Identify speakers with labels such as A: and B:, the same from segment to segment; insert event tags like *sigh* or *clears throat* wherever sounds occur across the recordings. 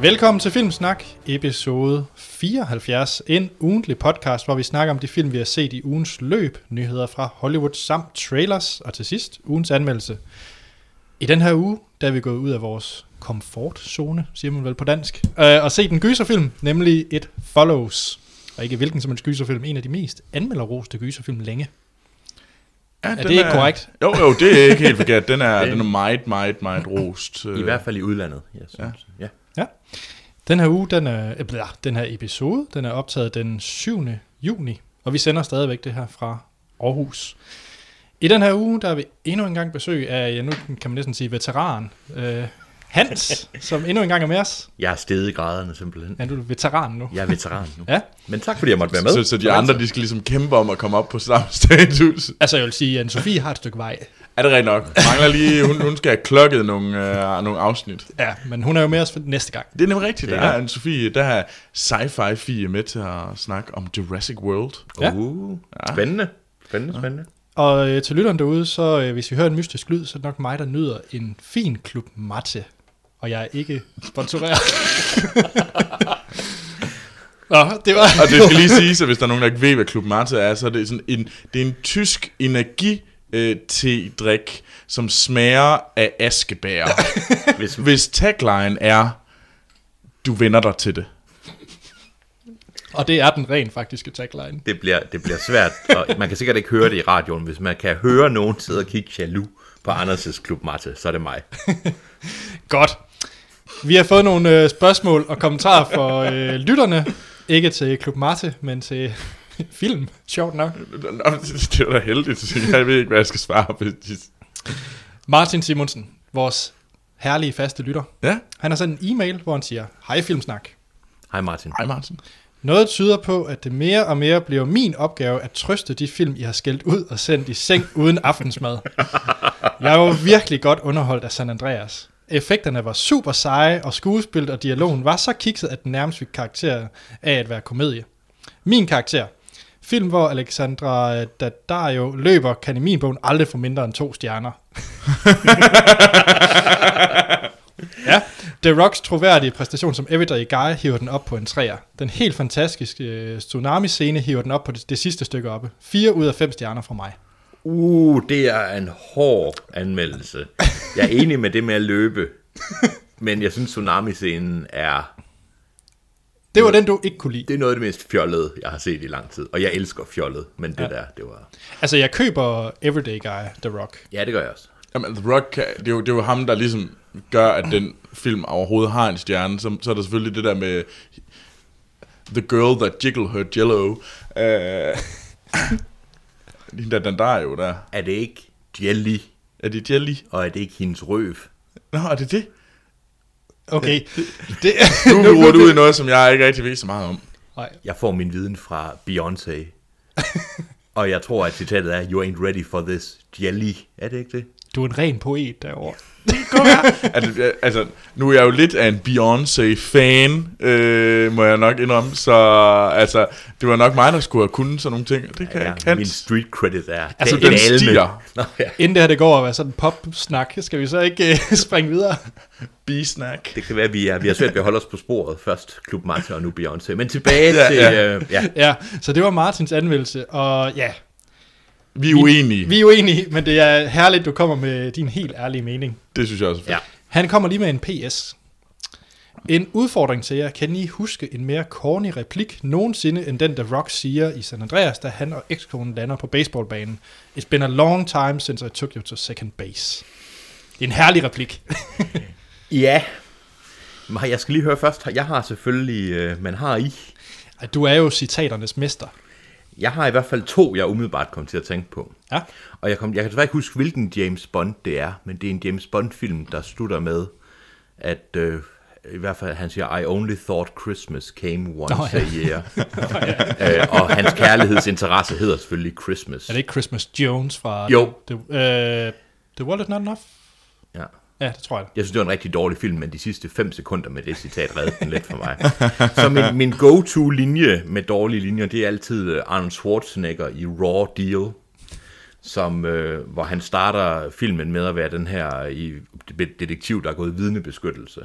A: Velkommen til Filmsnak, episode 74, en ugentlig podcast, hvor vi snakker om de film, vi har set i ugens løb, nyheder fra Hollywood samt trailers, og til sidst ugens anmeldelse. I den her uge, der er vi gået ud af vores komfortzone, siger man vel på dansk, øh, og set en gyserfilm, nemlig et Follows. Og ikke hvilken som helst gyserfilm, en af de mest anmelderroste gyserfilm længe.
B: Ja, den
A: det ikke korrekt?
B: Jo, jo, det er ikke *laughs* helt forkert. Den er, den er meget, meget, meget rost. øh.
C: I hvert fald i udlandet, jeg synes. Ja. ja.
A: Den her uge, den er, øh, blah, den her episode, den er optaget den 7. juni, og vi sender stadigvæk det her fra Aarhus. I den her uge, der er vi endnu en gang besøg af, ja nu kan man næsten sige veteran, øh, Hans, som endnu en gang er med os.
C: Jeg er steget i graderne simpelthen.
A: Ja, du er veteran nu.
C: Jeg er veteran nu.
A: Ja,
C: Men tak fordi jeg måtte være med.
B: Så, så de andre, de skal ligesom kæmpe om at komme op på samme *laughs* status.
A: altså jeg vil sige, at Sofie har et stykke vej.
B: Er det rigtigt nok? Mangler lige, hun, hun skal have klokket nogle, øh, nogle afsnit.
A: Ja, men hun er jo med os for næste gang.
B: Det er nemlig rigtigt, der
C: Ja.
B: er en Sofie, der er sci-fi fie med til at snakke om Jurassic World.
A: Ja.
C: Uh, spændende. Spændende, spændende.
A: Og øh, til lytteren derude, så øh, hvis vi hører en mystisk lyd, så er det nok mig, der nyder en fin klub matte. Og jeg er ikke sponsoreret. *laughs* Nå, det var...
B: Og det skal lige siges, at hvis der er nogen, der ikke ved, hvad Klub Mate er, så er det sådan en, det er en tysk energi øh, te-drik, som smager af askebær.
C: Hvis,
B: *laughs* Hvis tagline er, du vender dig til det.
A: Og det er den rent faktiske tagline.
C: det, bliver, det bliver svært, og man kan sikkert ikke høre det i radioen. Hvis man kan høre nogen sidde og kigge jaloux på Anders' klub Marte, så er det mig.
A: Godt. Vi har fået nogle øh, spørgsmål og kommentarer fra øh, lytterne. Ikke til Klub Marte, men til *laughs* film. Sjovt nok.
B: Nå, det er da heldigt. Jeg ved ikke, hvad jeg skal svare på. det.
A: Martin Simonsen, vores herlige faste lytter.
B: Ja,
A: Han har sendt en e-mail, hvor han siger, hej Filmsnak.
C: Hej Martin.
B: hej Martin.
A: Noget tyder på, at det mere og mere bliver min opgave at trøste de film, I har skældt ud og sendt i seng uden aftensmad. Jeg var virkelig godt underholdt af San Andreas. Effekterne var super seje, og skuespillet og dialogen var så kikset, at den nærmest fik karakter af at være komedie. Min karakter. Film, hvor Alexandra Daddario løber, kan i min bogen aldrig få mindre end to stjerner. Ja, The Rocks troværdige præstation som Everyday Guy hiver den op på en træer. Den helt fantastiske øh, tsunami-scene hiver den op på det, det sidste stykke oppe. 4 ud af 5 stjerner fra mig.
C: Uh, det er en hård anmeldelse. Jeg er enig med det med at løbe, men jeg synes tsunami-scenen er...
A: Det var den, du ikke kunne lide.
C: Det er noget af det mest fjollede, jeg har set i lang tid. Og jeg elsker fjollet, men det der, det var...
A: Altså, jeg køber Everyday Guy, The Rock.
C: Ja, det gør jeg også.
B: Jamen, The Rock, kan- det er, jo, det er jo ham, der ligesom gør, at den film overhovedet har en stjerne. Så, så er der selvfølgelig det der med The Girl That Jiggle Her Jello. *coughs* Uh, den der, den der er jo der.
C: Er det ikke Jelly,
B: Er det Jelly?
C: og er det ikke hendes røv?
B: Nå, er det det?
A: Okay. *laughs* Det,
B: Nu lurer du ud i noget, som jeg ikke rigtig ved så meget om.
A: nej,
C: Jeg får min viden fra
B: *laughs*
C: Beyoncé. og jeg tror, at citatet er, You ain't ready for this jelly. Er det ikke det?
A: du er en ren poet derovre.
B: altså, altså, nu er jeg jo lidt af en Beyoncé-fan, øh, må jeg nok indrømme, så altså, det var nok mig, der skulle have kunnet sådan nogle ting. Det kan jeg ikke.
C: min street credit er...
B: Altså,
C: det er
B: den
C: en alme.
B: stiger.
C: Nå, ja.
A: Inden det her det går at være sådan en pop-snak, skal vi så ikke øh, *laughs* springe videre?
B: B-snack.
C: Det kan være, at vi, er, vi har svært ved at holde os på sporet. Først Klub Martin og nu Beyoncé. Men tilbage til...
B: ja.
C: ja. Øh, ja.
A: Ja, så det var Martins anmeldelse, og ja,
B: Vi er uenige.
A: vi er jo enige, men det er herligt, du kommer med din helt ærlige mening.
B: Det synes jeg også er fedt.
C: ja.
A: Han kommer lige med en PS. En udfordring til jer. Kan I huske en mere corny replik nogensinde, end den, der Rock siger i San Andreas, da han og ekskonen lander på baseballbanen? It's been a long time since I took you to second base. Det er en herlig replik.
C: ja. Men Jeg skal lige høre først. Jeg har selvfølgelig... Øh, man har i...
A: Ej, Du er jo citaternes mester.
C: Jeg har i hvert fald to, jeg umiddelbart kom til at tænke på.
A: Ja.
C: Og jeg, kom, jeg kan desværre ikke huske, hvilken James Bond det er, men det er en James Bond-film, der slutter med, at øh, i hvert fald han siger, I only thought Christmas came once
A: Nå,
C: oh,
A: ja.
C: ja. a year.
A: *laughs*
C: øh, og hans kærlighedsinteresse hedder selvfølgelig Christmas.
A: Er det ikke Christmas Jones fra...
C: Jo.
A: The, uh, The World Is Not Enough?
C: Ja.
A: Ja, det tror jeg.
C: Jeg synes, det var en rigtig dårlig film, men de sidste 5 sekunder med det citat reddede den lidt for mig. Så min, min go-to-linje med dårlige linjer, det er altid øh, Arnold Schwarzenegger i Raw Deal, som, øh, hvor han starter filmen med at være den her øh, i, detektiv, der er gået i vidnebeskyttelse.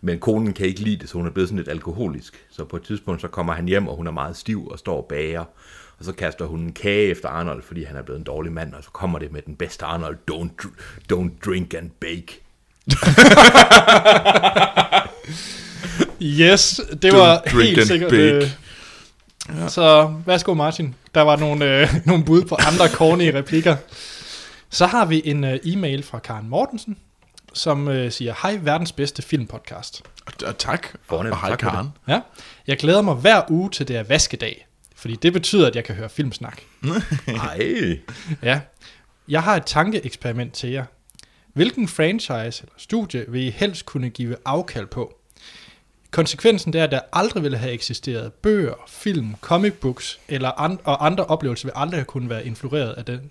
C: Men konen kan ikke lide det, så hun er blevet sådan lidt alkoholisk. Så på et tidspunkt, så kommer han hjem, og hun er meget stiv og står og bager. Og så kaster hun en kage efter Arnold, fordi han er blevet en dårlig mand, og så kommer det med den bedste Arnold, don't, dr- don't drink and bake.
A: Yes, det
B: Don't
A: var
B: drink
A: helt
B: and
A: sikkert.
B: bake.
A: Øh, ja. Så værsgo Martin, der var nogle, øh, *laughs* nogle bud på andre corny replikker. Så har vi en øh, e-mail fra Karen Mortensen, som øh, siger, hej verdens bedste filmpodcast.
B: Og- Og tak.
C: Fornemt,
B: og hej
C: tak for
B: Karen.
A: Ja. Jeg glæder mig hver uge til det er vaskedag, fordi det betyder, at jeg kan høre filmsnak.
C: Ej,
A: Ja. Jeg har et tankeeksperiment til jer. Hvilken franchise eller studie vil I helst kunne give afkald på? Konsekvensen det er, at der aldrig ville have eksisteret bøger, film, comic books eller and- og andre oplevelser vil aldrig have kunnet være influeret af den.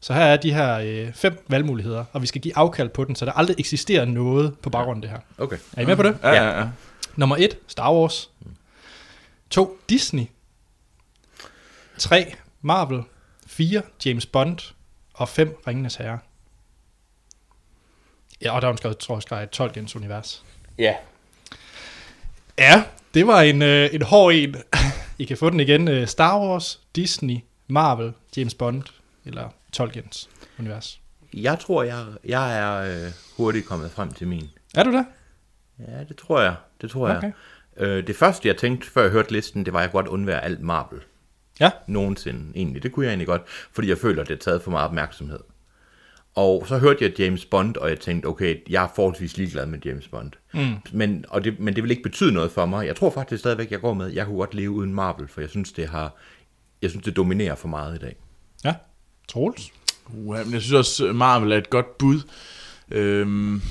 A: Så her er de her øh, fem valgmuligheder, og vi skal give afkald på den, så der aldrig eksisterer noget på baggrund af det her.
C: okay.
A: Er I med på det?
B: Ja, ja, ja.
A: Nummer 1, Star Wars. 2, Disney. 3, Marvel. 4, James Bond. Og 5, Ringenes Herre. Ja, og der er hun skrevet, tror jeg, skrevet Tolkiens univers.
C: Ja.
A: Ja, det var en, øh, en hård en. I kan få den igen. Øh, Star Wars, Disney, Marvel, James Bond eller Tolkiens univers.
C: Jeg tror, jeg, jeg er øh, hurtigt kommet frem til min.
A: Er du der?
C: Ja, det tror jeg. Det tror okay.
A: Okay.
C: jeg. Øh, det første, jeg tænkte, før jeg hørte listen, det var, at jeg kunne godt undvære alt Marvel.
A: Ja.
C: Nogensinde, egentlig. Det kunne jeg egentlig godt, fordi jeg føler, at det er taget for meget opmærksomhed. Og så hørte jeg James Bond, og jeg tænkte, okay, jeg er forholdsvis ligeglad med James Bond. Mm. Men, og det, men det vil ikke betyde noget for mig. Jeg tror faktisk stadigvæk, jeg går med, jeg kunne godt leve uden Marvel, for jeg synes, det har... Jeg synes, det dominerer for meget i dag.
A: Ja. Troels?
B: Uha, men jeg synes også, øh, Marvel er et godt bud. Øhm,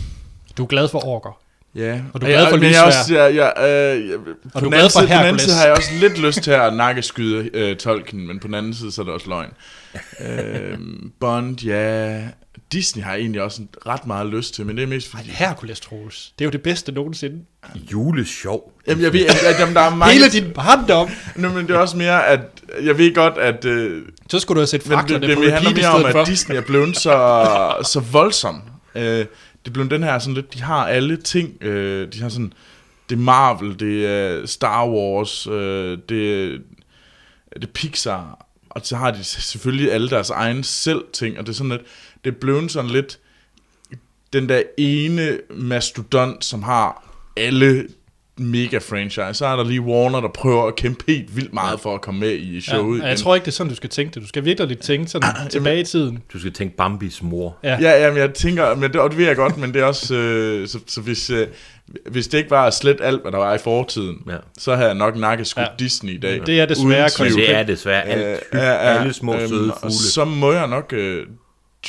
A: Du er glad for orker.
B: ja.
A: Og du er glad for
B: men jeg, er
A: lyssvær.
B: også, jeg, jeg, øh, jeg, på
A: du er
B: den
A: glad
B: anden
A: for
B: side, på den anden
A: Hercules.
B: side har jeg også lidt lyst til at nakkeskyde øh, tolken, men på den anden side, så er det også løgn. øhm, Bond, ja. Disney har jeg egentlig også ret meget lyst til, men det er mest
A: Ej,
B: fordi...
A: Hercules, Troels. Det er jo det bedste nogensinde.
C: Julesjov.
B: Jamen, jeg ved, at, at jamen, der er mange...
A: Hele din barndom.
B: Nå, men det er også mere, at jeg ved godt, at... Øh,
A: Så skulle du have set
B: men det,
A: fraklerne
B: det,
A: på
B: det handler
A: repeat i
B: mere om,
A: stedet for.
B: at Disney er blevet så, så voldsom. Øh, det er blevet den her sådan lidt, de har alle ting. Øh, de har sådan, det er Marvel, det er Star Wars, øh, det, er- det er Pixar. Og så har de selvfølgelig alle deres egne selv ting, og det er sådan lidt, det er blevet sådan lidt den der ene mastodont, som har alle mega franchise. Så er der lige Warner, der prøver at kæmpe helt vildt meget for at komme med i
A: Ja,
B: showet.
A: og
B: igen.
A: jeg tror ikke, det er sådan, du skal tænke det. Du skal virkelig tænke sådan
B: *clears throat*
A: tilbage i tiden.
C: Du skal tænke Bambis mor.
A: Ja.
B: Ja, ja, men jeg tænker, men det, og det ved jeg godt, men det er også, øh, så, så hvis, øh, hvis det ikke var slet alt, hvad der var i fortiden,
C: Ja.
B: ja. så havde jeg nok nakket skudt
A: Ja.
B: ja. Disney i dag.
A: Det er desværre
B: Uden
A: konsekvent.
B: tvivl.
C: Men det er desværre alt.
B: Øh, ja, ja.
C: Alle små
B: Øhm,
C: søde
B: Og
C: fugle.
B: så må jeg nok øh,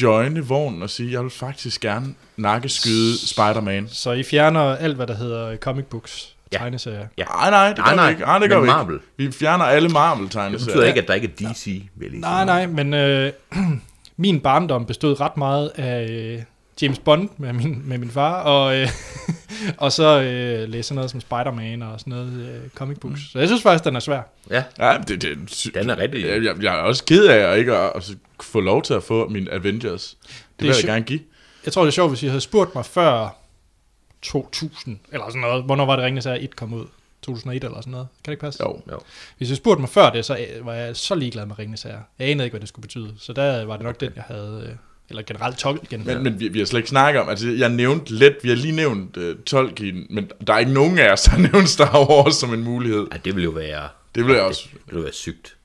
B: joine vognen og sige, jeg vil faktisk gerne nakkeskyde Spider-Man.
A: Så I fjerner alt, hvad der hedder comic books og
C: Ja.
A: tegneserier.
C: Ja.
B: Nej, nej, det gør
C: Nej, nej,
B: vi ikke. Nej, det gør
C: men
B: vi ikke.
C: Marvel.
B: Vi fjerner alle
C: Det
B: Marvel-tegneserier.
C: betyder ikke, at der ikke er DC, vil jeg lige
A: Nej,
C: sige.
A: nej, men øh, *clears throat* min barndom bestod ret meget af øh, James Bond med min, med min far, og, øh, *laughs* og så øh, læse noget som Spider-Man og sådan noget øh, comic books.
B: Mm.
A: Så jeg synes faktisk, den er svær.
C: Ja,
B: Ja, det, det, det,
C: Den er rigtig-
B: Jeg, jeg, jeg er også ked af at ikke at, at få lov til at få min Avengers. Det, det vil jeg
A: sjovt.
B: gerne give.
A: Jeg tror, det er sjovt, hvis I havde spurgt mig før 2000, eller sådan noget. Hvornår var det ringende sager 1 kom ud? 2001 eller sådan noget. Kan det ikke passe?
B: Jo.
C: jo.
A: Hvis jeg spurgte mig før det, så øh, var jeg så ligeglad med Ringenes Herre. Jeg anede ikke, hvad det skulle betyde. Så der var det nok den, jeg havde... øh, Eller generelt Tolkien.
B: Men, men vi, vi har slet ikke snakket om, altså jeg nævnte let, vi har lige nævnt uh, Tolkien, men der er ikke nogen af os, der *laughs* har nævnt Star Wars som en mulighed.
C: Ej, det vil jo være,
B: Det vil jeg også.
C: det vil jo være sygt.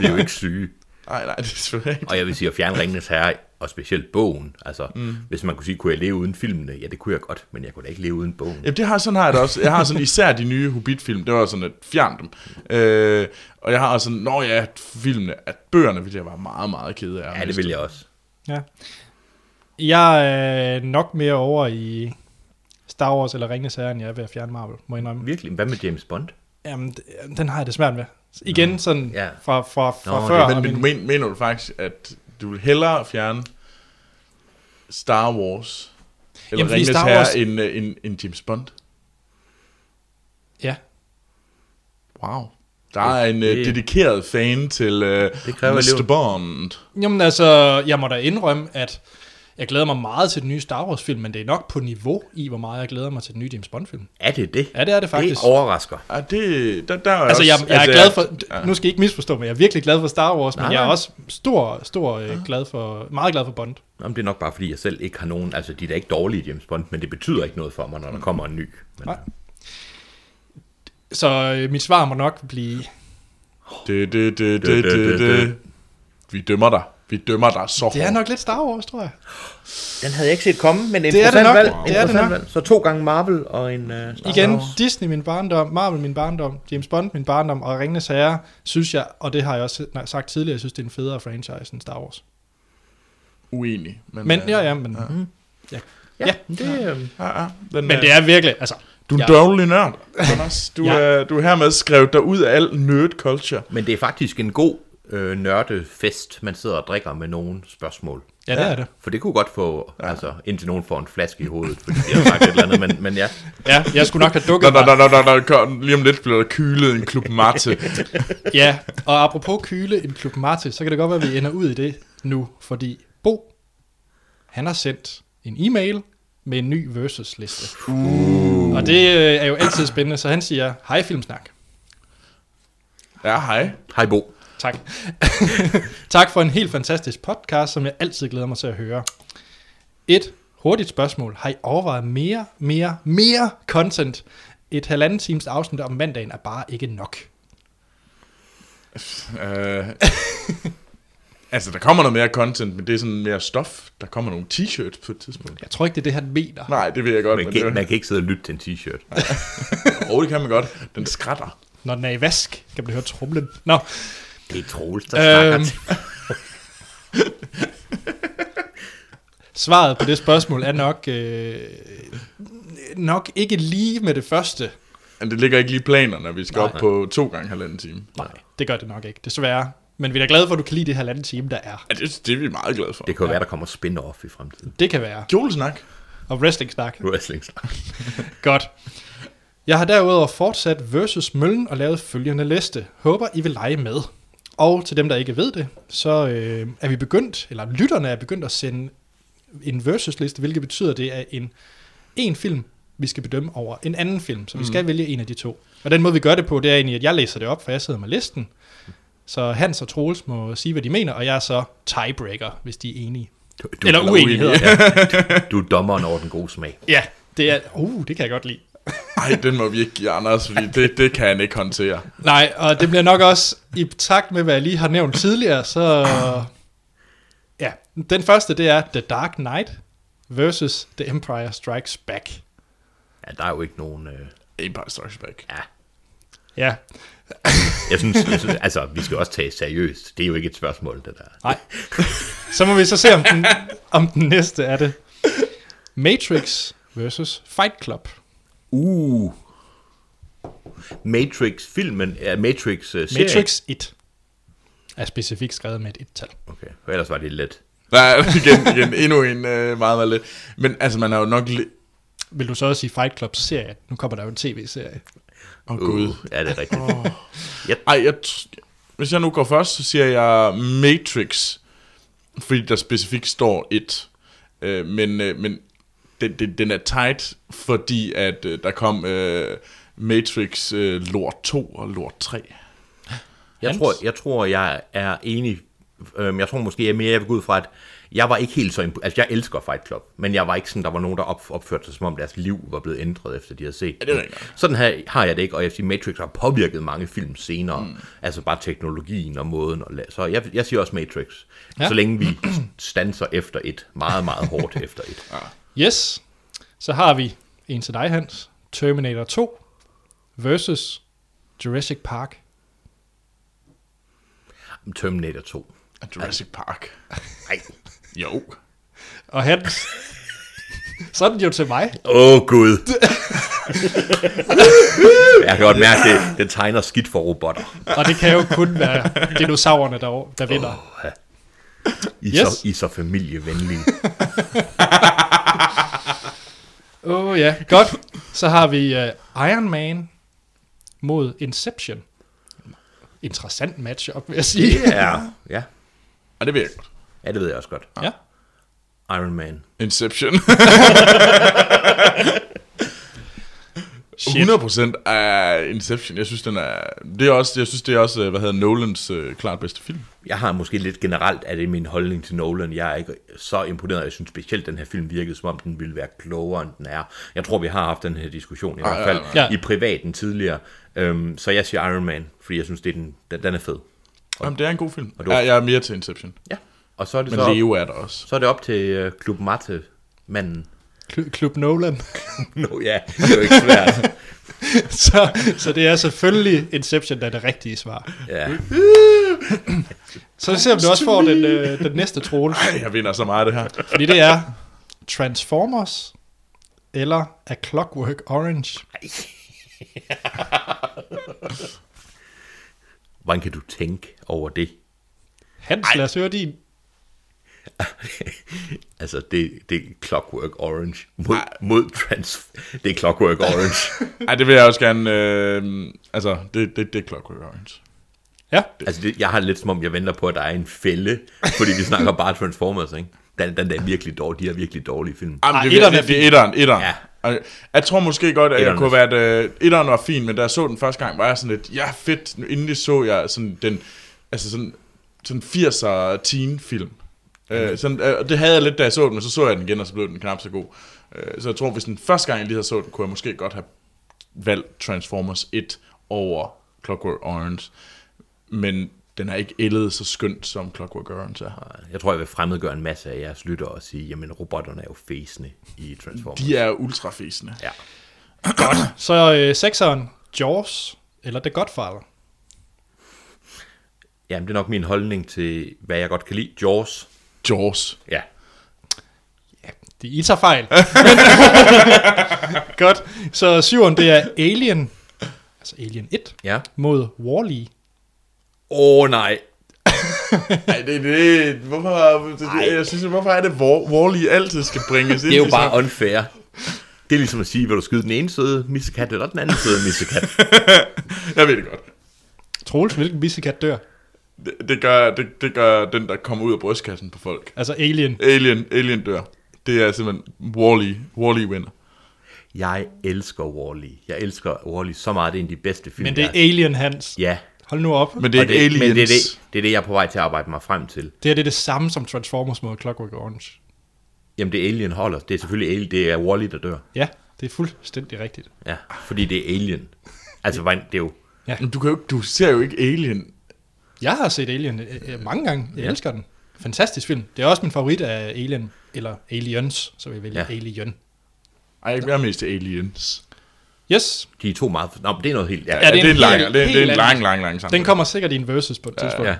C: Vi er jo ikke syge.
B: Nej, nej, det er selvfølgelig ikke.
C: Og jeg vil sige, at fjerne Ringenes Herre, og specielt bogen. Altså, mm. hvis man kunne sige, kunne jeg leve uden filmene? Ja, det kunne jeg godt, men jeg kunne da ikke leve uden bogen.
B: Jamen, det har, sådan har jeg det også. Jeg har sådan især de nye Hobbit-film, det var sådan at fjern dem. Øh, og jeg har også sådan, nå ja, filmene, at bøgerne ville jeg være meget, meget ked af. at
C: Ja, det
B: miste.
C: vil jeg også.
A: Ja. Jeg er nok mere over i Star Wars eller Ringenes Herre, end jeg er ved at fjerne Marvel, må jeg indrømme.
C: Virkelig, hvad med James Bond?
A: Jamen, d- den har jeg det svært med. Igen sådan
C: ja.
A: fra, fra, fra
C: Nå,
A: før.
B: Men,
A: og
B: men
A: min-
B: du men, mener du faktisk, at du vil hellere fjerne Star Wars
A: Jamen, fordi
B: eller Jamen, Ringes
A: Star
B: Herre
A: Wars-
B: end, øh, end, end James Bond?
A: ja.
B: Wow. Der er en øh,
C: Det-
B: dedikeret fan til øh,
C: Det kræver
B: Mr.
C: alligevel-
B: Bond.
A: Jamen altså, jeg må da indrømme, at Jeg glæder mig meget til den nye Star Wars-film, men det er nok på niveau i, hvor meget jeg glæder mig til den nye James Bond-film.
C: Er det det?
A: Ja, det er det faktisk.
C: Det overrasker.
B: Ja, det, der, der er
A: Altså,
B: også,
A: jeg, jeg er glad for, nu skal I ikke misforstå mig, jeg er virkelig glad for Star Wars, men
C: Nej,
A: jeg er
C: nej.
A: også stor, stor øh, glad for, meget glad for Bond.
C: Jamen, det er nok bare, fordi jeg selv ikke har nogen... Altså, de er da ikke dårlige James Bond, men det betyder ikke noget for mig, når der kommer en ny. Men,
A: Mm. Nej. Så øh, mit svar må nok blive,
B: Det, det, det, det, det, det. Vi dømmer dig. Vi dømmer dig så hårdt.
A: det er nok lidt Star Wars, tror jeg.
C: Den havde jeg ikke set komme, men en
A: Det er det nok.
C: valg.
A: Det er
C: interessant
A: det nok.
C: valg. Så to gange Marvel og en... Uh,
A: Igen, Disney min barndom, Marvel min barndom, James Bond min barndom, og Ringenes Herre, synes jeg, og det har jeg også nej, sagt tidligere, jeg synes, det er en federe franchise end Star Wars.
B: Uenig. Men,
A: Men
B: øh,
A: ja, ja, men,
C: Ja,
A: Ja.
C: det... Øh,
B: ja, ja. Den,
A: men det er virkelig, altså,
B: Du er en
A: Ja.
B: dårlig nørd, Anders. Du,
A: Ja.
B: er, du er hermed skrevet dig ud af al nerd culture.
C: men det er faktisk en god øh, nørdefest, man sidder og drikker med nogle spørgsmål.
A: ja, det er det.
C: For det kunne godt få, ja. altså indtil nogen får en flaske i hovedet, fordi de har sagt et eller andet, men, men ja.
A: Ja, jeg skulle nok have
B: Nå,
A: dukket
B: nå,
A: mig.
B: nå, nå, nå, nå, kom, lige om lidt bliver der kylet en klub mate.
A: Ja, og apropos kyle en klub Marte, så kan det godt være, at vi ender ud i det nu, fordi Bo, han har sendt en e-mail med en ny versus-liste. Uh. Og det øh, er jo altid spændende, så han siger, hej Filmsnak.
B: Ja, hej.
C: Hej Bo.
A: Tak. *laughs* tak for en helt fantastisk podcast, som jeg altid glæder mig til at høre. Et hurtigt spørgsmål. Har I overvejet mere, mere, mere content? Et halvanden times afsnit om mandagen er bare ikke nok.
B: Øh, *laughs* altså, der kommer noget mere content, men det er sådan mere stof. Der kommer nogle t-shirts på et tidspunkt.
A: Jeg tror ikke, det er det, han mener.
B: Nej, det vil jeg godt.
C: Man
B: Men det,
C: kan, man kan ikke sidde og lytte til en t-shirt.
B: oh, det kan man godt. Den skratter.
A: Når den er i vask, kan man høre trumlen. Nå,
C: Det er Troels, der snakker
A: Øhm.
C: til.
A: svaret på det spørgsmål er nok, øh, nok ikke lige med det første.
B: Men det ligger ikke lige i planerne, at vi skal
A: Nej.
B: op på to gange halvanden time.
A: Nej, det gør det nok ikke, desværre. Men vi er da glade for, at du kan lide det halvanden time, der er.
B: Ja, det, det er vi meget glade for.
C: Det kan jo være, der kommer spin-off i fremtiden.
A: Det kan være.
B: Jolesnak.
A: Og wrestling-snak.
C: Wrestling
A: Godt. Jeg har derudover fortsat versus Møllen og lavet følgende liste. Håber, I vil lege med. Og til dem, der ikke ved det, så øh, er vi begyndt, eller lytterne er begyndt at sende en versus-liste, hvilket betyder, det er en, en film, vi skal bedømme over en anden film. Så vi skal vælge en af de to. Og den måde, vi gør det på, det er egentlig, at jeg læser det op, for jeg sidder med listen. Så Hans og Troels må sige, hvad de mener, og jeg er så tiebreaker, hvis de er enige.
C: Du,
A: Du, eller E.
B: eller
A: uenigheder.
B: uenige.
A: Ja.
C: du er dommeren over den gode smag.
A: ja, det er... Uh, det kan jeg godt lide.
B: Ej, den må vi ikke give Anders, fordi det, det kan han ikke håndtere.
A: Nej, og det bliver nok også i takt med, hvad jeg lige har nævnt tidligere, så... Ja, den første, det er The Dark Knight versus The Empire Strikes Back.
C: Ja, der er jo ikke nogen... Øh,
B: Empire Strikes Back.
C: ja.
A: Ja,
C: Jeg synes, jeg synes, altså, vi skal også tage seriøst. Det er jo ikke et spørgsmål, det der.
A: nej. Så må vi så se, om den, om den næste er det. Matrix versus Fight Club.
C: Uh. Matrix-filmen, ja, øh, Matrix-serien.
A: Matrix 1 er specifikt skrevet med et et-tal.
C: Okay, for ellers var det let.
B: Nej, igen, igen, endnu en øh, meget, meget lidt. Men altså, man har jo nok... Le-
A: Vil du så også sige Fight Club serie? Nu kommer der jo en tv-serie.
B: Åh, oh, Gud.
C: ja, det Uh, er rigtigt.
B: Ej, jeg tr- hvis jeg nu går først, så siger jeg Matrix, fordi der specifikt står et. Øh, men øh, men den, den, den er tight, fordi at øh, der kom øh, Matrix øh, lort 2 og lort 3.
C: Jeg
A: Hans?
C: tror, jeg tror, jeg er enig. Øhm, Jeg tror måske, jeg er mere jeg vil gå ud fra, at jeg var ikke helt så... impo- Altså, jeg elsker Fight Club, men jeg var ikke sådan, der var nogen, der op, opførte sig, som om deres liv var blevet ændret, efter de havde set
B: det er
C: den.
B: rigtigt.
C: Sådan her har jeg det ikke, og jeg siger, Matrix har påvirket mange film senere. Mm. Altså bare teknologien og måden. Og la- så jeg, jeg siger også Matrix.
A: Ja.
C: Ja. Så længe vi *clears throat* stanser efter et. Meget, meget hårdt efter et.
A: Yes. Så har vi en til dig, Hans. Terminator 2 versus Jurassic Park.
C: Terminator 2.
B: Og Jurassic Park.
C: Nej.
B: Jo.
A: Og Hans, *laughs* så er den jo til mig.
C: Åh, oh, Gud. jeg kan godt mærke, det, det tegner skidt for robotter.
A: Og det kan jo kun være dinosaurerne, der, der vinder.
C: I,
A: Yes.
C: yes. så, I er så familievenlige.
A: Åh oh, ja, godt. Så har vi uh, Iron Man mod Inception. Interessant matchup, vil jeg sige.
C: ja. ja.
B: Og det ved jeg godt.
C: Ja, det ved jeg også godt.
A: Ja.
C: Iron Man.
B: Inception. 100% er Inception. Jeg synes, den er... Det er også, jeg synes, det er også, øh, hvad hedder Nolans øh, klart bedste film.
C: Jeg har måske lidt generelt, at det er min holdning til Nolan. Jeg er ikke så imponeret. Jeg synes specielt, at den her film virkede, som om den ville være klogere, end den er. Jeg tror, vi har haft den her diskussion i hvert fald
A: ja, ja.
C: i privaten tidligere. Øhm, så jeg siger Iron Man, fordi jeg synes, det er den, den, den er fed.
B: Jamen, det er en god film.
C: du-
B: Ja, jeg er mere til Inception.
C: Ja. Og så er det,
B: Men
C: så,
B: Leo er der også.
C: så er det op til øh, Klub Matte-manden.
A: Kl- Klub Nolan.
C: Nå ja, det er jo ikke svært.
A: *laughs* så, så det er selvfølgelig Inception, der er det rigtige svar.
C: ja.
A: Så vi ser, om du også får den, øh, den næste trone,
B: Ej, jeg vinder så meget af det her.
A: fordi det er Transformers eller A Clockwork Orange.
C: Hvordan kan du tænke over det?
A: Hans, lad os høre din.
C: *laughs* Altså, det, det er Clockwork Orange mod, mod trans... Det er Clockwork Orange.
B: Ej, det vil jeg også gerne... Øh, altså, det, det, det er Clockwork Orange.
A: Ja,
C: altså, det, jeg har lidt som om, jeg venter på, at der er en fælde, fordi vi snakker bare Transformers, ikke? Den, den der er virkelig dårlig, de er virkelig dårlige film.
B: Jamen,
A: Ej,
B: det,
A: etteren er
B: etteren det, det er etteren, etteren.
C: Ja.
B: Og Jeg tror måske godt, at jeg
C: Etteren er
B: kunne være, at øh, etteren var fin, men da jeg så den første gang, var jeg sådan lidt, ja fedt, nu endelig så jeg sådan den, altså sådan, sådan 80'er teen film. Øh, sådan, øh, og det havde jeg lidt, da jeg så den, men så så jeg den igen, og så blev den knap så god. Øh, så jeg tror, hvis den første gang, jeg lige havde så den, kunne jeg måske godt have valgt Transformers 1 over Clockwork Orange. Men den er ikke ældet så skønt, som Clockwork Orange er.
C: Jeg tror, jeg vil fremmedgøre en masse af jeres lytter og sige, jamen, robotterne er jo fæsende i Transformers.
B: De er ultrafæsende.
C: Ja.
A: så øh, sekseren, Jaws eller The Godfather.
C: Jamen, det er nok min holdning til, hvad jeg godt kan lide. Jaws.
B: Jaws.
C: Ja.
A: Det I tager *laughs* fejl. Godt. Så syveren, det er Alien, altså Alien 1,
C: Ja.
A: mod Wall-E.
C: Åh, oh, nej.
B: Nej, det er det. Hvorfor, det, det, jeg synes, hvorfor er det, hvor Wall-E altid skal bringes ind?
C: Det er jo
B: i sådan-
C: bare unfair. Det er ligesom at sige, vil du skyde den ene side missekat eller den anden side missekat?
B: Jeg ved det godt.
A: Troels, hvilken missekat dør?
B: Det, det, gør, det, det gør den, der kommer ud af brystkassen på folk.
A: Altså Alien.
B: Alien, Alien dør. Det er simpelthen Wall-E, Wall-E vinder.
C: Jeg elsker Wall-E. Jeg elsker Wall-E så meget. Det er en af de bedste film,
A: Men det er
C: jeg-
A: Alien, Hans.
C: Ja.
A: Hold nu op.
B: Men det er
C: Og
B: ikke
C: det,
B: Aliens.
C: men det er det, det er det, jeg er på vej til at arbejde mig frem til.
A: Det her det er det samme som Transformers mod Clockwork Orange.
C: Jamen, det er Alien holder. Det er selvfølgelig Alien. Det er Wall-E, der dør.
A: Ja, det er fuldstændig rigtigt.
C: Ja, fordi det er Alien. Altså, hvordan- det er jo...
B: Men du, kan jo, ikke- du ser jo ikke Alien.
A: Jeg har set Alien øh, øh, mange gange. Jeg elsker den. Fantastisk film. Det er også min favorit af Alien, eller Aliens, så vi vælger
C: Ja.
A: ja. Alien.
B: Ej, jeg er mest til Aliens.
A: Yes,
C: De er to meget... Nå, men det er noget helt... Ja,
A: Ja,
C: ja.
A: det er en
B: lang,
A: helt-
B: det, er- det er en
A: helt
B: lang,
A: anden-
B: lang, lang samtale.
A: den kommer sikkert i en versus på et tidspunkt.
C: ja.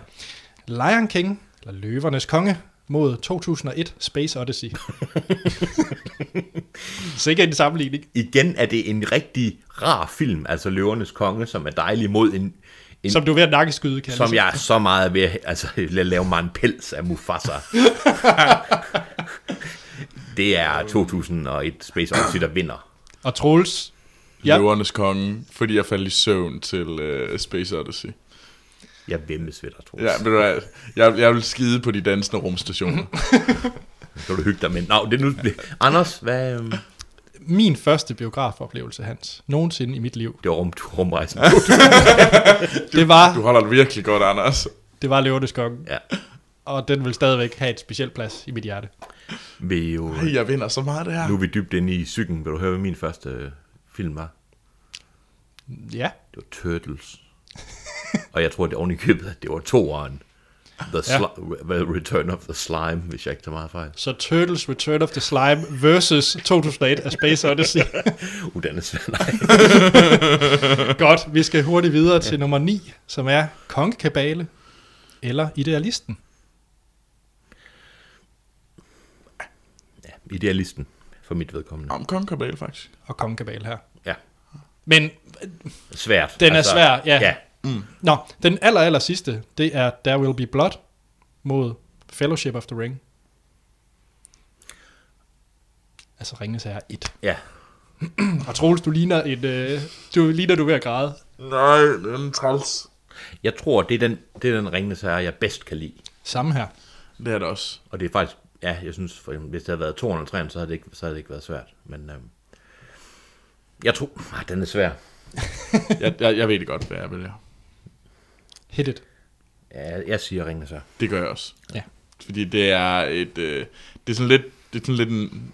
A: Lion King, eller Løvernes Konge, mod 2001 Space
C: *laughs*
A: Odyssey. Sikkert en sammenligning.
C: Igen er det en rigtig rar film, altså Løvernes Konge, som er dejlig mod en... en
A: Som du er ved at nakkeskyde, kan
C: som
A: sige.
C: jeg er så meget ved altså, *laughs* lad lave mig en pels af
A: *laughs*
C: Mufasa. det er 2001 Space Odyssey, der vinder.
A: Og Troels, Ja.
B: Ja. Løvernes konge, fordi jeg faldt i søvn til uh, Space Odyssey.
C: Jeg vemmes ved dig, Troels.
B: Ja, ved du hvad? Jeg, jeg vil skide på de dansende
A: *laughs*
B: rumstationer.
C: Kan du hygge dig med? Nå, det er nu... Anders, hvad... øhm,
A: min første biografoplevelse, Hans, nogensinde i mit liv,
C: Det var rum, rumrejsen.
A: det var,
B: Du holder det virkelig godt, Anders.
A: det var Løvernes Konge.
C: Ja.
A: og den vil stadigvæk have et specielt plads i mit hjerte.
C: Vi er jo,
B: Ej, jeg vinder så meget det her.
C: nu er vi dybt inde i psyken. Vil du høre, hvad min første øh, film var?
A: Ja,
C: Det var
A: *laughs*
C: Turtles. Og jeg tror, det oven i købet, at det var toeren. The
A: Ja.
C: sli- Re- Return of the Slime, hvis jeg ikke tager meget fejl.
A: så Turtles Return of the Slime versus 2008 af Space Odyssey.
C: Uh, den er svær. Nej.
A: Godt, vi skal hurtigt videre til nummer 9, som er Kongekabale eller Idealisten.
C: Ja, idealisten, for mit vedkommende.
B: Om Kong Kabale, faktisk.
A: Og Kongekabale her.
C: Ja,
A: Men,
C: svært. Altså,
A: Den er svær, ja.
C: ja.
A: nå, den aller, aller sidste, det er There Will Be Blood mod Fellowship of the Ring. Altså Ringes her 1.
C: Ja,
A: Og Troels, du ligner, et, øh, du ligner du er ved at græde.
B: Nej, den er træls.
C: Jeg tror, det er den, det er den ringende herre, jeg bedst kan lide.
A: Samme her.
B: Det er det også.
C: Og det er faktisk ja, jeg synes, for eksempel, hvis det havde været 2 eller 3, så havde det ikke, så havde det ikke været svært. Men øhm, jeg tror, ah, den er svær.
B: Jeg, jeg, jeg ved det godt, hvad jeg vil.
A: Hit it.
C: Ja, jeg siger ringende så.
B: Det gør jeg også.
A: Ja.
B: Fordi det er et... Øh, det er sådan lidt... Det er sådan lidt en...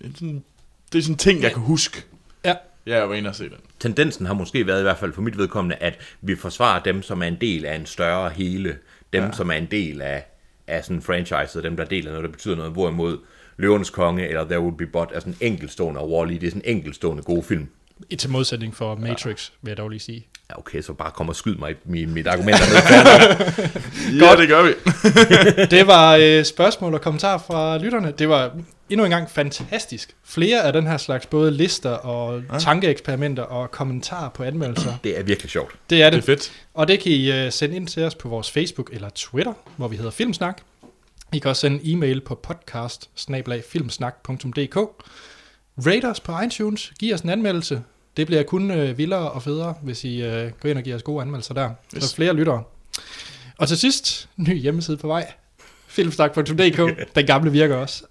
B: en sådan, det er sådan en ting, jeg kan huske.
A: Ja.
B: Ja, jeg var inde og se den.
C: Tendensen har måske været i hvert fald for mit vedkommende, at vi forsvarer dem, som er en del af en større hele. Dem, ja. som er en del af, af sådan en franchise, og dem, der er del af noget, der betyder noget. Hvorimod Løvernes Konge eller There Would Be Blood er sådan enkelstående, og Wall-E, det er sådan enkelstående gode film.
A: I til modsætning for Matrix, vil jeg dog lige sige.
C: Ja, okay, så bare kom og skyd mig i mit, mit argument dernede.
B: Ja, Godt. det gør vi.
A: Det var øh, spørgsmål og kommentarer fra lytterne. Det var endnu en gang fantastisk. Flere af den her slags både lister og ja. tankeeksperimenter og kommentarer på anmeldelser.
C: Det er virkelig sjovt.
A: Det er *laughs*
B: Det
A: det.
B: er fedt.
A: Og det kan I øh, sende ind til os på vores Facebook eller Twitter, hvor vi hedder Filmsnak. I kan også sende en e-mail på podcast Rate os på iTunes. Giv os en anmeldelse. Det bliver kun øh, vildere og federe, hvis I øh, går ind og giver os gode anmeldelser der. Yes.
B: Yes.
A: Så flere lyttere. Og til sidst, ny hjemmeside på vej.
C: *laughs*
A: Filmsnak.dk. Den gamle virker også.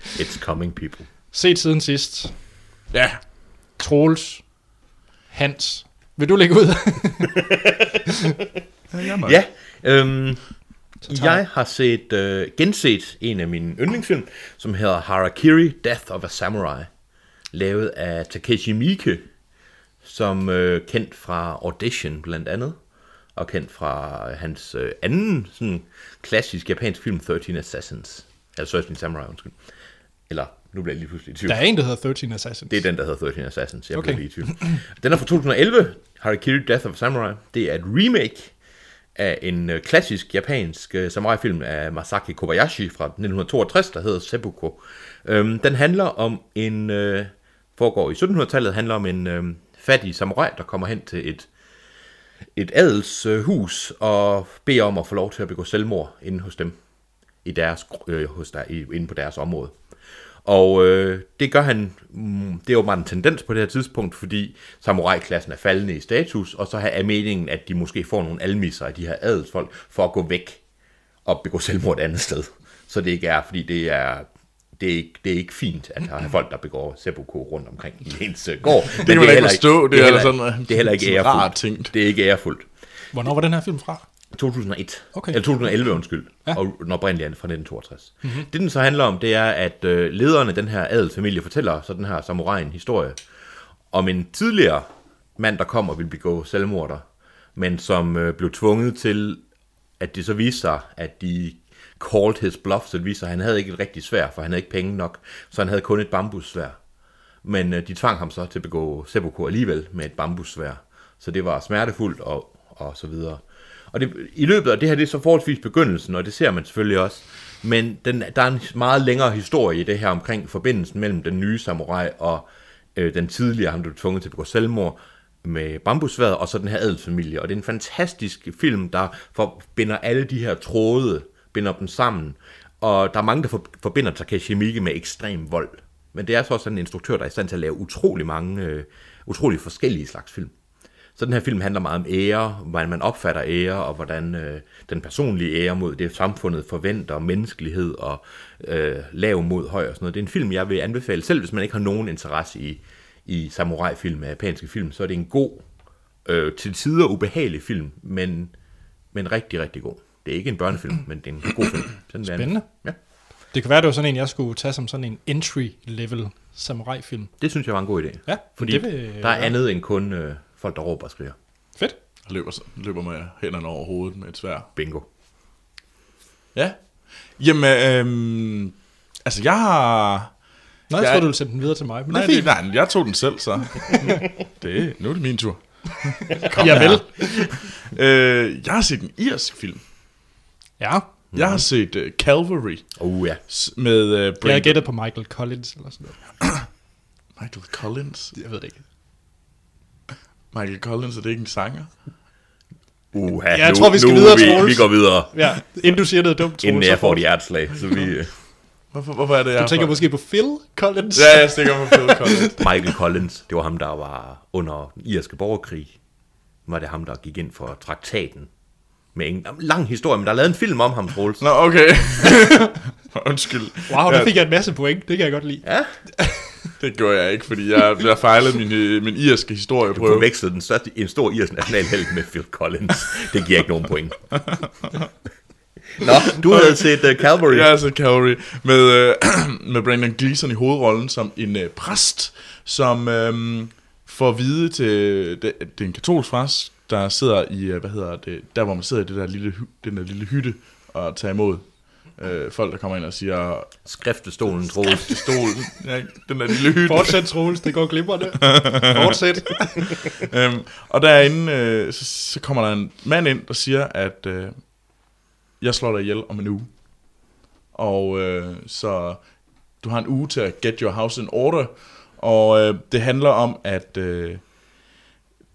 C: It's coming, people.
A: Set siden sidst.
B: Ja.
A: Troels. Hans. Vil du lægge
C: *laughs*
A: ud?
B: Jeg
C: Ja, øhm,
A: tager
C: jeg har set, øh, genset en af mine yndlingsfilm, som hedder Harakiri, Death of a Samurai, lavet af Takeshi Miike, som øh, kendt fra Audition blandt andet, og kendt fra hans øh, anden sådan, klassisk japansk film, 13 Assassins, eller 13 Samurai, undskyld. Eller, nu bliver jeg lige pludselig i tvivl.
A: Der er en, der hedder 13 Assassins.
C: Det er den, der hedder 13 Assassins. Jeg okay.
A: Okay.
C: blev lige i tvivl. *clears throat* Den er fra 2011. Harakiri Death of a Samurai. Det er et remake af en øh, klassisk japansk øh, samurai-film af Masaki Kobayashi fra 1962, der hedder Seppuku. Øhm, den handler om en... Øh, foregår i 1700-tallet, handler om en øh, fattig samurai, der kommer hen til et et adelshus og beder om at få lov til at begå selvmord inde hos dem i deres, øh, hos der, i, inde på deres område. Og øh, det gør han, mm, det er jo bare en tendens på det her tidspunkt, fordi samurai-klassen er faldende i status, og så har- er meningen, at de måske får nogle almisser af de her adelsfolk, for at gå væk og begå selvmord et andet sted. Så det ikke er, fordi det er, det er, ikke, det er ikke fint, at have folk, der begår seppuku rundt omkring i ens øh, gård. Men Det
B: man ikke forstå. Det
C: er
B: er
C: heller,
B: sådan, øh,
C: det er heller ikke
B: sådan rart
C: ærefuldt.
B: tænkt.
C: Det er ikke ærefuldt.
A: Hvornår var den her film fra?
C: 2001.
A: Okay.
C: Eller 2011, undskyld. Ja.
A: Ja. Mhm.
C: Og den oprindelige er fra 1962. Mm-hmm. Det, den så handler om, det er, at øh, lederen af den her adelsfamilie fortæller så den her samurai en historie om en tidligere mand, der kom og ville begå selvmorder, men som øh, blev tvunget til, at det så viste sig, at de called his bluff, så det viste sig, at han havde ikke et rigtigt svær, for han havde ikke penge nok, så han havde kun et bambussvær. Men øh, de tvang ham så til at begå seppuku alligevel med et bambussvær. Så det var smertefuldt og, og så videre. Og det, i løbet af det her, det er så forholdsvis begyndelsen, og det ser man selvfølgelig også. Men den, der er en meget længere historie i det her omkring forbindelsen mellem den nye samurai og øh, den tidligere, ham der blev tvunget til at begå selvmord med bambusværet, og så den her adelsfamilie. Og det er en fantastisk film, der forbinder alle de her tråde, binder dem sammen. Og der er mange, der for- forbinder Takeshi Miike med ekstrem vold. Men det er så også sådan en instruktør, der er i stand til at lave utrolig mange, øh, utrolig forskellige slags film. Så den her film handler meget om ære, hvordan man opfatter ære, og hvordan øh, den personlige ære mod det, samfundet forventer, menneskelighed og øh, lav mod høj og sådan noget. Det er en film, jeg vil anbefale, selv hvis man ikke har nogen interesse i, i samurai-film og japanske film, så er det en god, øh, til tider ubehagelig film, men, men rigtig, rigtig god. Det er ikke en børnefilm, men det er en god film. Sådan vil jeg
A: Spændende.
C: anbefale. Ja,
A: Det kan være, det var sådan en, jeg skulle tage som sådan en entry-level samurai-film.
C: det synes jeg var en god idé.
A: Ja,
C: fordi
A: det vil-
C: der er andet end kun øh, folk, der råber og skriger.
A: Fedt.
B: løber, så- løber med hænderne over hovedet med et svær.
C: Bingo.
B: Ja. Jamen, øhm, altså jeg har...
A: Nå, jeg
B: Ja.
A: troede, du ville sende den videre til mig, men
B: Nej,
A: det er
B: det,
A: fint.
B: nej, jeg tog den
A: *laughs*
B: selv, så. det, nu er det min tur.
A: Kom Javel.
B: *laughs* Øh, jeg har set en irsk film.
A: Ja,
B: Jeg har set uh, Calvary
C: Oh ja.
B: s- med uh,
A: Mhm. jeg har
B: Brandon
A: gættet på Michael Collins eller sådan noget.
B: Michael Collins.
A: Jeg ved det ikke.
B: Michael Collins, er det ikke en sanger?
C: Uha,
A: Ja, jeg
C: nu,
A: tror, vi skal
C: nu,
A: videre,
C: vi,
A: Troels.
C: vi går videre,
A: Ja, inden du siger noget dumt, Troels,
C: inden
A: så
C: jeg får
A: får
C: de hjerteslag. Så vi,
A: *laughs*
C: øh,
B: Hvorfor, hvorfor er det, jeg
A: Du tænker
B: har-
A: måske på Phil Collins?
B: Ja, jeg stikker på Phil Collins.
C: Michael Collins, det var ham, der var under den irske borgerkrig. Var det ham, der gik ind for traktaten Med en jamen, lang historie, men der er lavet en film om ham, Troels.
B: Nå, okay. *laughs* Undskyld.
A: Wow, der
B: Ja.
A: fik jeg en masse point. Det kan jeg godt lide.
C: Ja,
B: Det gjorde jeg ikke, fordi jeg, jeg fejlede min, øh, min irske
C: du
B: historieprøve.
C: vekslede den største, en stor irsk nationalhelt med Phil Collins. Det giver ikke nogen
A: *laughs*
C: point. Nå, du havde set uh, Calvary.
B: Ja, altså Calvary. Med, øh, *clears throat* med Brandon Gleeson i hovedrollen som en øh, præst, som øh, får at vide til... Det, det er en katolsk præst, der sidder i, øh, hvad hedder det, der hvor man sidder i det der lille, hy- den der lille hytte og tager imod øh, folk, der kommer ind og siger,
C: Skriftestolen, Troels.
B: stolen, *laughs* ja, den der lille hytte.
A: Fortsæt, Troels. Det går
B: *laughs*
A: glimrende. Fortsæt.
B: øhm, og derinde, øh, så, så kommer der en mand ind, der siger, at øh, jeg slår dig ihjel om en uge. Og øh, så du har en uge til at get your house in order. Og øh, det handler om, at øh,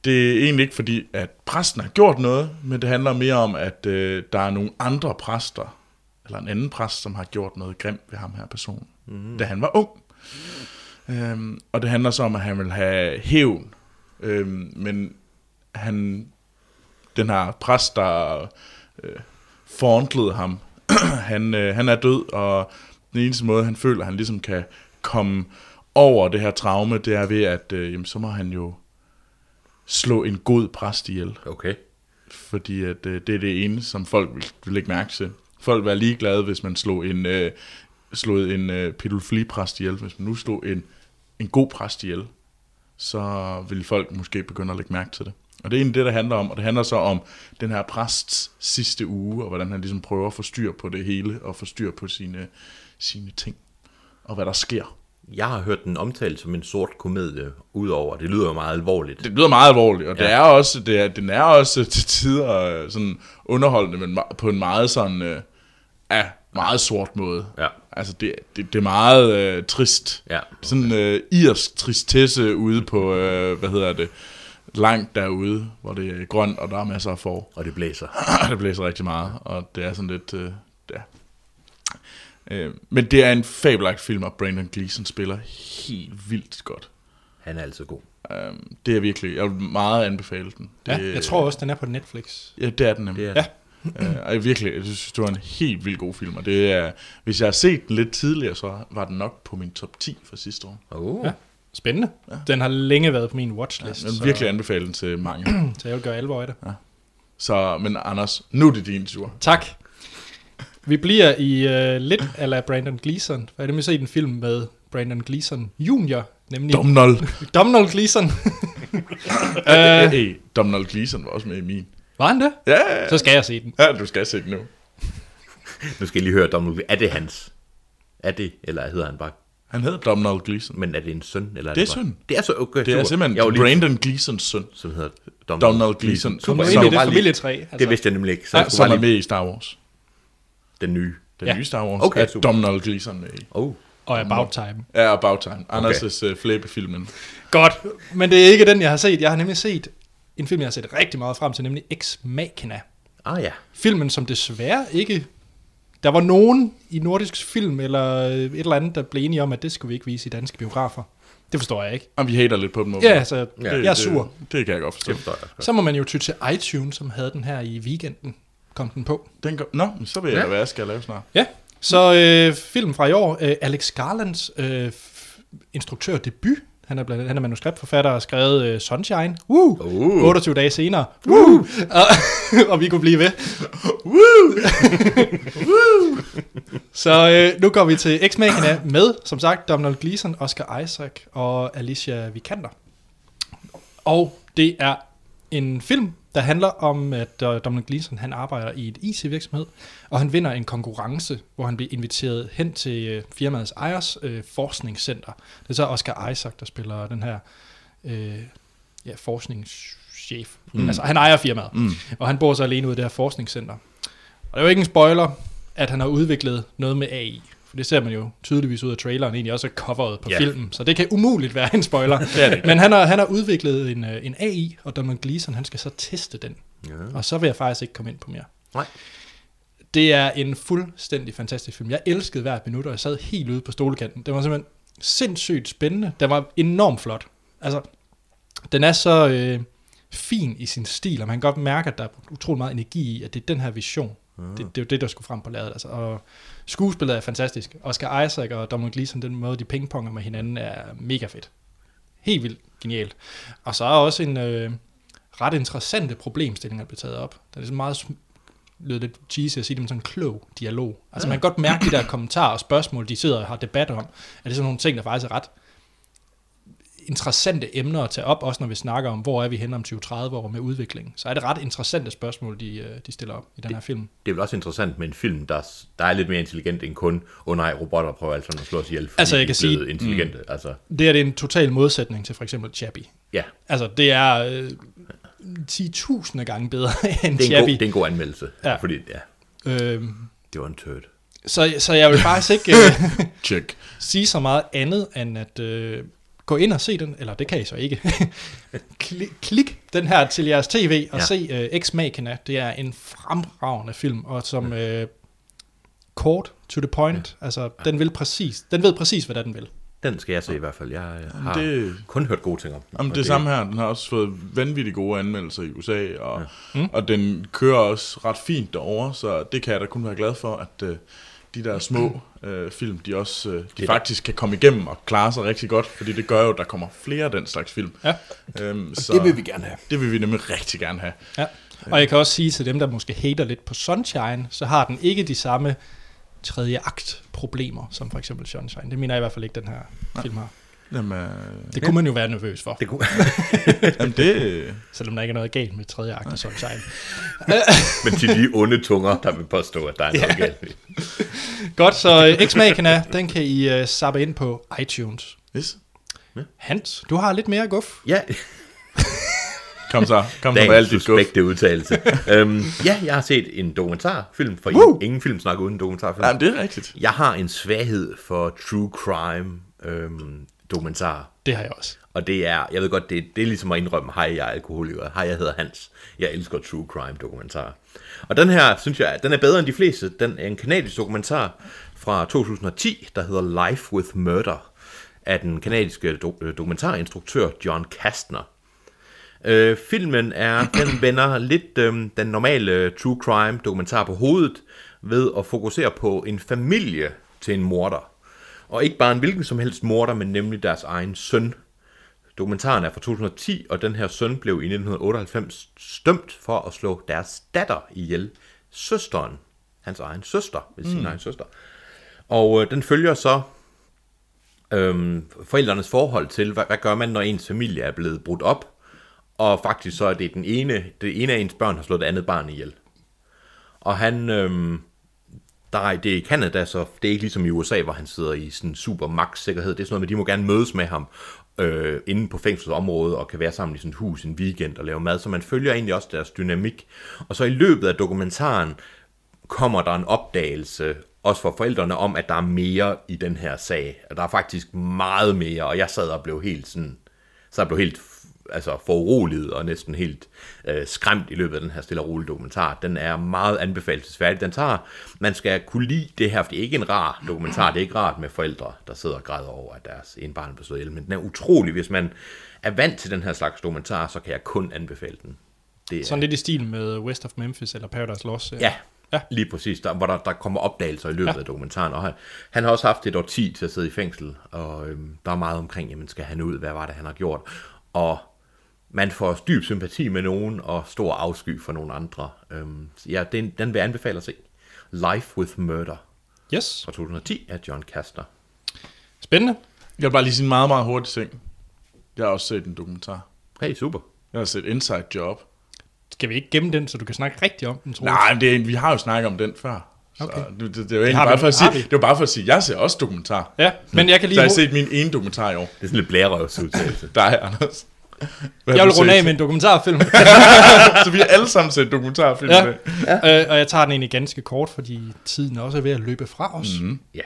B: det er egentlig ikke fordi, at præsten har gjort noget, men det handler mere om, at øh, der er nogle andre præster, eller en anden præst, som har gjort noget grimt ved ham her personen, mm. da han var ung. Øhm, og det handler så om, at han vil have hævn. Øhm, men han, den her præst, der øh, forandlede ham, *clears throat* han, øh, han er død, og den eneste måde, han føler, at han ligesom kan komme over det her traume, det er ved, at øh, jamen, så må han jo slå en god præst ihjel.
C: Okay.
B: Fordi at, øh, det er det ene, som folk vil, vil lægge mærke til. Folk vil være ligeglade, hvis man slog en, øh, slog en øh, pedofilipræst ihjel. Hvis man nu slog en, en god præst ihjel, så vil folk måske begynde at lægge mærke til det. Og det er egentlig det, der handler om. Og det handler så om den her præsts sidste uge, og hvordan han ligesom prøver at få styr på det hele, og få styr på sine, sine ting, og hvad der sker.
C: Jeg har hørt den omtalt som en sort komedie, udover, det lyder jo meget alvorligt.
B: Det lyder meget alvorligt, og ja. det
C: Ja.
B: er også, det er, den er også til tider øh, sådan underholdende, men me- på en meget sådan, øh, ja, meget sort måde.
C: Ja.
B: Altså, det, det, det er meget øh, trist.
C: Ja.
B: Sådan øh, irsk tristesse ude på, øh, hvad hedder det, langt derude, hvor det er grønt, og der er masser af for.
C: Og det blæser.
B: *clears throat* det blæser rigtig meget, og det er sådan lidt, øh, ja. Øh, men det er en fabelagt film, og Brandon Gleeson spiller helt vildt godt.
C: Han er altså god.
B: Øhm, det er virkelig, jeg vil meget anbefale den. Det,
A: Ja, jeg tror også, den er på Netflix.
B: Ja, det er den nemlig.
C: Det er
A: Ja.
B: Øh, og jeg virkelig, jeg synes, det var en helt vildt god film, og det er, hvis jeg har set den lidt tidligere, så var den nok på min top 10 fra sidste år.
C: Oh.
A: Ja. Spændende. Den har længe været på min watchlist,
B: Jeg vil
A: så,
B: virkelig anbefale den til mange. *clears throat*
A: så jeg vil gøre alvor af det.
B: Så, men Anders, nu er det din tur.
A: Tak. Vi bliver i øh, lidt ala Brandon Gleeson. Hvad er det med at se den film med Brandon Gleeson Junior? Nemlig
B: Domnall.
A: Domhnall Gleeson.
C: *laughs*
B: Ja,
A: øh,
B: hey, Domnall Gleeson var også med i min.
A: var han det?
B: Ja, ja, ja.
A: Så skal jeg se den.
B: ja, du skal se den nu.
C: Nu skal jeg lige høre, Domnul, er det hans? Er det, eller hedder han bare?
B: Han hedder Domnall Gleeson.
C: Men er det en søn? Eller
B: Det er
C: bare-
B: søn.
C: Det er så okay.
B: Det er
C: super.
B: simpelthen
C: Jeg var lige,
B: Brandon Gleesons søn,
C: som hedder Donald,
B: Donald Gleeson.
A: Kom
C: Super.
A: ind
C: Så-
A: i det
C: bare lige-
A: familietræ. Altså.
C: Det vidste jeg nemlig ikke. Så jeg skulle
B: som
C: bare
B: er
C: lige
B: med i Star Wars.
C: den nye.
B: Den
A: Ja.
B: nye Star Wars
C: Okay,
B: okay, er
C: super.
B: Domnall Gleeson med i.
C: Oh.
A: Og About Time.
B: Ja, About Time. Anders' okay. flæbefilmen.
A: Godt. Men det er ikke den, jeg har set. Jeg har nemlig set en film, jeg har set rigtig meget frem til, nemlig Ex Machina.
C: Ah ja.
A: Filmen, som desværre ikke... Der var nogen i nordisk film eller et eller andet, der blev enige om, at det skulle vi ikke vise i danske biografer. Det forstår jeg ikke.
B: Jamen, vi hater lidt på dem.
A: Ja, altså, ja,
B: Det-
A: jeg er sur.
B: Det, det kan jeg godt forstå.
C: Det forstår jeg.
A: Så må man jo ty til iTunes, som havde den her i weekenden. Kom den på.
B: Den går, nå, men så ved jeg
C: Ja.
B: ja. da, hvad jeg skal lave snart.
A: Ja, så øh, film fra i år. Øh, Alex Garlands øh, f- instruktørdebut. Han er, blandt, andet- han er manuskriptforfatter og har skrevet øh, Sunshine. Woo!
C: Uh.
A: 28 dage senere. Woo! *laughs* Og, og vi kunne blive ved. Woo! *laughs* Woo! Så øh, nu går vi til x machina med, som sagt, Donald Gleeson, Oscar Isaac og Alicia Vikander. Og det er en film, der handler om, at øh, Donald Gleeson han arbejder i et IT-virksomhed, og han vinder en konkurrence, hvor han bliver inviteret hen til øh, firmaets ejers øh, forskningscenter. Det er så Oscar Isaac, der spiller den her øh, ja, forskningschef. Mm. Altså, han ejer firmaet, mm. og han bor så alene ude i det her forskningscenter. Og det er jo ikke en spoiler, at han har udviklet noget med AI. For det ser man jo tydeligvis ud af traileren, egentlig også er coveret på
C: Ja.
A: yeah. filmen. Så det kan umuligt være en spoiler.
B: Det er det.
A: Men han har, han har udviklet en, øh, en AI, og Donald Gleason han skal så teste den.
C: Ja.
A: Og så vil jeg faktisk ikke komme ind på mere.
C: Mhm. Nej.
A: Det er en fuldstændig fantastisk film. Jeg elskede hvert minut, og jeg sad helt ude på stolekanten. Det var simpelthen sindssygt spændende. Den var enormt flot. Altså, den er så øh, fin i sin stil, og man kan godt mærke, at der er brugt utrolig meget energi i, at det er den her vision. Mm. Det, det, er jo det, der skulle frem på ladet. Altså. Og skuespillet er fantastisk. Oscar Isaac og Dominic Gleeson, den måde, de pingponger med hinanden, er mega fedt. Helt vildt genialt. Og så er også en øh, ret interessante problemstilling, der bliver taget op. Der er ligesom meget sm- lød lidt cheesy at sige det, men sådan en klog dialog. Altså man kan godt mærke de der kommentarer og spørgsmål, de sidder og har debat om, at det er sådan nogle ting, der faktisk er ret interessante emner at tage op, også når vi snakker om, hvor er vi henne om 20-30 år med udvikling. Så er det ret interessante spørgsmål, de, øh, de stiller op i den her film.
C: Det er vel også interessant med en film, der, s- der er lidt mere intelligent end kun, åh oh, nej, robotter prøver alt sammen at slå os ihjel, fordi
A: Altså, jeg
C: de er
A: kan sige-
C: blevet intelligente. Mm. Altså,
A: Det her det er en total modsætning til for eksempel Chappie.
C: ja,
A: Altså det er øh, 10.000 gange bedre *laughs* end
C: det er, en god, det er
A: Chappie.
C: en god anmeldelse.
A: Ja.
C: Ja. Fordi, ja,
A: Øh,
C: det var en turd.
A: så, så jeg vil faktisk ikke...
C: *laughs*
A: Øh,
B: *laughs* Check.
A: sige så meget andet, end at øh, gå ind og se den, eller det kan I så ikke. *laughs* Kli- klik den her til jeres tv og ja.
C: Ja.
A: se øh, Ex Machina. Det er en fremragende film, og
C: Mm.
A: som øh, kort, to the point, altså den vil præcis, den ved præcis, hvad det er, den vil.
C: Den skal jeg se i hvert fald. Jeg øh, har
B: det-
C: det... kun hørt gode ting om den.
B: Jamen,
C: og
B: det, det samme her. Den har også fået vanvittigt gode anmeldelser i USA, og, ja. mm. og den kører også ret fint derovre, så det kan jeg da kun være glad for, at øh, de der små øh, film, de også øh, de
C: er-
B: faktisk kan komme igennem og klare sig rigtig godt, fordi det gør jo, at der kommer flere af den slags film.
A: Ja.
B: Øhm, så,
C: Det vil vi gerne have.
B: Det vil vi nemlig rigtig gerne have.
A: Ja. Og jeg kan også sige til dem, der måske hater lidt på Sunshine, så har den ikke de samme tredje akt problemer, som for eksempel Sunshine. Det mener jeg i hvert fald ikke, den her film har.
B: Jamen, øh,
A: Det kunne man jo være nervøs for.
C: Det kunne...
B: jamen det, øh,
A: Selvom der ikke er noget galt med tredje akt i Sunshine.
C: *laughs* Men til de onde tunger, der vil påstå, at der er noget galt. i.
A: Godt, så x Machina, den kan I uh, sappe ind på iTunes.
B: yes.
A: Hans, du har lidt mere guf.
C: Ja,
B: kom så, kom så med
C: dagens
B: alt dit guf.
C: suspekte *laughs* udtalelse. øhm, ja, jeg har set en dokumentarfilm, for
B: Woo!
C: uh! ingen film snakker uden dokumentarfilm.
B: Jamen, det er rigtigt.
C: Jeg har en svaghed for true crime øhm, dokumentar.
A: Det har jeg også.
C: Og det er, jeg ved godt, det, det er ligesom at indrømme, hej, jeg er alkoholiker, hej, jeg hedder Hans, jeg elsker true crime dokumentarer. Og den her, synes jeg, den er bedre end de fleste. Den er en kanadisk dokumentar fra 2010, der hedder Life with Murder, af den kanadiske do- øh, dokumentarinstruktør John Kastner. Øh, filmen er, den vender lidt øh, den normale true crime dokumentar på hovedet ved at fokusere på en familie til en morder. Og ikke bare en hvilken som helst morder, men nemlig deres egen søn. Dokumentaren er fra 2010, og den her søn blev i 1998 dømt for at slå deres datter ihjel. Søsteren, hans egen søster, ved sin mm. egen søster. Og øh, den følger så øhm, forældrenes forhold til, hvad, hvad gør man, når ens familie er blevet brudt op, og faktisk så er det den ene, det ene af ens børn har slået det andet barn ihjel. Og han, øhm, der, det er i Canada, så det er ikke ligesom i USA, hvor han sidder i sådan super max sikkerhed. Det er sådan noget med, de må gerne mødes med ham øh, inde på fængselsområdet og kan være sammen i sådan et hus en weekend og lave mad. Så man følger egentlig også deres dynamik. Og så i løbet af dokumentaren kommer der en opdagelse, også for forældrene, om, at der er mere i den her sag. At der er faktisk meget mere, og jeg sad og blev helt sådan, så jeg blev helt altså foruroliget og næsten helt øh, skræmt i løbet af den her stille og rolige dokumentar. Den er meget anbefalesværdig. Den tager, man skal kunne lide det her, for det er ikke en rar dokumentar. Det er ikke rart med forældre, der sidder og græder over, at deres ene barn er blevet slået ihjel. Men den er utrolig. Hvis man er vant til den her slags dokumentar, så kan jeg kun anbefale den. Det er,
A: Sådan lidt i stil med øh, West of Memphis eller Paradise Lost. øh.
C: Ja,
A: Ja.
C: ja. lige præcis, der, hvor der, der kommer opdagelser i løbet ja. af dokumentaren. Og han, han har også haft et årti til at sidde i fængsel, og øhm, der er meget omkring, jamen skal han ud, hvad var det, han har gjort? Og man får dyb sympati med nogen, og stor afsky for nogle andre. Øhm, så ja, den, den vil jeg anbefale at se. Life with Murder
A: Yes,
C: fra 2010 af John Kastner.
A: spændende.
B: Jeg vil bare lige sige en meget, meget hurtig ting. Jeg har også set en dokumentar.
C: Hey, super.
B: Jeg har set Inside Job.
A: Skal vi ikke gemme den, så du kan snakke rigtigt om den, tror jeg?
B: Nej, men det er, en- vi har jo snakket om den før.
A: Okay.
B: Så det, det, det, var egentlig
A: har vi.
B: bare for at sige,
A: Har vi.
B: det var bare for at sige, at jeg ser også dokumentar.
A: Ja, men jeg kan
B: Så
A: lige...
B: jeg har set min ene dokumentar i år.
C: Det er sådan lidt
A: *laughs*
C: blærerøvsudtalelse.
B: Dig, Anders. Hvad har
A: jeg vil
B: du
A: runde
B: set?
A: af med en dokumentarfilm,
B: *laughs* Så vi har alle sammen set dokumentarfilm.
A: Ja.
B: Ja.
A: øh, og jeg tager den egentlig ganske kort, fordi tiden også er ved at løbe fra os.
B: Mhm.
A: Mm.
C: ja.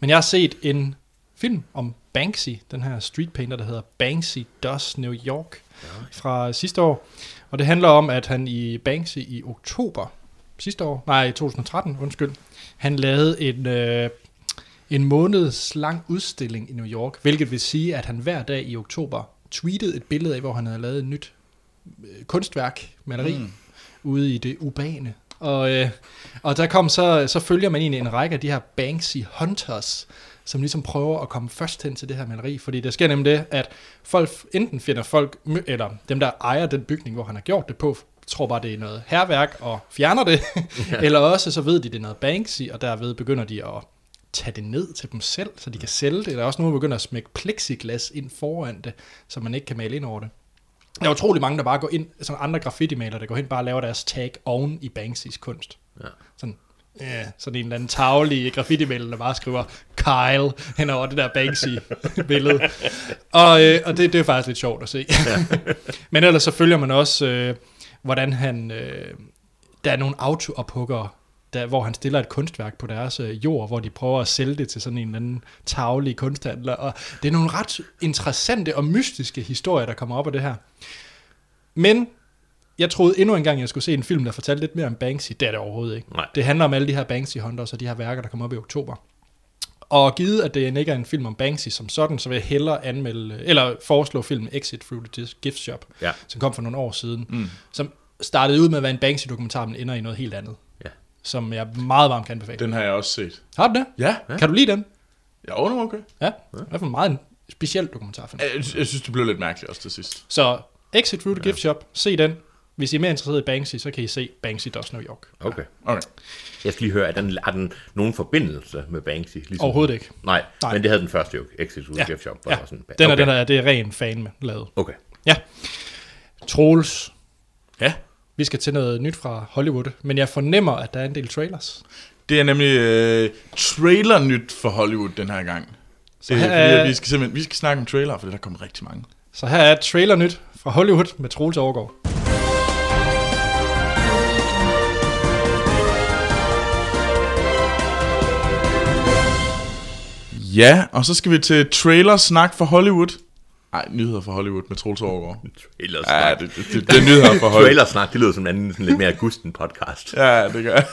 A: Men jeg har set en film om Banksy, den her street painter, der hedder Banksy Does New York fra sidste år. Og det handler om, at han i Banksy i oktober sidste år, nej 2013, undskyld, han lavede en, øh, en måneds lang udstilling i New York, hvilket vil sige, at han hver dag i oktober tweetede et billede af, hvor han havde lavet et nyt øh, kunstværk, maleri, mm. ude i det urbane. Og, øh, og der kom så, så følger man egentlig en række af de her Banksy Hunters, som ligesom prøver at komme først hen til det her maleri, fordi der sker nemlig det, at folk enten finder folk, my- eller dem der ejer den bygning, hvor han har gjort det på, tror bare, det er noget herværk og fjerner det, ja. eller også så ved de, det er noget Banksy, og derved begynder de at tage det ned til dem selv, så de kan sælge det. Der er også nogen, der begynder at smække plexiglas ind foran det, så man ikke kan male ind over det. Der er utrolig mange, der bare går ind, som andre graffiti-malere, der går hen og bare laver deres tag oven i Banksys kunst.
C: Ja.
A: Sådan, yeah, sådan en eller anden tavlig graffiti-maler, der bare skriver Kyle hen over det der Banksy-billede. og øh, og det, det er faktisk lidt sjovt at se. *laughs* Men ellers så følger man også, øh, hvordan han... Øh, der er nogle autoophuggere, der, hvor han stiller et kunstværk på deres øh, jord, hvor de prøver at sælge det til sådan en eller anden tavlig kunsthandler. Og det er nogle ret interessante og mystiske historier, der kommer op af det her. Men jeg troede endnu engang, jeg skulle se en film, der fortalte lidt mere om Banksy. Det er det overhovedet ikke.
C: Nej.
A: Det handler om alle de her Banksy Hunters og de her værker, der kommer op i oktober. Og givet, at det ikke er en film om Banksy som sådan, så vil jeg hellere anmelde, eller foreslå filmen Exit Through the Gift Shop,
C: Ja.
A: som kom for nogle år siden, mm. som startede ud med at være en Banksy-dokumentar, men ender i noget helt andet,
C: Ja.
A: som jeg meget varmt kan anbefale.
B: Den har jeg også set.
A: Har du det?
B: Ja,
A: Ja. Kan du lide den?
B: jeg undrer okay.
A: Ja. ja. I hvert fald meget en speciel dokumentarfilm.
B: Jeg, jeg synes, det blev lidt mærkeligt også til sidst.
A: Så Exit Through the Gift Shop, se den. Hvis I er mere interesseret i Banksy, så kan I se Banksy Does New York.
C: Okay.
B: Okay.
C: Jeg skal lige høre, er den, har den nogen forbindelse med Banksy? Ligesom?
A: Overhovedet ikke.
C: Nej,
A: Nej.
C: Nej, men det havde den første jo. Exit ud ja. Shop. var
A: ja.
C: der Sådan,
A: Den er, okay. den er, det er ren fan med lavet.
C: Okay.
A: Ja. Troels,
B: Ja.
A: vi skal til noget nyt fra Hollywood, men jeg fornemmer, at der er en del trailers.
B: Det er nemlig øh, trailer-nyt for Hollywood den her gang. Det er,
A: her
B: fordi,
A: er-
B: at vi skal simpelthen vi skal snakke om trailer, for der kommer rigtig mange.
A: Så her er trailer nyt fra Hollywood med Troels Overgaard.
B: Ja, og så skal vi til trailer-snak for Hollywood. Nej, nyheder for Hollywood med Troels Overgaard.
C: Trailers.
B: Ja, det, det, det, det er
C: *laughs*
B: nyheder for Hollywood.
C: Trailersnak, det lyder som en anden, sådan lidt mere Augusten podcast.
B: *laughs* Ja, det gør jeg.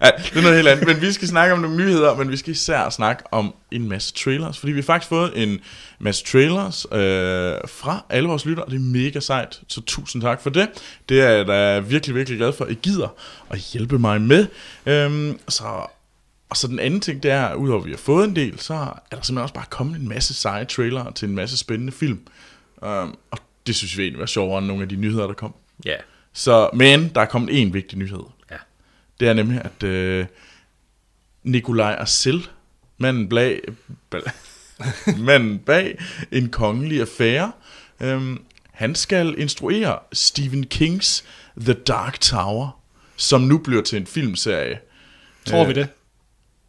B: ja, det er noget helt andet. Men vi skal snakke om nogle nyheder, men vi skal især snakke om en masse trailers. Fordi vi har faktisk fået en masse trailers øh, fra alle vores lyttere, og det er mega sejt. Så tusind tak for det. Det er jeg da virkelig, virkelig glad for, at I gider at hjælpe mig med. Øhm, så og så den anden ting, det er, udover at vi har fået en del, så er der simpelthen også bare kommet en masse seje trailere til en masse spændende film. Um, og det synes vi egentlig var sjovere end nogle af de nyheder, der kom.
C: Ja.
B: Så, men der er kommet en vigtig nyhed.
C: ja.
B: Det er nemlig, at øh, Nikolaj Arcel, manden bag, *laughs* manden bag en kongelig affære, øhm, han skal instruere Stephen Kings The Dark Tower, som nu bliver til en filmserie.
A: Tror vi det?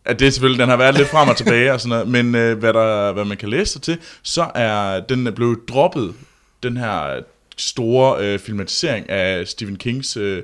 B: At det er selvfølgelig, den har været lidt frem og tilbage og sådan noget, men øh, hvad, der, hvad man kan læse sig til, så er den er blevet droppet, den her store øh, filmatisering af Stephen Kings øh,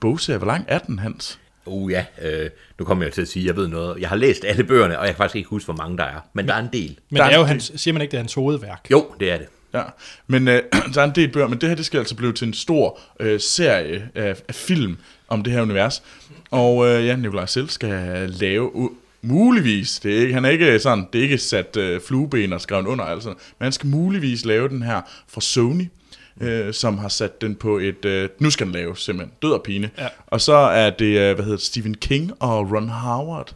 B: bogserie. Hvor lang er den, Hans?
C: Uh ja, øh, nu kommer jeg til at sige, at jeg ved noget. Jeg har læst alle bøgerne, og jeg kan faktisk ikke huske, hvor mange der er. Men der er en del.
A: Men
B: Der
A: det
B: er
A: er jo
B: en
A: hans, siger man ikke, det er hans hovedværk?
C: Jo, det er det.
B: Ja, men øh, *clears throat* der er en del bøger, men det her det skal altså blive til en stor øh, serie af, af film om det her univers. Og øh, ja, Nikolaj selv skal lave u- muligvis, det er ikke, han er ikke sådan, det er ikke sat øh, flueben og skrevet under, altså, men han skal muligvis lave den her fra Sony. Øh, som har sat den på et, øh, nu skal den laves simpelthen, død og pine.
A: Ja.
B: Og så er det, øh, hvad hedder det, Stephen King og Ron Howard,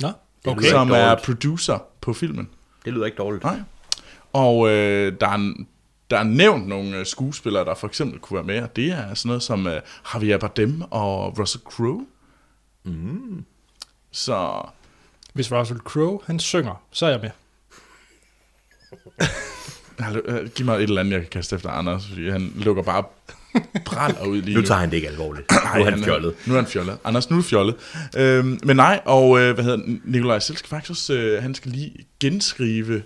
A: Nå,
C: Okay.
B: som
C: Dårligt.
B: er producer på filmen.
C: Det lyder ikke dårligt.
B: Nej. Og øh, der, er, der er nævnt nogle øh, skuespillere, der for eksempel kunne være med, og det er sådan noget som øh, Javier Bardem og Russell Crowe. Mm.
C: Mm.
B: Så
A: Hvis Russell Crowe, han synger, så er jeg med.
B: hallo, øh, giv mig et eller andet, jeg kan kaste efter Anders, fordi han lukker bare brænder ud lige nu.
C: Nu tager han det ikke
B: *clears throat*
C: alvorligt. Nu er han fjollet.
B: Nu er han fjollet. Anders, nu er du fjollet. Øhm, men nej, og øh, hvad hedder den? Nikolaj Selv skal faktisk også, øh, han skal lige genskrive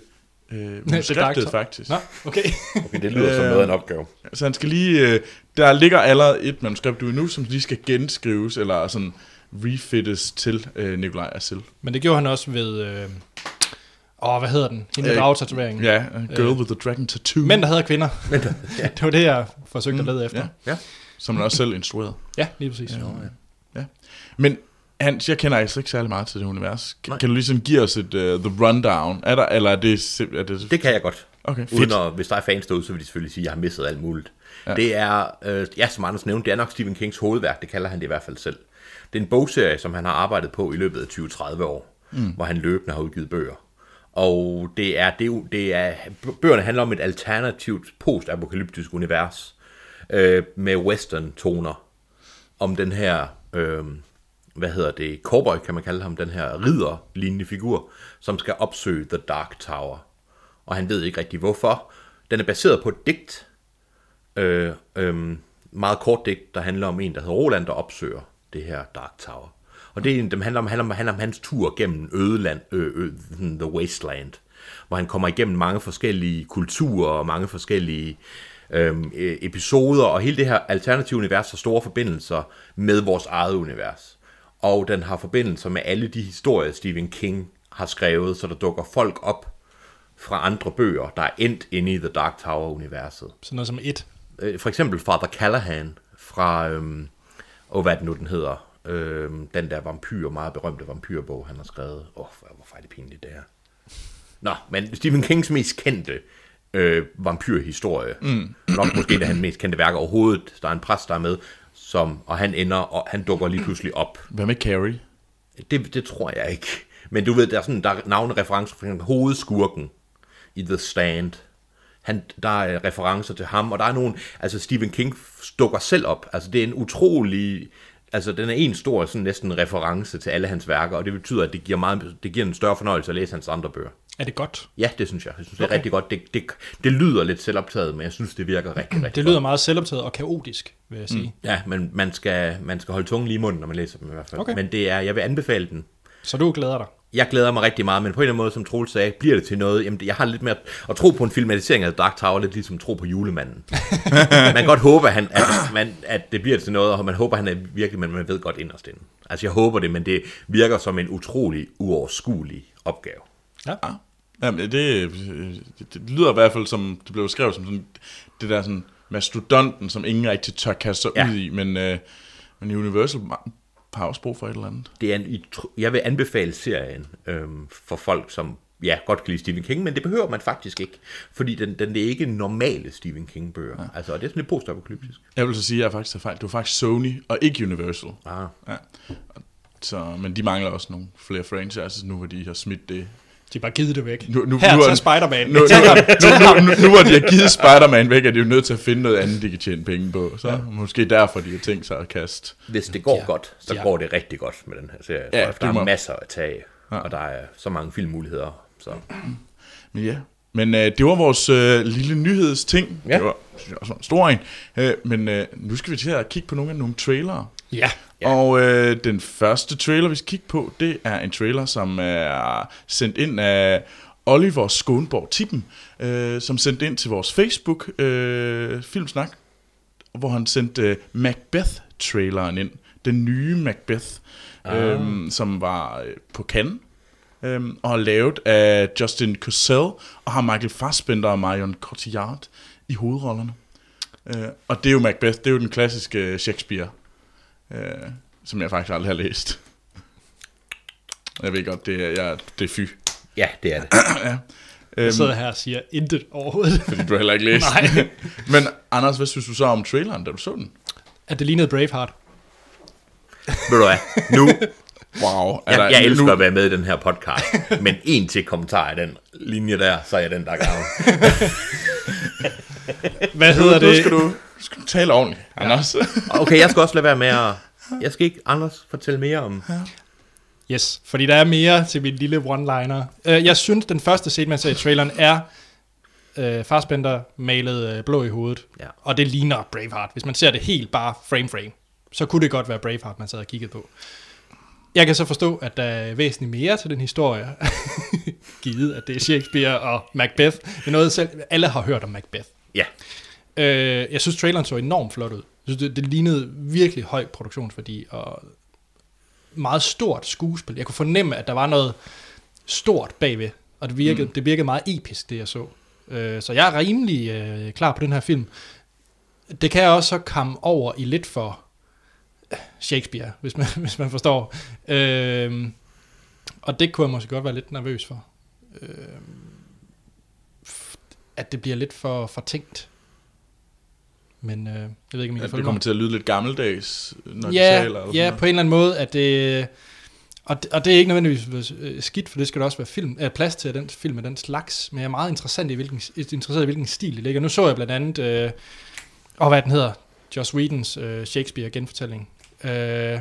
B: øh, manuskriptet
A: Redaktor.
B: faktisk.
A: Nå, okay. *laughs*
C: Okay, det
B: lyder som noget af en
C: opgave.
B: Så han skal lige... Øh, der ligger allerede et manuskript ude nu, som lige skal genskrives, eller sådan refittes til øh, Nikolaj Assel.
A: Men det gjorde han også ved... Øh, åh, hvad hedder den? Hende
B: Øh,
A: med dragetatoveringen.
B: Ja, Girl with the Dragon Tattoo,
A: *laughs* Mænd, der havde kvinder. det var det, jeg forsøgte at lede efter.
B: ja.
A: Ja,
B: som han også selv instruerede.
A: ja lige præcis. Ja, ja.
B: Ja. Men Hans, jeg kender altså ikke særlig meget øh, til det univers. Kan, kan du ligesom give os et uh, the rundown? Er der, eller er det, simp- er det
C: Det kan jeg godt.
B: Okay,
C: Uden
B: fedt.
C: at, hvis der er fans derude, så vil de selvfølgelig sige, at jeg har misset alt muligt. Ja. Det er, øh, ja, som Anders nævnte, det er nok Stephen Kings hovedværk, det kalder han det i hvert fald selv. Det er en bogserie, som han har arbejdet på i løbet af 20-30 år, mm. hvor han løbende har udgivet bøger. Og det er, det, er jo- det er, bøgerne handler om et alternativt postapokalyptisk univers øh, med western-toner. Om den her, øh, hvad hedder det, cowboy kan man kalde ham, den her ridder-lignende figur, som skal opsøge The Dark Tower og han ved ikke rigtig hvorfor. Den er baseret på et digt, øh, øh, meget kort digt, der handler om en, der hedder Roland, der opsøger det her Dark Tower. Og det er en, dem handler, om, handler, om, handler om hans tur gennem ødeland, øh, øh, sådan The Wasteland, hvor han kommer igennem mange forskellige kulturer og mange forskellige øhm, øh, episoder, og hele det her alternative univers har store forbindelser med vores eget univers. Og den har forbindelser med alle de historier, Stephen King har skrevet, så der dukker folk op, fra andre bøger, der er endt inde i The Dark Tower-universet.
A: Sådan noget som et.
C: Øh, For eksempel Father Callahan fra, øhm, og hvad er det nu den hedder, øhm, den der vampyr, meget berømte vampyrbog, han har skrevet. Åh, oh, hvor er det pinligt det her. Nå, men Stephen Kings mest kendte øh, vampyrhistorie, mm. nok måske det han mest kendte værk overhovedet, der er en præst, der er med, som, og han ender, og han dukker lige pludselig op
B: Hvad med Carrie?
C: det, det tror jeg ikke. Men du ved, der er sådan der er navnereferencer, for eksempel hovedskurken i The Stand. Han, der er referencer til ham, og der er nogen, altså Stephen King dukker selv op. Altså det er en utrolig, altså den er en stor sådan næsten reference til alle hans værker, og det betyder, at det giver, meget, det giver en større fornøjelse at læse hans andre bøger.
A: Er det godt?
C: Ja, det synes jeg. Jeg synes, det er rigtig godt. Det, det, det lyder lidt selvoptaget, men jeg synes, det virker rigtig, rigtig
A: Det lyder meget selvoptaget og kaotisk, vil jeg sige. Mm.
C: Ja, men man skal, man skal holde tungen lige i munden, når man læser dem i hvert fald.
A: Okay.
C: Men det er, jeg vil anbefale den.
A: Så du glæder dig.
C: jeg glæder mig rigtig meget, men på en eller anden måde, som Troels sagde, bliver det til noget. Jamen, det- jeg har lidt mere at tro på en filmatisering af Dark Tower, lidt ligesom tro på julemanden. man kan godt håbe, at, han, at, man, at det bliver til noget, og man håber, at han er virkelig, men man ved godt inderst inden. Altså, jeg håber det, men det virker som en utrolig uoverskuelig opgave.
A: Ja.
B: Ah. Jamen, det, det, det lyder i hvert fald som, det blev skrevet som sådan, det der sådan, mastodonten, som ingen rigtig tør kaste sig
C: Ja.
B: ja. ud i, men, øh, men Universal har også brug for et eller andet.
C: Det er en, utro- jeg vil anbefale serien øhm, for folk, som ja, godt kan lide Stephen King, men det behøver man faktisk ikke, fordi den, den er ikke normale Stephen King-bøger. Ja. Altså, og det er sådan lidt postapokalyptisk.
B: Jeg vil så sige, at jeg faktisk har fejl. Det var faktisk Sony og ikke Universal.
C: Ah.
B: Ja. Så, men de mangler også nogle flere franchises nu, hvor de har smidt det.
A: De har bare givet det væk.
B: Nu, nu,
A: Her,
B: nu, er-
A: *laughs* tag Spider-Man.
B: Nu, nu, nu, nu, nu, nu, hvor de har givet Spider-Man væk, er de jo nødt til at finde noget andet, de kan tjene penge på. Så ja. måske derfor, de har tænkt sig at kaste.
C: Hvis det går
A: Ja.
C: ja. godt, så
A: Ja.
C: ja. går det rigtig godt med den her serie.
B: Ja,
C: Ja, der
B: det må-
C: er masser at tage,
B: Ja.
C: ja. og der er så mange filmmuligheder. Så.
B: Men ja. Men øh, det var vores øh, lille nyhedsting.
C: Ja.
B: Det var synes jeg også var en stor en. Øh, men øh, nu skal vi til at kigge på nogle af nogle trailere.
A: Ja.
B: Ja. Og øh, den første trailer, vi skal kigge på, det er en trailer, som er sendt ind af Oliver Skånborg Tippen, øh, som sendte ind til vores Facebook øh, Filmsnak, hvor han sendte øh, Macbeth-traileren ind. Den nye Macbeth, ah. øh, som var øh, på Cannes. Øhm, og er lavet af Justin Cosell, og har Michael Fassbender og Marion Cotillard i hovedrollerne. Øh, og det er jo Macbeth, det er jo den klassiske Shakespeare øh, som jeg faktisk aldrig har læst. Jeg ved godt, det er, jeg, det er fy,
C: Ja, det er det.
A: Jeg sidder her og siger intet
B: *laughs*
A: overhovedet.
B: fordi du har heller ikke læst.
A: *laughs* Nej.
B: Men Anders, hvad synes du så om traileren, da du så den?
A: At det lignede Braveheart.
C: Ved du hvad? Nu,
B: Wow. Er
C: jeg, jeg elsker
B: nu,
C: at være med i den her podcast, men en til kommentar i den linje der, så er jeg den, der er gavn.
A: Hvad hedder
B: Nu, nu skal
A: det?
B: du, nu skal du tale ordentligt, ja. Anders.
C: Okay, jeg skal også lade være med at... Jeg skal ikke, Anders, fortælle mere om...
A: Yes, fordi der er mere til min lille one-liner. Øh, Jeg synes, den første scene, man ser i traileren, er øh, Fassbender malet øh, blå i hovedet.
C: Ja.
A: Og det ligner Braveheart. Hvis man ser det helt bare frame-frame, så kunne det godt være Braveheart, man sad og kiggede på. Jeg kan så forstå, at der er væsentligt mere til den historie, *laughs* givet at det er Shakespeare og Macbeth. Det er noget, selv, alle har hørt om Macbeth.
C: Ja,
A: Øh, jeg synes, traileren så enormt flot ud. Jeg synes, det, det lignede virkelig høj produktionsværdi og meget stort skuespil. Jeg kunne fornemme, at der var noget stort bagved, og det virkede, mm. det virkede meget episk, det jeg så. Øh, så jeg er rimelig øh, klar på den her film. Det kan jeg også så komme over i lidt for øh, Shakespeare, hvis man, *laughs* hvis man forstår. Øh, og det kunne jeg måske godt være lidt nervøs for. Øh, at det bliver lidt for, for tænkt. Men øh, jeg ved ikke, om I kan følge
B: At det
A: mig.
B: kommer til at lyde lidt gammeldags, når
A: ja,
B: de taler. Eller
A: ja
B: sådan
A: på en eller anden måde, at det... Og det, og det er ikke nødvendigvis øh, skidt, for det skal der også være film, øh, plads til, at den film er den slags. Men jeg er meget interessant i, hvilken, interesseret i, hvilken stil det ligger. Nu så jeg blandt andet, øh, og hvad den hedder, Joss Whedons øh, Shakespeare-genfortælling. Øh,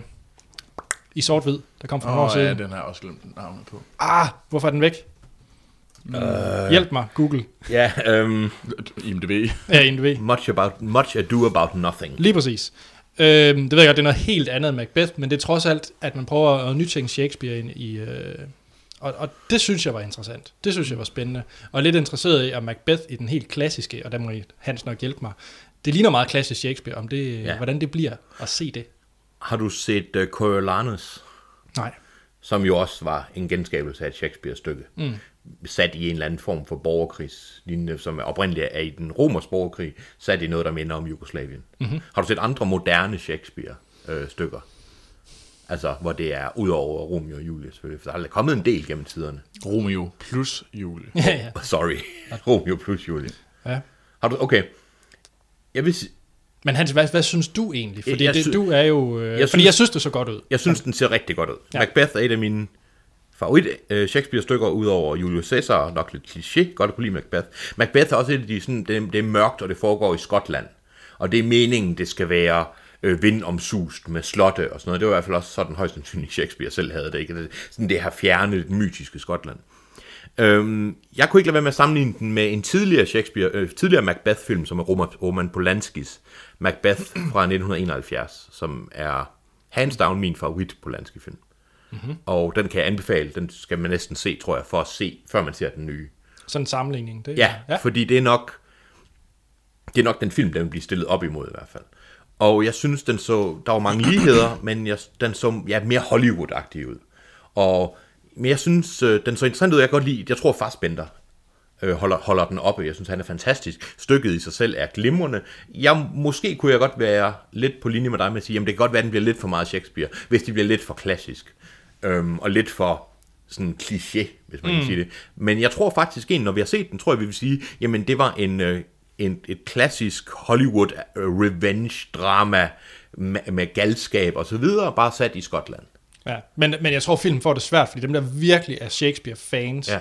A: I sort-hvid, der kom for nogle år
B: noget. Åh,
A: siden.
B: ja, den har jeg også glemt navnet på.
A: Ah, hvorfor er den væk?
C: Øh.
A: Uh... Hjælp mig, Google.
C: Ja, øhm,
B: IMDb.
A: Ja, en, du ved.
C: much, about, much ado about nothing.
A: Lige præcis. Øhm, det ved jeg godt, det er noget helt andet end Macbeth, men det er trods alt, at man prøver at nytænke Shakespeare ind i... Øh, og, og det synes jeg var interessant. Det synes jeg var spændende. Og lidt interesseret i, at Macbeth i den helt klassiske, og der må I- Hans nok hjælpe mig, det ligner meget klassisk Shakespeare, om det,
C: Ja.
A: ja. hvordan det bliver at se det.
C: Har du set uh, Coriolanus,
A: Nej.
C: som jo også var en genskabelse af et Shakespeare-stykke, mm. sat i en eller anden form for borgerkrigslignende, som oprindeligt er i den romerske borgerkrig, sat i noget, der minder om Jugoslavien. Mm-hmm. Har du set andre moderne Shakespeare-stykker? Altså, hvor det er ud over Romeo og Julie, selvfølgelig, for der er kommet en del gennem tiderne.
B: Romeo plus Julie.
A: *laughs* Ja, ja.
C: Sorry, *laughs* Romeo plus Julie.
A: ja.
C: Har du, okay, jeg vil sige,
A: Men Hans, hvad, hvad synes du egentlig? Fordi
C: Jeg
A: det,
C: sy-
A: du er jo... Øh,
C: Jeg
A: fordi
C: synes-
A: jeg synes, det så godt ud.
C: Jeg synes, den ser rigtig godt ud.
A: Ja.
C: Ja. Macbeth er et af mine favorit øh, Shakespeare-stykker, udover Julius Caesar, og nok lidt cliché, godt at kunne lide Macbeth. Macbeth er også et af de, sådan, det, det er mørkt, og det foregår i Skotland. Og det er meningen, det skal være øh, vindomsust med slotte og sådan noget. Det var i hvert fald også sådan højst sandsynligt Shakespeare selv havde det. Ikke? Det, sådan det her fjerne, lidt mytiske Skotland. Øhm, jeg kunne ikke lade være med at sammenligne den med en tidligere Shakespeare, øh, tidligere Macbeth-film, som er Roman, Roman Polanskis Macbeth fra 1971, som er hands down min favorit Polanski-film. Mm-hmm. Og den kan jeg anbefale, den skal man næsten se, tror jeg, for at se, før man ser den nye.
A: Sådan en sammenligning. Det,
C: Ja, ja.
A: ja.
C: fordi det er nok det er nok den film, den vil blive stillet op imod i hvert fald. Og jeg synes, den så, der var mange ligheder, men jeg, den så ja, mere Hollywood-agtig ud. Og, men jeg synes, øh, den så interessant ud, jeg kan godt lide, jeg tror Fassbender øh, holder, holder den oppe. Jeg synes, han er fantastisk. Stykket i sig selv er glimrende. Jeg, måske kunne jeg godt være lidt på linje med dig med at sige, jamen det kan godt være, den bliver lidt for meget Shakespeare, hvis det bliver lidt for klassisk. Øhm, og lidt for sådan kliché, hvis man mm. kan sige det. Men jeg tror faktisk egentlig, når vi har set den, tror jeg, vi vil sige, jamen det var en, øh, en, et klassisk Hollywood øh, revenge-drama med, med galskab og så videre, bare sat i Skotland.
A: Ja, men, men jeg tror, filmen får det svært, fordi dem, der virkelig er Shakespeare-fans, ja.
C: Ja.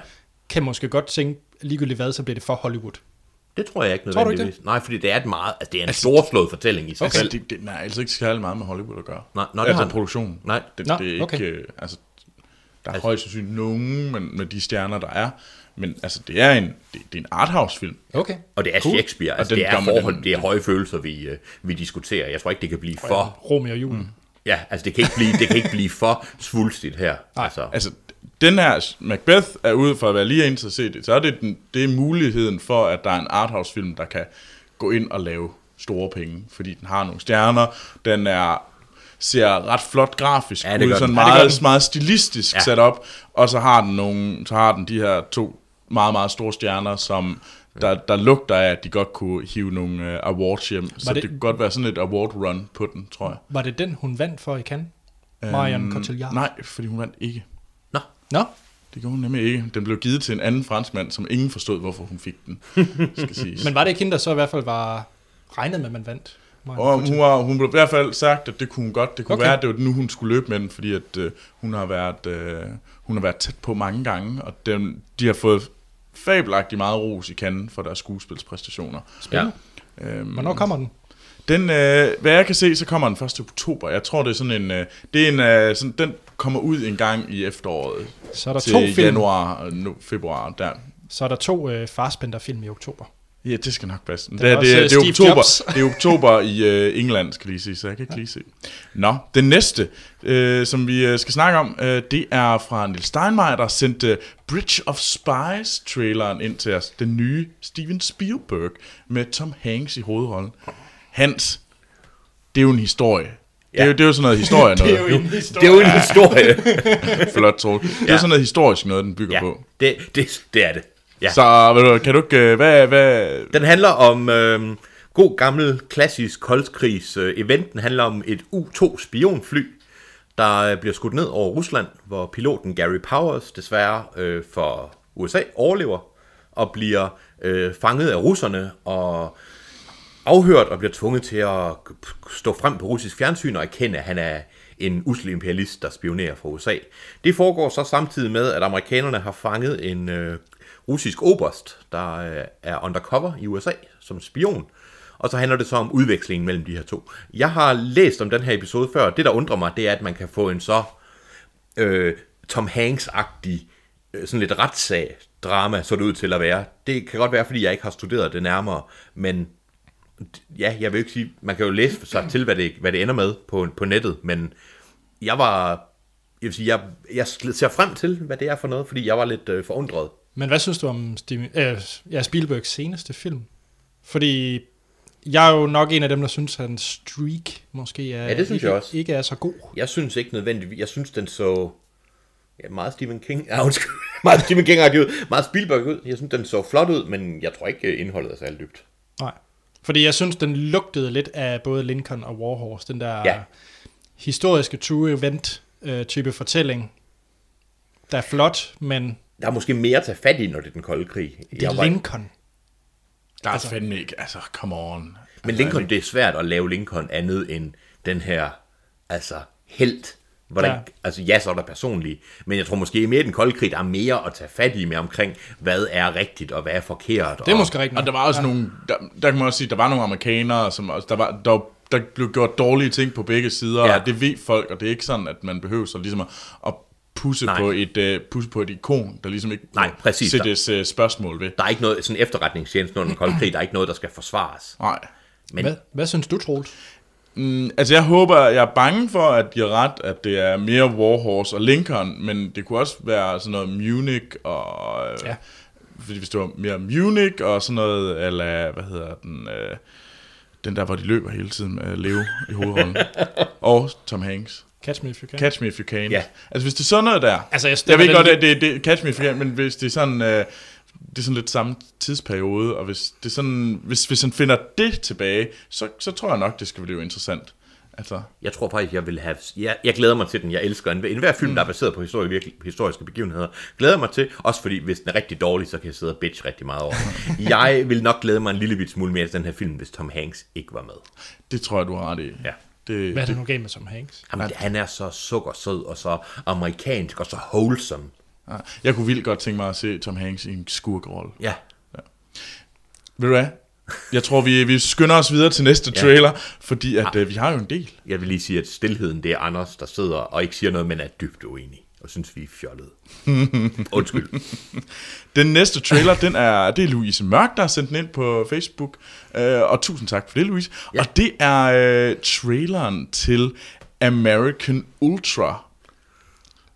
A: kan måske godt tænke, ligegyldigt hvad, så bliver det for Hollywood.
C: Det tror jeg ikke
A: Tror du ikke
C: nødvendigvis. Nej, fordi det er et meget, altså det er en storslået fortælling i sig
B: Okay.
C: selv.
B: Altså, det, det, nej, altså ikke særlig meget med Hollywood at gøre.
C: Nej, nå, det
B: altså
C: har-
B: produktionen.
C: Nej. Altså-
B: det,
A: Nå,
B: det er ikke...
A: okay.
B: Øh, altså, der er højst sandsynligt nogen men, med de stjerner, der er. Men altså, det er en, det, det er en arthouse-film.
A: Okay.
C: Og det er cool. Shakespeare,
B: Og
C: altså
B: den
C: det er
B: gamle-
C: forhold,
B: den-
C: det er høje følelser, vi, øh, vi diskuterer. Jeg tror ikke, det kan blive for,
A: Romeo og Julie. Mm.
C: ja, altså det kan ikke blive, det kan ikke blive for svulstigt her.
A: Nej,
C: altså,
B: Altså, den her Macbeth er ud for at være lige ind til at se det, så er det, den, det er muligheden for, at der er en arthouse-film, der kan gå ind og lave store penge, fordi den har nogle stjerner, den er ser ret flot grafisk
C: Ja, det
B: ud,
C: gør
B: sådan
C: den. Ja, det
A: gør
B: meget,
A: den.
B: meget stilistisk
C: Ja.
B: ja. sat op, og så har den nogle, så har den de her to meget, meget store stjerner, som der, der lugter af, at de godt kunne hive nogle øh, awards hjem, så
A: det-
B: det... det kunne godt være sådan et award-run på den, tror jeg. Mm,
A: Var det den, hun vandt for i Cannes?
C: Øhm,
A: Marion Cotillard?
B: Nej, fordi hun vandt ikke.
C: nå,
A: Nå,
B: Det gjorde hun nemlig ikke. Den blev givet til en anden franskmand, som ingen forstod, hvorfor hun fik den,
A: *laughs*
B: skal siges.
A: men var det ikke hende, der så i hvert fald var regnet med, at man vandt? Marion
C: mm.
B: og
A: Cotillard?
B: hun, var, hun blev i hvert fald sagt, at det kunne hun godt. Det kunne
A: Okay.
B: okay. være, at det var nu, hun skulle løbe med den, fordi at, øh, hun, har været, øh, hun har været tæt på mange gange, og dem, de har fået fabelagtigt meget ros i kanden for deres skuespilspræstationer.
C: ja.
B: Øhm,
A: Hvornår kommer den?
B: Den, øh, hvad jeg kan se, så kommer den 1. oktober. Jeg tror, det er sådan en... Øh, det er en øh, sådan, den kommer ud en gang i efteråret.
A: Så er der
B: til
A: to film.
B: januar, og nu, februar, der.
A: Så er der to øh, Farsbender-film i oktober.
B: Ja, det skal nok passe. Det,
A: er
B: er, det, er, det,
A: også,
B: er
A: øh, Steve
B: oktober,
A: Jobs.
B: det er oktober i øh, England, skal lige sige, så jeg kan ikke lige se. Nå, den næste, øh, som vi øh, skal snakke om, øh, det er fra Nils Steinmeier, der sendte øh, Bridge of Spies-traileren ind til os. Den nye Steven Spielberg med Tom Hanks i hovedrollen. Hans, det er jo en historie. Ja. *laughs* Det, er jo, det er jo sådan noget historie noget.
C: Det er jo en historie.
B: Flot, Torg. Det er jo sådan noget historisk noget, den bygger
C: *laughs* ja,
B: ja. på.
C: det, det, det er det. Ja.
B: Så ved du, kan du ikke... øh, Hvad, hvad,
C: Den handler om øh, god gammel klassisk koldkrigs øh, event. Den handler om et U-2 spionfly, der øh, bliver skudt ned over Rusland, hvor piloten Gary Powers desværre øh, for USA overlever og bliver øh, fanget af russerne og afhørt og bliver tvunget til at stå frem på russisk fjernsyn og erkende, at han er en usel imperialist, der spionerer for USA. Det foregår så samtidig med, at amerikanerne har fanget en øh, russisk oberst, der øh, er undercover i USA som spion. Og så handler det så om udvekslingen mellem de her to. Jeg har læst om den her episode før, og det der undrer mig, det er, at man kan få en så øh, Tom Hanks-agtig, øh, sådan lidt retssag drama, så det ud til at være. Det kan godt være, fordi jeg ikke har studeret det nærmere, men ja, jeg vil ikke sige, man kan jo læse sig til, hvad det, hvad det ender med på, på nettet, men jeg var, jeg vil sige, jeg, jeg ser frem til, hvad det er for noget, fordi jeg var lidt øh, forundret.
A: Men hvad synes du om Steven, øh, ja, Spielbergs seneste film? Fordi jeg er jo nok en af dem, der synes, at en streak måske er,
C: Ja, det synes
A: ikke,
C: jeg også.
A: ikke er så god.
C: Jeg synes ikke nødvendigvis, jeg synes den så ja, meget Stephen King, ja, undskyld, *laughs* meget Stephen King ud, meget Spielberg ud. Jeg synes, den så flot ud, men jeg tror ikke, øh, indholdet er særlig dybt.
A: Nej. Fordi jeg synes, den lugtede lidt af både Lincoln og Warhorse, den der
C: Ja.
A: historiske true event øh, type fortælling, der er flot, men
C: Der er måske mere at tage fat i, når det er den kolde krig.
A: det er Lincoln.
B: Der er fandme ikke, altså, come on.
C: Men Lincoln, det er svært at lave Lincoln andet end den her, altså, helt. Hvordan,
A: Ja.
C: ja. Altså, ja, så er der personlige, men jeg tror måske mere i den kolde krig, der er mere at tage fat i med omkring, hvad er rigtigt og hvad er forkert.
A: Det er
C: og,
A: måske rigtigt.
B: Og der var også ja. nogle, der, der kan man også sige, der var nogle amerikanere, som også, der, var, der, var- der blev gjort dårlige ting på begge sider,
C: Ja.
B: ja. og det ved folk, og det er ikke sådan, at man behøver så ligesom at, at pusse,
C: Nej.
B: på et, uh, pusse på et ikon, der ligesom ikke
C: Nej, præcis.
B: sættes uh, spørgsmål ved.
C: Der er ikke noget, sådan efterretningstjeneste under den kolde krig, der er ikke noget, der skal forsvares.
B: Nej.
C: Men
A: Hvad, hvad synes du, Troels?
B: Mm, altså jeg håber, jeg er bange for, at de har ret, at det er mere Warhorse og Lincoln, men det kunne også være sådan noget Munich og...
A: Ja.
B: Ja. Fordi hvis det var mere Munich og sådan noget, eller hvad hedder den... Øh, den der, hvor de løber hele tiden med Leo i hovedrollen. og Tom Hanks.
A: Catch me if you can.
B: Catch me if you can.
C: Ja.
B: Altså hvis det er sådan noget der...
A: Altså, jeg-
B: jeg ved
A: den-
B: godt, at det, det Catch me if you can, men hvis det er sådan... Øh, det er sådan lidt samme tidsperiode, og hvis, det er sådan, hvis, hvis han finder det tilbage, så, så tror jeg nok, det skal blive interessant. Altså,
C: Jeg tror faktisk, jeg vil have... Jeg, jeg glæder mig til den. Jeg elsker en, enhver film, der
A: Mm.
C: er baseret på historie, virkelig, historiske begivenheder. Glæder mig til, også fordi hvis den er rigtig dårlig, så kan jeg sidde og bitch rigtig meget over.
A: *laughs*
C: den. jeg vil nok glæde mig en lille bit smule mere til den her film, hvis Tom Hanks ikke var med.
B: det tror jeg, du har ret i.
C: Ja.
B: Det,
A: Hvad er
B: det,
A: det nu galt med Tom Hanks?
C: Jamen, han er så sukkersød og så amerikansk og så wholesome.
B: ja. Ah, jeg kunne vildt godt tænke mig at se Tom Hanks i en skurkrolle.
C: Ja,
B: Ved du hvad? Jeg tror, vi, vi skynder os videre til næste
C: Ja. Ah.
B: trailer, fordi at, øh, vi har jo en del.
C: jeg vil lige sige, at stillheden, det er Anders, der sidder og ikke siger noget, men er dybt uenig og synes, vi er *laughs* fjollede. Undskyld.
B: Den næste trailer, den er, det er Louise Mørk, der har sendt den ind på Facebook. Øh, og tusind tak for det, Louise. Ja. Og det er øh, traileren til American Ultra.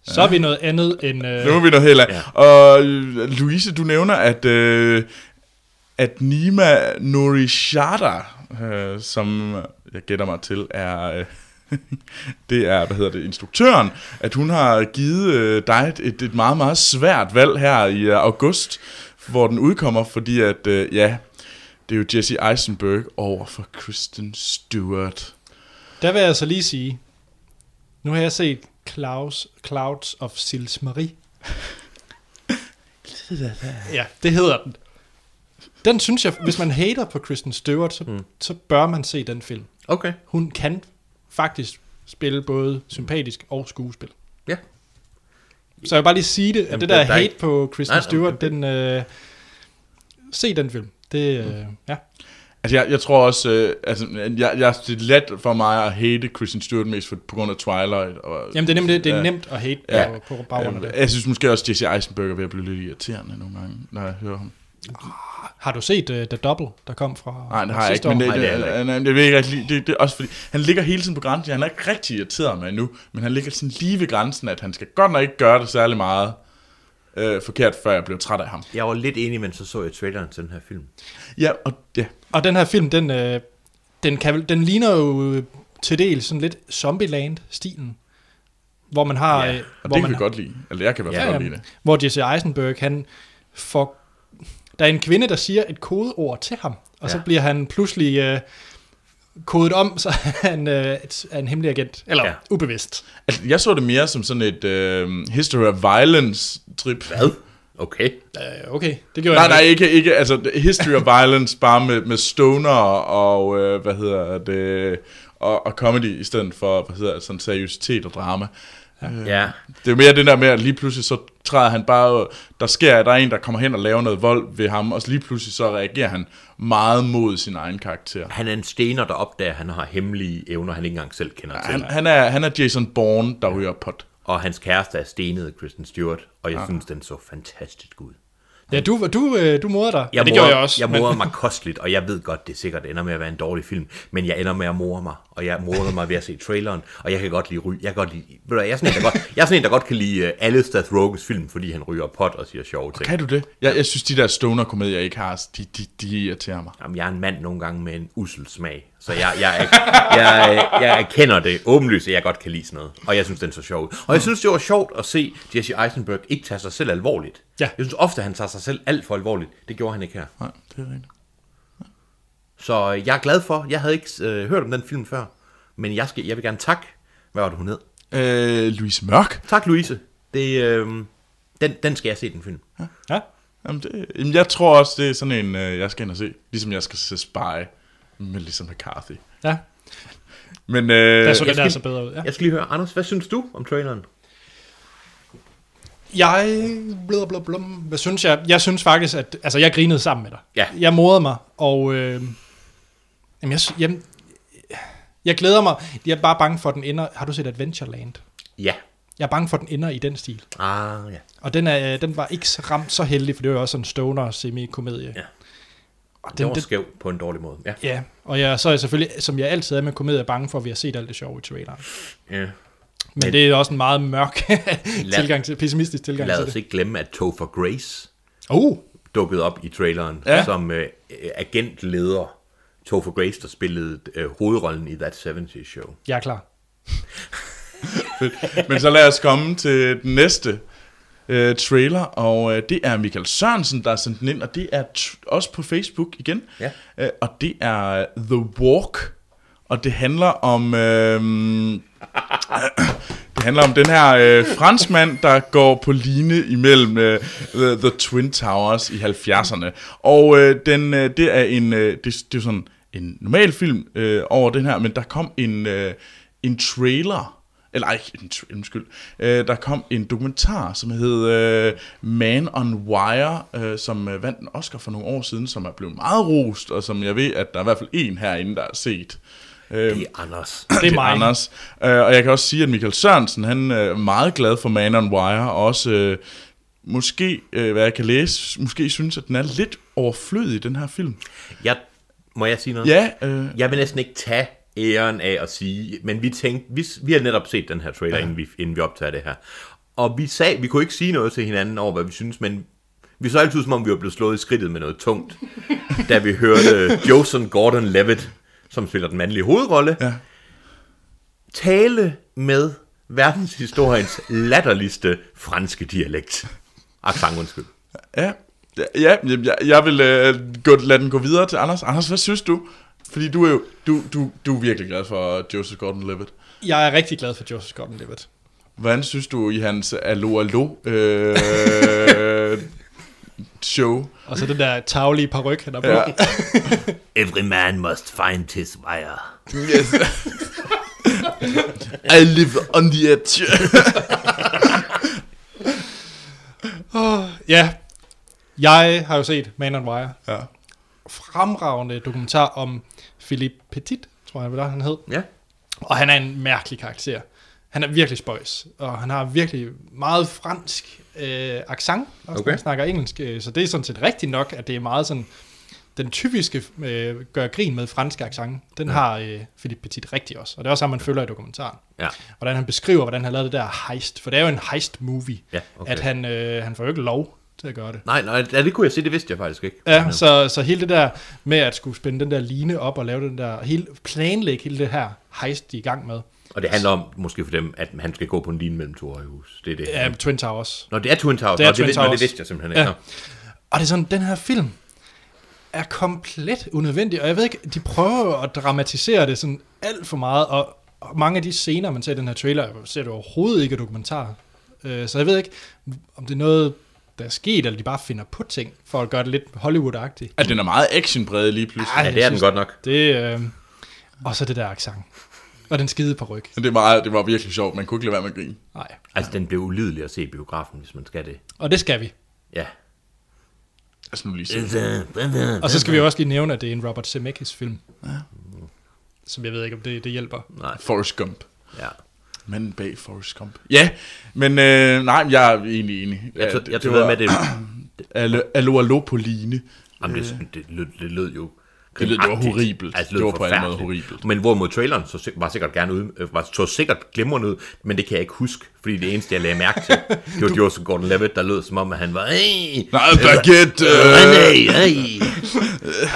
A: Så er vi noget andet end... Øh,
B: Nu må vi nå heller. Ja. Og øh, Louise, du nævner, at, øh, at Nima Norishada, øh, som jeg gætter mig til, er... Øh, *laughs* det er, hvad hedder det, instruktøren, at hun har givet øh, dig et- et, et meget, meget svært valg her i øh, august, hvor den udkommer, fordi at, øh, ja, det er jo Jesse Eisenberg over for Kristen Stewart.
A: Der vil jeg altså lige sige, nu har jeg set Clouds, Clouds of Sils Marie. ja, det hedder den. Den synes jeg, hvis man hater på Kristen Stewart, så, mm. så bør man se den film.
C: Okay,
A: Hun kan faktisk spille både sympatisk og skuespil.
C: ja.
A: Så jeg vil bare lige sige det, at
C: Jamen,
A: det
C: der-
A: der
C: der er
A: hate
C: ikke-
A: på Kristen
C: Nej, nej,
A: Stewart, den... Øh, se den film. Det, øh,
C: Mm.
A: ja.
B: Altså, jeg, jeg tror også, øh, altså, jeg, jeg, det er let for mig at hate Kristen Stewart mest for, på grund af Twilight. Og,
A: Jamen, det er nemt, det, det er
B: Ja.
A: nemt at hate ja.
B: Ja.
A: på, på baggrund af det.
B: Jeg synes måske også, at Jesse Eisenberg er ved at blive lidt irriterende nogle gange, når jeg hører ham.
A: Har du set uh, The Double, der kom fra
B: Nej, det har jeg ikke,
A: år?
B: men det,
C: Nej,
B: det,
C: det er
B: det,
C: heller ikke.
B: det, det, vil jeg ikke rigtig lide. det, det, er også fordi, han ligger hele tiden på grænsen. Han er ikke rigtig irriteret mig endnu, men han ligger sådan lige ved grænsen, at han skal godt nok ikke gøre det særlig meget øh, forkert, før jeg bliver træt af ham.
C: Jeg var lidt enig, men så så jeg traileren til den her film.
B: Ja, og ja.
A: Og den her film, den, øh, den, kan, vel- den ligner jo øh, til del sådan lidt Zombieland-stilen, hvor man har...
C: Ja,
A: øh,
B: Og
A: hvor
B: det
A: man
B: kan vi godt lide. Eller jeg kan i hvert
A: Ja,
B: fald godt
A: ja,
B: lide det.
A: hvor Jesse Eisenberg, han får... Der er en kvinde, der siger et kodeord til ham, og ja. så
C: Ja.
A: bliver han pludselig øh, kodet om, så *laughs* han øh, et- er en hemmelig agent. Eller ja.
C: Ja.
A: ubevidst.
B: Altså, jeg så det mere som sådan et øh, History of Violence-trip.
C: Hvad? Okay.
A: Øh, okay, det gjorde
B: Nej,
A: jeg
B: nej, ikke, ikke altså History of Violence, bare med, med stoner og, øh, hvad hedder det, og, og comedy, i stedet for, hvad hedder det, sådan seriøsitet og drama.
C: Ja.
B: Det er mere det der med, at lige pludselig så træder han bare, der sker, at der er en, der kommer hen og laver noget vold ved ham, og så lige pludselig så reagerer han meget mod sin egen karakter.
C: Han er en stener, der opdager, at han har hemmelige evner, han ikke engang selv kender til.
B: Han, han, er, han er Jason Bourne, der ryger pot.
C: Og hans kæreste er stenet af Kristen Stewart, og jeg ja. synes, den så fantastisk ud.
A: ikke. Ja, du, du, øh, du morder dig.
C: Jeg
A: ja, det
C: morer-
A: gjorde jeg også.
C: Jeg
A: men-
C: morer mig kosteligt, og jeg ved godt, det sikkert ender med at være en dårlig film, men jeg ender med at more mig, og jeg morer mig ved at se traileren, og jeg kan godt lide ryge. Jeg, kan godt lide, ved du, hvad, jeg, er sådan en, der godt, jeg er sådan en, der godt kan lide øh, alle Seth Rogens film, fordi han ryger pot og siger sjove ting.
B: Kan du det? Jeg, jeg synes, de der stoner-komedier, jeg ikke har, de, de, de irriterer mig.
C: Jamen, jeg er en mand nogle gange med en usel smag, så jeg, jeg, jeg, jeg, jeg erkender det åbenlyst, at jeg godt kan lide sådan noget. Og jeg synes, den så sjov ud. Og
A: Mm.
C: jeg synes, det var sjovt at se Jesse Eisenberg ikke tage sig selv alvorligt.
A: Ja.
C: Jeg synes ofte, han tager sig selv alt for alvorligt. Det gjorde han ikke her.
B: Nej, det er rigtigt.
C: Så jeg er glad for, jeg havde ikke øh, hørt om den film før, men jeg, skal, jeg vil gerne takke, hvad var det hun hed?
B: Øh, Louise Mørk?
C: Tak Louise, det, øh, den, den skal jeg se, den film.
A: Ja,
B: Jamen, det, jamen, jeg tror også, det er sådan en, øh, jeg skal ind og se. Ligesom jeg skal se Spy med Lisa McCarthy.
A: ja.
B: Men øh,
A: *laughs* Der så den
C: jeg
A: der
C: skal-
A: så bedre ud. Ja.
C: Jeg skal lige høre, Anders, hvad synes du om traileren?
A: Jeg, blub, blub, blub, hvad synes jeg? Jeg synes faktisk, at altså, jeg grinede sammen med dig.
C: Ja.
A: Jeg morede mig, og øh, jamen, jeg, sy- jamen, jeg glæder mig. Jeg er bare bange for, at den ender. Har du set Adventureland?
C: Ja.
A: Jeg er bange for, at den ender i den stil.
C: Ah, ja.
A: Og den, er, øh, den var ikke så ramt så heldig, for det var jo også sådan en stoner semi-komedie.
C: Ja.
A: Og
C: Den,
A: den,
C: var
A: den,
C: skæv på en dårlig måde. Ja.
A: ja, og jeg, så er jeg selvfølgelig, som jeg altid er med komedier, bange for, at vi har set alt det sjove i traileren.
C: ja.
A: Men,
C: Men-
A: Men det er også en meget mørk *laughs* tilgang til, pessimistisk tilgang
C: Lad
A: til
C: os
A: det.
C: ikke glemme, at Topher Grace
A: Oh,
C: dukkede op i traileren ja.
B: Ja.
C: som øh, øh, agentleder. Topher Grace, der spillede øh, hovedrollen i That 70's Show.
A: jeg er klar.
B: fedt. *laughs* Men så lad os komme til den næste øh, trailer, og øh, det er Michael Sørensen, der har sendt den ind, og det er t- også på Facebook igen.
C: Ja.
B: Øh, og det er The Walk, og det handler om... Øh, det handler om den her øh, franskmand, der går på line imellem øh, the, the Twin Towers i 70'erne. Og øh, den, øh, det er en øh, det, det er jo sådan en normal film øh, over den her, men der kom en øh, en trailer eller ej, ikke en tra- undskyld. Øh, der kom en dokumentar, som hed øh, Man on Wire, øh, som øh, vandt en Oscar for nogle år siden, som er blevet meget rost, og som jeg ved, at der er i hvert fald en herinde, der har set. Øh,
C: Det er Anders.
A: Det er mig.
B: Anders. Øh, og jeg kan også sige, at Michael Sørensen, han øh, er meget glad for Man on Wire, og også øh, måske, øh, hvad jeg kan læse, måske synes, at den er lidt overflødig, den her film.
C: Jeg, må jeg sige noget?
B: Ja, øh,
C: Jeg vil næsten ikke tage æren af at sige, men vi tænkte, vi, vi har netop set den her trailer, ja. inden, vi, inden vi optager det her. Og vi sagde, vi kunne ikke sige noget til hinanden over, hvad vi synes, men vi så altid ud, som om vi var blevet slået i skridtet med noget *laughs* tungt, da vi hørte Joseph Gordon-Levitt, som spiller den mandlige hovedrolle, ja. tale med verdenshistoriens latterligste franske dialekt. Accent, undskyld.
B: ja, ja jamen, jeg, jeg vil øh, gå, lade den gå videre til Anders. Anders, hvad synes du? Fordi du er jo du, du, du er virkelig glad for Joseph Gordon-Levitt.
A: Jeg er rigtig glad for Joseph Gordon-Levitt.
B: Hvordan synes du i hans Allo Allo øh, *laughs* show?
A: Og så den der taglige paryk, han har på. Ja.
C: Every man must find his wire.
B: Yes. I live on the edge.
A: ja. Jeg har jo set Man on Wire.
B: Ja.
A: Fremragende dokumentar om Philippe Petit, tror jeg, det var, han hed.
C: Ja.
A: Og han er en mærkelig karakter. Han er virkelig spøjs, og han har virkelig meget fransk øh, accent, også okay.
C: Okay.
A: han snakker engelsk. øh, Så det er sådan set rigtigt nok, at det er meget sådan, den typiske øh, gør grin med fransk accent, den ja. har øh, Philippe Petit rigtig også. Og det er også ham, man følger i dokumentaren.
C: Ja.
A: Hvordan han beskriver, hvordan han lavede det der heist. For det er jo en heist-movie,
C: Ja, okay.
A: at han, øh, han får jo ikke lov til at gøre det.
C: Nej, nej, ja, det kunne jeg se, det vidste jeg faktisk ikke. øh,
A: Ja, så, så hele det der med at skulle spænde den der line op og lave den der, hele, planlægge hele det her heist, de er i gang med.
C: Og det handler om, måske for dem, at han skal gå på en line mellem to højhus. Det er det.
A: Ja, Twin Towers.
C: Nå, det er Twin Towers.
A: Det er
C: Nå,
A: Twin
C: det, Nå, det
A: Towers.
C: vidste jeg simpelthen ikke.
A: Ja.
C: Ja.
A: Og det er sådan, den her film er komplet unødvendig, og jeg ved ikke, de prøver jo at dramatisere det sådan alt for meget, og og mange af de scener, man ser i den her trailer, ser du overhovedet ikke er dokumentar. Øh, Så jeg ved ikke, om det er noget der er sket, eller de bare finder på ting, for at gøre det lidt Hollywood-agtigt.
B: At den er meget actionbredet lige pludselig.
C: Ja, det er den godt nok.
A: Det, øh, og så det der accent. Og den skide paryk.
B: Men Det, er meget, det var virkelig sjovt. Man kunne ikke lade være med at grine.
A: Nej.
C: Altså, den bliver ulidelig at se i biografen, hvis man skal det.
A: Og det skal vi.
C: Ja.
B: Altså nu lige så.
A: Og så skal vi også lige nævne, at det er en Robert Zemeckis film. Ja. Som jeg ved ikke, om det, det hjælper.
C: Nej,
B: Forrest Gump.
C: ja.
B: Manden bag Forrest Gump. Ja, men øh, nej, men jeg er egentlig enig.
C: Jeg,
B: Ja,
C: tog, jeg tog med, med det.
B: Allo, allo, allo på line.
C: Jamen, det, det, lød, det lød jo...
B: Det lød- det var
C: grinagtigt. Altså,
B: horribelt.
C: lød
B: Det var på alle måder
C: forfærdeligt.
B: horribelt.
C: Men hvorimod traileren så si- var sikkert gerne ud, øh, var, så sikkert glimrende ud, men det kan jeg ikke huske, fordi det eneste, jeg lagde
B: *laughs*
C: mærke til, det var Joseph Gordon-Levitt, der lød som om, at han var... Hey,
B: Nej, baguette.
C: Hey,
B: Uh,
C: hey, hey.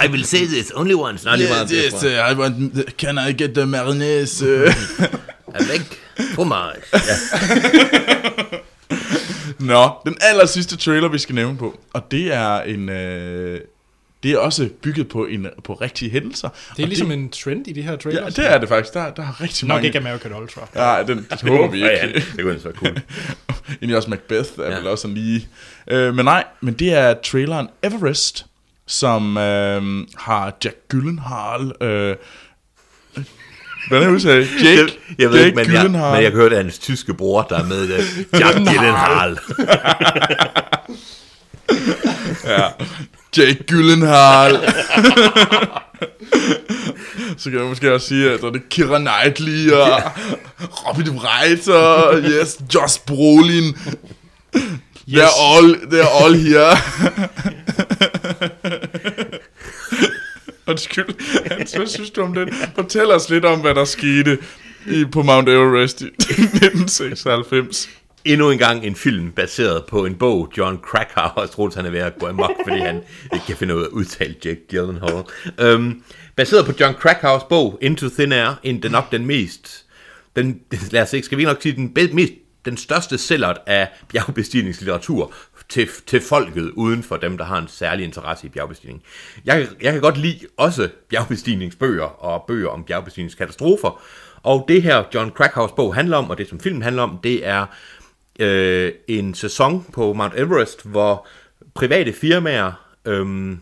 C: I will say this only once. Nej, det var
B: yes, yes,
C: det.
B: uh, I want, can I get the mayonnaise? Uh,
C: Avec fromage. Ja.
B: *laughs* Nå, den aller sidste trailer, vi skal nævne på, og det er en... Øh, det er også bygget på, en, på rigtige hændelser.
A: Det er ligesom det, en trend i de her
B: Ja,
A: trailers.
B: det er det faktisk. Der, der er rigtig
A: Nok
B: mange...
A: ikke American Ultra.
B: Nej, den, det håber *laughs* vi
C: Ja, ja,
B: ikke.
C: det kunne være cool.
B: *laughs* Egentlig også Macbeth er ja.
C: Ja.
B: vel også sådan lige... Øh, men nej, men det er traileren Everest, som øh, har Jack Gyllenhaal... Øh, hvad er det, jeg Jake,
C: Jeg ved
B: Jake
C: ikke, men jeg,
B: Gyllenhaal.
C: men jeg kan høre, det er hans tyske bror, der er med i det. Jack Gyllenhaal.
B: Jake Gyllenhaal. så kan jeg måske også sige, at der er det Kira Knightley og Robin Reiter, yes, Josh Brolin. Yes. They're, all, they're all here. Undskyld, Hans, hvad synes du om den? Fortæl os lidt om, hvad der skete i, på Mount Everest i 1996.
C: Endnu en gang en film baseret på en bog, John Krakauer har også troet, han er ved at gå amok, fordi han ikke kan finde ud af at udtale Jack Gyllenhaal. Um, baseret på John Krakauers bog, Into Thin Air, en, den nok den mest, den, lad os ikke, skal vi nok sige, den be- mest den største sælger af bjergbestigningslitteratur til, til folket, uden for dem, der har en særlig interesse i bjergbestigning. Jeg, jeg kan godt lide også bjergbestigningsbøger og bøger om bjergbestigningskatastrofer, og det her John Krakauers bog handler om, og det som filmen handler om, det er øh, en sæson på Mount Everest, hvor private firmaer øh,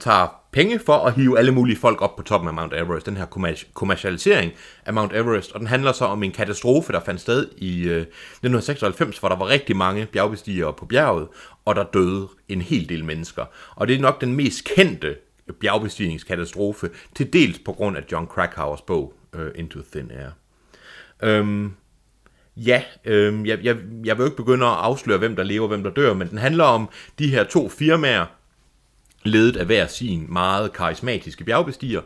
C: tager penge for at hive alle mulige folk op på toppen af Mount Everest. Den her kommer- kommercialisering af Mount Everest, og den handler så om en katastrofe, der fandt sted i øh, 1996, hvor der var rigtig mange bjergbestigere på bjerget, og der døde en hel del mennesker. Og det er nok den mest kendte bjergbestigningskatastrofe, til dels på grund af John Krakauers bog øh, Into Thin Air. Øhm, Ja, øhm, jeg, jeg, jeg vil jo ikke begynde at afsløre, hvem der lever og hvem der dør, men den handler om de her to firmaer, ledet af hver sin meget karismatiske bjergbestiger,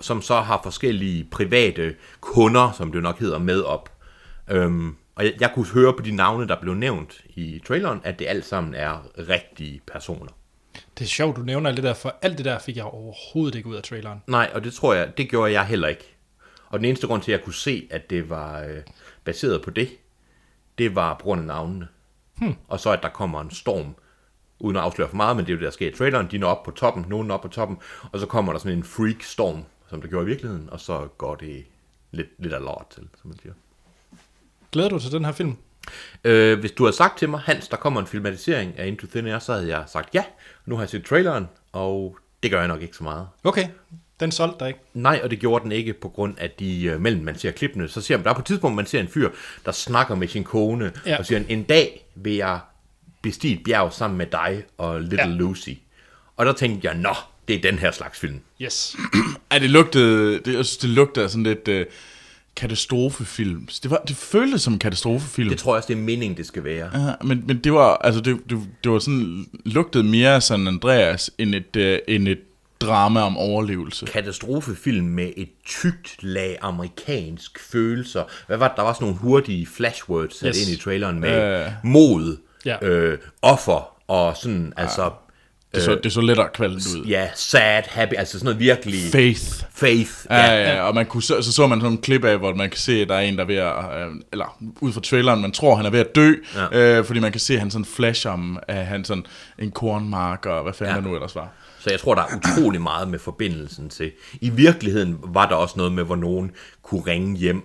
C: som så har forskellige private kunder, som det nok hedder, med op. Øhm, og jeg, jeg kunne høre på de navne, der blev nævnt i traileren, at det alt sammen er rigtige personer.
A: Det er sjovt, du nævner alt det der, for alt det der fik jeg overhovedet ikke ud af traileren.
C: Nej, og det tror jeg, det gjorde jeg heller ikke. Og den eneste grund til, at jeg kunne se, at det var øh, baseret på det, det var på grund af navnene. Hmm. Og så, at der kommer en storm, uden at afsløre for meget, men det er jo det, der sker i traileren. De når op på toppen, nogen når op på toppen, og så kommer der sådan en freak-storm, som det gjorde i virkeligheden, og så går det lidt, lidt af lort til, som man siger.
A: Glæder du dig til den her film?
C: Øh, hvis du havde sagt til mig, Hans, der kommer en filmatisering af Into Thin Air, så havde jeg sagt ja. Nu har jeg set traileren, og det gør jeg nok ikke så meget.
A: Okay, den solgte dig ikke.
C: Nej, og det gjorde den ikke på grund af de øh, mellem, man ser klippene. Så ser man, der er på et tidspunkt, man ser en fyr, der snakker med sin kone,
A: Ja.
C: ja. og siger, en dag vil jeg bestige et bjerg sammen med dig og Little
A: Ja.
C: ja. Lucy. Og der tænkte jeg, nå, det er den her slags film.
A: Yes.
B: Ej, det lugtede, det, jeg synes, det lugtede af sådan lidt øh, katastrofefilm. Det, var, det føltes som en katastrofefilm.
C: Det tror jeg også, det er meningen, det skal være.
B: Ja, men, men det var, altså det, det, det var sådan, lugtede mere af San Andreas, end et, øh, end et drama om overlevelse.
C: katastrofefilm med et tykt lag amerikansk følelser. Hvad var det? Der var sådan nogle hurtige flashwords sat
A: Yes.
C: yes. ind i traileren med øh. mod,
A: Ja. Ah.
C: øh, offer og sådan, altså,
B: Det så, det så lettere kvalitet ud.
C: ja, sad, happy, altså sådan noget virkelig...
B: Faith.
C: Faith,
B: Ja, ja, ja, og man kunne, så, så så man sådan en klip af, hvor man kan se, at der er en, der er ved at, øh, eller ud fra traileren, man tror, han er ved at dø, ja. øh, fordi man kan se, at han sådan flasher om, at han sådan en kornmark, og hvad fanden ja.
C: Ja.
B: der nu ellers var.
C: Så jeg tror, der er utrolig meget med forbindelsen til. I virkeligheden var der også noget med, hvor nogen kunne ringe hjem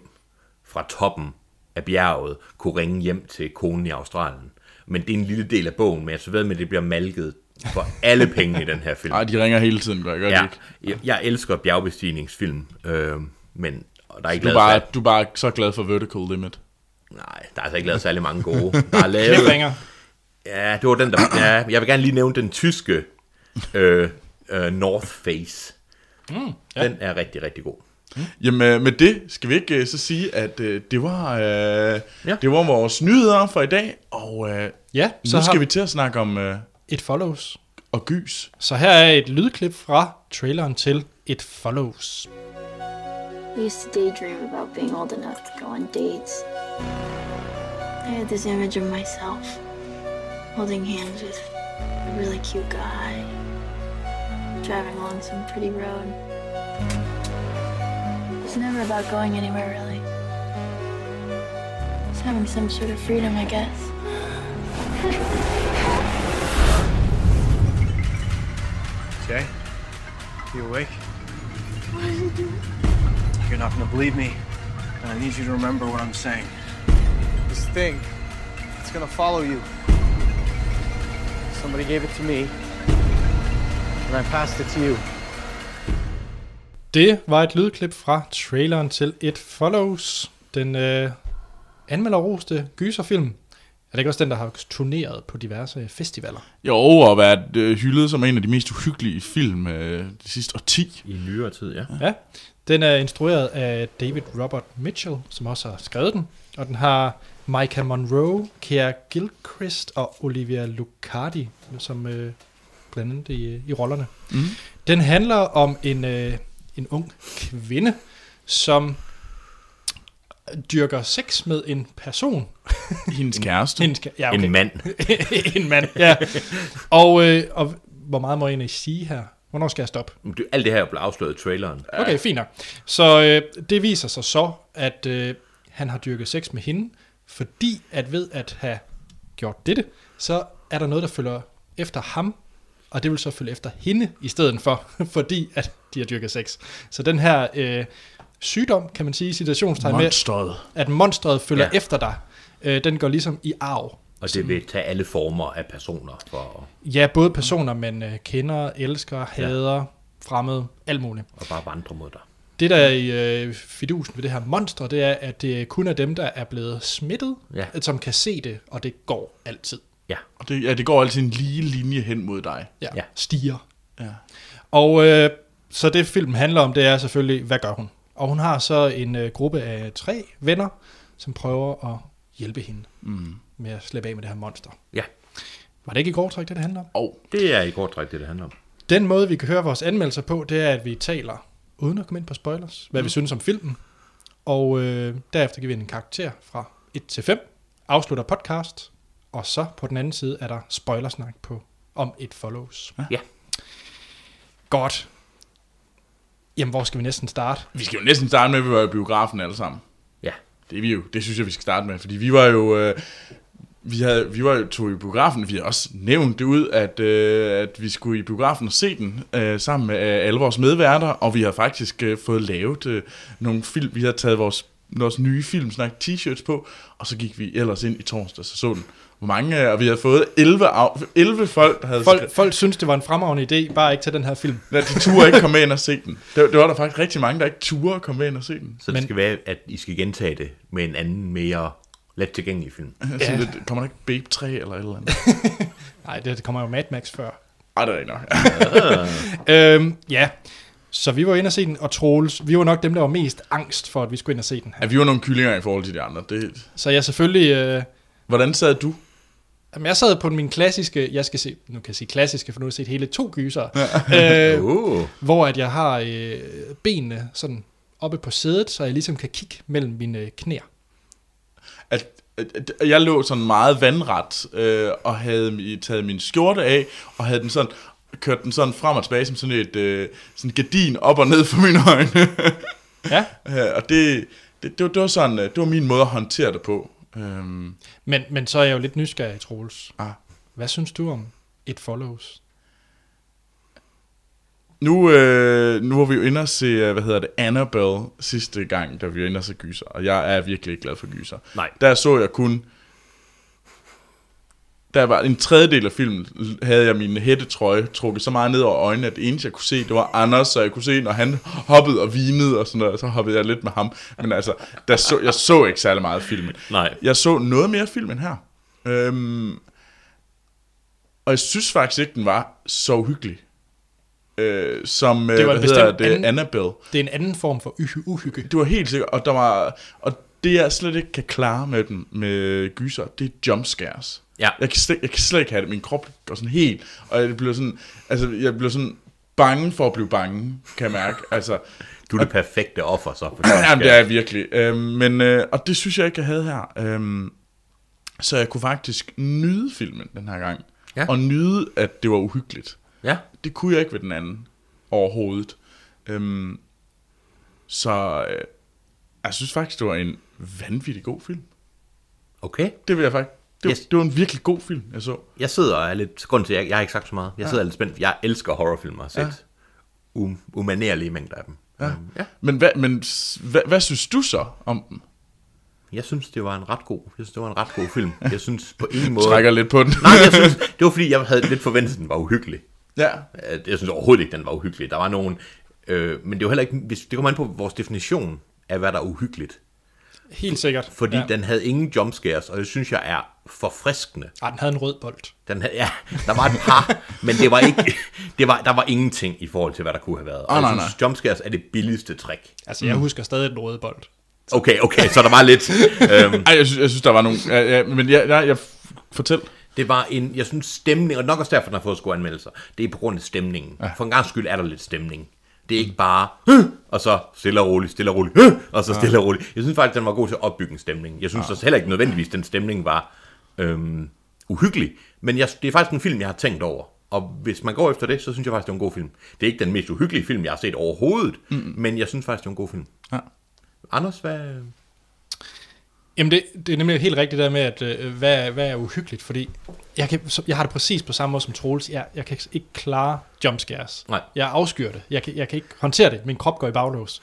C: fra toppen af bjerget, kunne ringe hjem til konen i Australien. Men det er en lille del af bogen, men jeg så ved med, at det bliver malket for alle penge i den her film.
B: Nej, de ringer hele tiden, gør, gør ja.
C: ja,
B: de ikke?
C: jeg, jeg elsker bjergbestigningsfilm, øh, men og der er ikke
B: Du er,
C: lavet
B: bare,
C: sær-
B: du er bare så glad for Vertical Limit.
C: nej, der er altså ikke lavet særlig mange
B: *laughs*
C: gode. Der er lavet,
A: Cliffhanger.
C: Ja, det var den der.
B: *clears throat*
C: Ja, jeg vil gerne lige nævne den tyske øh, øh, North Face. Mm, ja. Den er rigtig, rigtig god.
B: Jamen øh, med det skal vi ikke øh, så sige, at øh, det var øh, ja.
C: Ja.
B: det var vores nyheder for i dag, og øh,
A: Ja,
B: så
A: så
B: nu skal
A: har-
B: vi til at snakke om øh,
A: Et follows.
B: og gys.
A: Så her er et lydklip fra traileren til Et follows.
D: I used to daydream about being old enough to go on dates. I had this image of myself holding hands with a really cute guy, driving along some pretty road. It's never about going anywhere, really. It's having some sort of freedom, I guess.
E: Jay, you awake? What did you do? You're not gonna believe me, and I need you to remember what I'm saying. This thing, it's gonna follow you. Somebody gave it to me, and I passed it to you.
A: Det var et lydklip fra traileren til Et follows. Den øh, anmelderroste gyserfilm. Er det ikke også den, der har turneret på diverse festivaler?
B: Jo, og været øh, hyldet som en af de mest uhyggelige film øh, de sidste årti.
C: I nyere tid, ja.
A: Ja, den er instrueret af David Robert Mitchell, som også har skrevet den. Og den har Micah Monroe, Kea Gilchrist og Olivia Lucardi, som øh, blandt andet i, i rollerne. Mm. Den handler om en, øh, en ung kvinde, som dyrker sex med en person.
B: Hendes kæreste.
A: En, ja, okay.
C: En mand.
A: *laughs* en mand, ja. Og, øh, og hvor meget må jeg egentlig sige her? Hvornår skal jeg stoppe?
C: Du- Alt det her blev afsløret i traileren.
A: Okay, fint nok. Så øh, det viser sig så, at øh, han har dyrket sex med hende, fordi at ved at have gjort dette, så er der noget, der følger efter ham, og det vil så følge efter hende i stedet for, *laughs* fordi at de har dyrket sex. Så den her øh, sygdom, kan man sige i situationstegn med,
B: Monsteret.
A: at monstret følger
C: Ja.
A: ja. efter dig, øh, den går ligesom i arv.
C: Og det vil tage alle former af personer for
A: Ja, både personer, man øh, kender, elsker, hader, ja. fremmede, alt muligt.
C: at bare vandre mod dig.
A: Det, der er i øh, fidusen ved det her monster, det er, at det kun er dem, der er blevet smittet,
C: Ja.
A: som kan se det, og det går altid.
C: Ja.
B: Og det, ja, det går altid en lige linje hen mod dig.
A: Ja.
C: Ja.
A: ja. Stiger.
B: Ja.
A: Og øh, så det filmen handler om, det er selvfølgelig, hvad gør hun? Og hun har så en øh, gruppe af tre venner, som prøver at hjælpe hende mm. med at slippe af med det her monster.
C: Ja.
A: Var det ikke i går, træk, det, det handler om?
B: Og
C: Det er i kort træk, det det handler om.
A: Den måde, vi kan høre vores anmeldelser på, det er, at vi taler, uden at komme ind på spoilers, hvad mm. vi synes om filmen. Og øh, derefter giver vi en karakter fra 1 til 5, afslutter podcast, og så på den anden side er der spoilersnak på om et follows.
C: Ja.
A: Godt. Jamen, hvor skal vi næsten starte?
B: vi skal jo næsten starte med, at vi var i biografen alle sammen.
C: Ja.
B: Det, er vi jo, det synes jeg, vi skal starte med, fordi vi var jo... Øh, vi, havde, vi var jo tog i biografen, vi har også nævnt det ud, at, øh, at vi skulle i biografen og se den øh, sammen med øh, alle vores medværter, og vi har faktisk øh, fået lavet øh, nogle film, vi har taget vores, vores nye filmsnak t-shirts på, og så gik vi ellers ind i torsdags og så den. Hvor mange, øh, og vi havde fået 11, af, 11 folk, der havde
A: Folk, folk synes, det var en fremragende idé, bare ikke til den her film.
B: Nej, de turde ikke komme ind og se den. Det, det var der faktisk rigtig mange, der ikke turde komme ind og se den.
C: Så det
A: Men-
C: skal være, at I skal gentage det med en anden, mere let tilgængelig film.
B: Altså, ja. det, kommer der ikke Babe 3 eller et eller andet?
A: Nej, det, det kommer jo Mad Max før.
B: Ej, det er ikke nok.
A: Øhm, ja, så vi var inde og se den, og Troels, vi var nok dem, der var mest angst for, at vi skulle ind og se den her.
B: Ja, vi var nogle kyllinger i forhold til de andre. Det,
A: Så jeg selvfølgelig... Øh,
B: hvordan sad du?
A: Jamen, jeg sad på min klassiske, jeg skal se, nu kan jeg sige klassiske, for nu har jeg set hele to gyser, ja. øh,
C: Uh.
A: hvor at jeg har øh, benene sådan oppe på sædet, så jeg ligesom kan kigge mellem mine øh, knæer.
B: At, at, at, at jeg lå sådan meget vandret, øh, og havde mi- taget min skjorte af, og havde den sådan kørt den sådan frem og tilbage som sådan et øh, sådan et gardin op og ned for mine øjne. *laughs*
A: Ja,
B: Øh, og det, det, det, var, det, var sådan, øh, det var min måde at håndtere det på. Øhm,
A: men, men så er jeg jo lidt nysgerrig, Troels.
B: Ah. Øh,
A: Hvad synes du om et follows?
B: Nu, øh, nu var vi jo inde og se, øh, hvad hedder det, Annabelle sidste gang, da vi var inde og se Øh. gyser. Og jeg er virkelig ikke glad for gyser.
C: Nej.
B: Der så jeg kun der var en tredjedel af filmen, havde jeg min hættetrøje trukket så meget ned over øjnene, at det eneste, jeg kunne se, det var Anders, så jeg kunne se, når han hoppede og vinede og sådan noget, og så hoppede jeg lidt med ham. Men altså, der så, jeg så ikke særlig meget af filmen.
C: Nej.
B: Jeg så noget mere film end her. Øhm, og jeg synes faktisk ikke, den var så uhyggelig. Øh, som, det
A: var
B: var
A: en
B: hvad hedder
A: bestemt
B: det,
A: anden-
B: Annabelle.
A: Det er en anden form for uhy- uhygge.
B: Det var helt sikkert, og der var... Og det jeg slet ikke kan klare med dem, med gyser, det er jumpscares.
C: Ja.
B: Jeg kan, slet, jeg kan slet ikke have det. Min krop går sådan helt, og jeg bliver sådan, altså, jeg bliver sådan bange for at blive bange, kan jeg mærke. Altså,
C: Du er det perfekte offer, så. For
B: *clears throat* Jamen, det er jeg virkelig. Øhm, men, øh, og det synes jeg ikke, jeg havde her. Øhm, så jeg kunne faktisk nyde filmen den her gang.
C: Ja.
B: Og nyde, at det var uhyggeligt.
C: Ja.
B: Det kunne jeg ikke ved den anden overhovedet. Øhm, så øh, jeg synes faktisk, det var en vanvittig god film.
C: Okay.
B: Det vil jeg faktisk. Det,
C: Yes.
B: yes. det var en virkelig god film, jeg så.
C: Jeg sidder og er lidt... Grunden til, at jeg, jeg har ikke sagt så meget. Jeg sidder ja. lidt spændt. Jeg elsker horrorfilm og har set ja. um, umanerlige mængder af dem. Ja. ja.
B: Men, hvad, men s- hvad, hvad synes du så om den?
C: Jeg synes, det var en ret god, jeg synes, det var en ret god film. Jeg synes på *laughs* ingen måde...
B: Trækker lidt på den.
C: Nej, jeg synes, det var fordi, jeg havde lidt forventet, at den var uhyggelig.
B: *laughs* ja.
C: at jeg synes overhovedet ikke, den var uhyggelig. Der var nogen, øh, men det var heller ikke, hvis, det kommer an på vores definition af, hvad der er uhyggeligt.
A: Helt sikkert.
C: Fordi ja.
A: ja.
C: den havde ingen jumpscares, og det synes jeg er forfriskende.
A: Ah, den havde en rød bold.
C: Den havde, ja, der var et par, men det var ikke, det var, der var ingenting i forhold til, hvad der kunne have været. Og
B: Ah,
C: jeg
B: nej,
C: synes, jumpscares er det billigste trick.
A: Altså,
B: Mm.
A: jeg husker stadig den røde bold.
C: Okay, okay, så der var lidt... Øhm,
B: Ej, jeg synes, jeg synes, der var nogle... Ja, ja, men ja, nej, jeg, fortæl.
C: det var en, jeg synes, stemning, og nok også derfor, den har fået så gode anmeldelser, det er på grund af stemningen. Ja. For en gang skyld er der lidt stemning. Det er ikke bare, "Hø!" og så stille og roligt, stille og roligt, "Hø!" og så stille og roligt. Jeg synes faktisk, den var god til at opbygge en stemning. Jeg synes også heller ikke nødvendigvis, den stemning var øhm, uhyggelig. Men jeg, det er faktisk en film, jeg har tænkt over. Og hvis man går efter det, så synes jeg faktisk, det er en god film. Det er ikke den mest uhyggelige film, jeg har set overhovedet, mm. men jeg synes faktisk, det er en god film.
B: Ja.
C: Anders, hvad...
A: Jamen, det, det er nemlig helt rigtigt der med, at øh, hvad, hvad er uhyggeligt, fordi jeg, kan, så- jeg har det præcis på samme måde som Troels. Jeg, jeg kan ikke klare jumpscares.
C: Nej.
A: Jeg afskyr det. Jeg kan, jeg kan ikke håndtere det. Min krop går i baglås.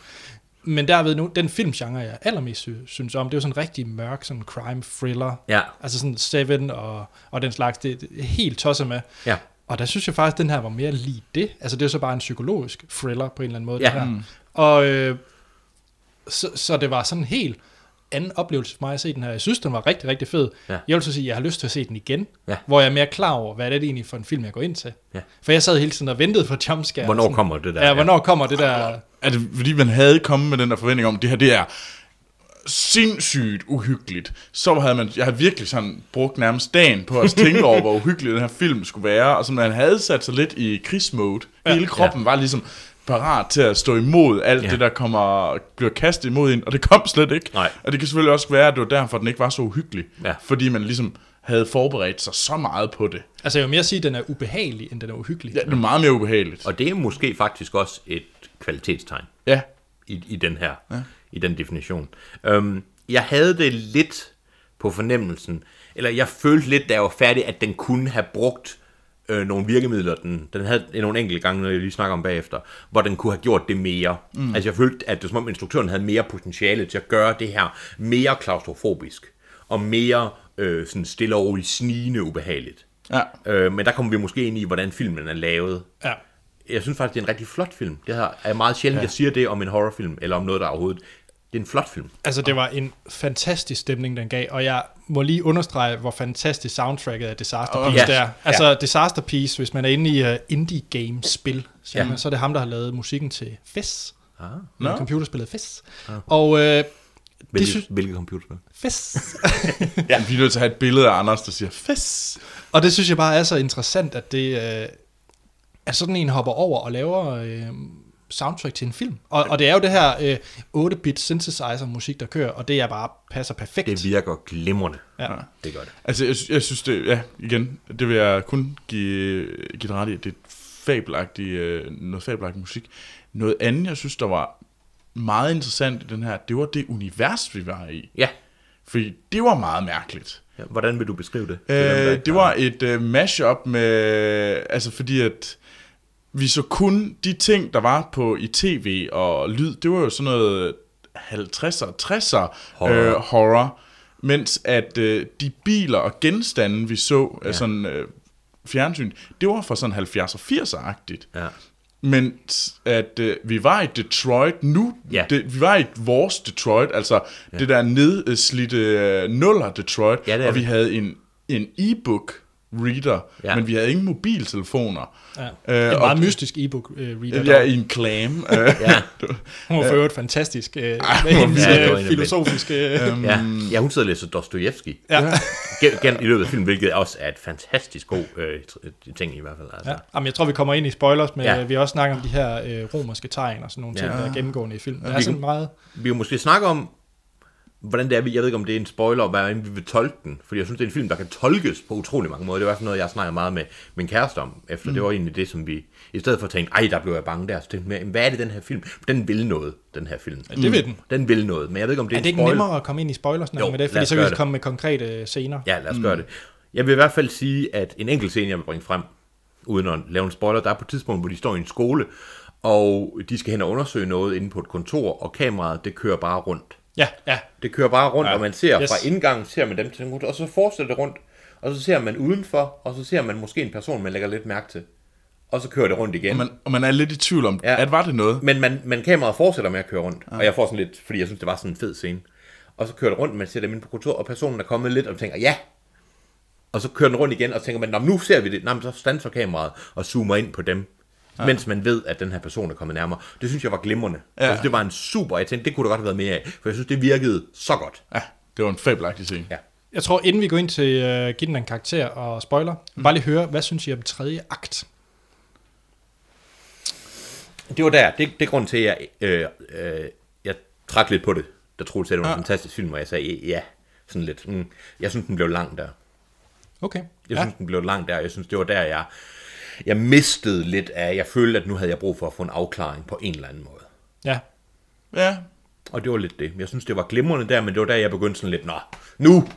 A: Men derved nu, den filmgenre, jeg allermest sy- synes om, det er jo sådan rigtig mørk, sådan crime thriller.
C: Ja.
A: Altså sådan Seven og, og den slags, det, det er helt tosset med.
C: Ja.
A: Og der synes jeg faktisk, at den her var mere lige det. Altså det er jo så bare en psykologisk thriller på en eller anden måde.
C: Ja.
A: Det her.
B: Mm.
A: Og øh, så, så det var sådan en helt anden oplevelse for mig at se den her. Jeg synes, den var rigtig, rigtig fed.
C: Ja.
A: Jeg vil så sige, at jeg har lyst til at se den igen,
C: Ja.
A: hvor jeg er mere klar over, hvad er det egentlig for en film, jeg går ind til.
C: Ja.
A: For jeg sad hele tiden og ventede på jumpscare.
C: Hvornår
A: Sådan,
C: kommer det der?
A: Ja, hvornår kommer det der?
B: Er det, fordi man havde kommet med den der forventning om, det her, det er sindssygt uhyggeligt. Så havde man, jeg havde virkelig sådan brugt nærmest dagen på
C: *laughs*
B: at tænke over, hvor uhyggelig den her film skulle være, og så man havde sat sig lidt i krigsmode. Hele kroppen var ligesom parat til at stå imod alt
C: Ja.
B: det, der kommer bliver kastet imod en, og det kom slet ikke.
C: Nej.
B: Og det kan selvfølgelig også være, at det var derfor, den ikke var så uhyggelig.
C: Ja.
B: Fordi man ligesom havde forberedt sig så meget på det.
A: Altså jeg vil mere sige, at den er ubehagelig, end den er uhyggelig.
B: Ja, det er meget mere ubehageligt.
C: Og det er måske faktisk også et kvalitetstegn.
B: Ja,
C: i, i den her, ja. i den definition. Øhm, jeg havde det lidt på fornemmelsen, eller jeg følte lidt, da jeg var færdig, at den kunne have brugt øh, nogle virkemidler, den, den havde nogle enkelte gange, når jeg lige snakker om bagefter, hvor den kunne have gjort det mere. Mm. Altså jeg følte, at det var som om instruktøren havde mere potentiale til at gøre det her mere klaustrofobisk, og mere øh, sådan stille og roligt, snigende ubehageligt.
B: ja.
C: Øh, men der kommer vi måske ind i, hvordan filmen er lavet.
A: Ja.
C: Jeg synes faktisk, det er en rigtig flot film. Det her er meget sjældent, ja. jeg siger det om en horrorfilm, eller om noget, der er overhovedet... Det er en flot film.
A: Altså, det var en fantastisk stemning, den gav, og jeg må lige understrege, hvor fantastisk soundtracket af Disaster Piece
C: ja.
A: det er.
C: Ja.
A: Altså, Disaster Piece, hvis man er inde i uh, indie game spil, siger
C: Ja.
A: man, så er det ham, der har lavet musikken til FIS. Ah.
B: Nå.
A: Computerspillet FIS.
C: Ah.
A: Og øh, det
C: Hvilket,
A: synes...
C: hvilket computerspil?
A: FIS.
B: ja. Vi er nødt til at have et billede af Anders, der siger, fess.
A: *laughs* og det synes jeg bare er så interessant, at det øh, at sådan en hopper over og laver øh, soundtrack til en film. Og, og det er jo det her øh, 8-bit synthesizer-musik, der kører, og det er bare passer perfekt.
C: Det virker glimrende.
A: ja.
C: Det gør det.
B: Altså, jeg, sy- jeg synes det, ja, igen, det vil jeg kun give, give det ret i, det er fabelagtigt, øh, noget fabelagtig musik. Noget andet, jeg synes, der var meget interessant i den her, det var det univers, vi var i.
C: Ja.
B: Fordi det var meget mærkeligt.
C: ja. Hvordan vil du beskrive det? Til dem, der
B: Øh,
C: ikke
B: det
C: har-
B: var et øh, mashup med, altså fordi at vi så kun de ting, der var på i tv og lyd, det var jo sådan noget 50'er, 60'er
C: Horror.
B: horror. Øh, horror Mens at øh, de biler og genstande, vi så af sådan øh, fjernsyn, det var fra sådan 70'er 80'er-agtigt.
C: Ja.
B: Men at øh, vi var i Detroit nu,
C: Ja.
B: det, vi var i vores Detroit, altså ja. det der nedslidte øh, nuller Detroit,
C: Ja, det er
B: og vi
C: vi.
B: havde en, en e-book reader, ja.
C: Ja.
B: men vi havde ingen mobiltelefoner.
A: Ja.
B: Øh,
A: en
B: og-
A: meget mystisk e-book øh, reader.
B: Ja,
A: Ja,
B: i en claim. Øh,
C: Ja.
A: hun var for øvrigt fantastisk øh, med
B: hvor
A: hendes
C: vildt. Ja, det var
A: øh,
C: en
A: filosofiske... Øh,
C: Ja. ja, hun sidder og læser Dostojevski
A: ja.
C: Gen- gen- i løbet af filmen, hvilket også er et fantastisk god øh, tr- ting i hvert fald. Altså.
A: Ja. Jamen, jeg tror, vi kommer ind i spoilers, men
C: Ja.
A: ja. vi har også snakket om de her øh, romerske tegn og sådan nogle ting,
C: Ja.
A: ja. der er gennemgående i filmen. Der er
C: Vi-
A: sådan meget...
C: Vi kan måske snakke om, hvordan det er, vi- jeg ved ikke, om det er en spoiler, og hvordan vi vil tolke den. Fordi jeg synes, det er en film, der kan tolkes på utrolig mange måder. Det er i hvert fald noget, jeg snakker meget med min kæreste om, efter mm. det var egentlig det, som vi, i stedet for at tænke, ej, der blev jeg bange der, så tænkte jeg, hvad er det, den her film? For Den vil noget, den her film. Ja,
A: det vil den.
C: Den vil noget, men jeg ved ikke, om det er,
A: Er det
C: en
A: ikke
C: spoiler.
A: nemmere at komme ind i spoilers
C: Jo,
A: jo, med det?
C: lad
A: Fordi
C: os
A: så kan
C: gøre
A: vi
C: det.
A: komme med konkrete øh, scener.
C: Ja, lad os mm. gøre det. Jeg vil i hvert fald sige, at en enkelt scene, jeg vil bringe frem, uden at lave en spoiler, der er på et tidspunkt, hvor de står i en skole, og de skal hen og undersøge noget inde på et kontor, og kameraet, det kører bare rundt.
A: Ja, ja.
C: Det kører bare rundt, ja. og man ser yes.
A: Yes.
C: fra indgangen, ser man dem til den kontor, og så fortsætter det rundt, og så ser man udenfor, og så ser man måske en person, man lægger lidt mærke til. Og så kører det rundt igen.
B: og, man, og man er lidt i tvivl om, ja.
C: Ja.
B: at var det noget?
C: Men, man, men kameraet fortsætter med at køre rundt. Ja. Og jeg får sådan lidt, fordi jeg synes, det var sådan en fed scene. Og så kører det rundt, man ser dem ind på kontor, og personen er kommet lidt og tænker, ja. Og så kører den rundt igen, og tænker man, "Nå, men nu ser vi det. Nå, men så standser kameraet og zoomer ind på dem. Ja. Mens man ved, at den her person er kommet nærmere. Det synes jeg var glimrende. Ja. Jeg synes, det var en super, jeg tænkte, det kunne der godt have været mere af. For jeg synes, det virkede så godt.
B: Ja, det var en fabelagtig scene.
C: Ja.
A: Jeg tror, inden vi går ind til øh, give den en karakter og spoiler, mm. bare lige høre, hvad synes I om tredje akt?
C: Det var der, det, det er grunden til, at jeg, øh, øh, jeg trak lidt på det. Der troede til, at det var en fantastisk film, og jeg sagde, ja, sådan lidt. Mm. Jeg synes, den blev lang der.
A: Okay.
C: Jeg
A: ja.
C: synes, den blev lang der. Jeg synes, det var der, jeg, jeg mistede lidt af... Jeg følte, at nu havde jeg brug for at få en afklaring på en eller anden måde.
A: ja.
B: Ja,
C: Og det var lidt det. Jeg synes, det var glimrende der, men det var der, jeg begyndte sådan lidt... Nå, nu!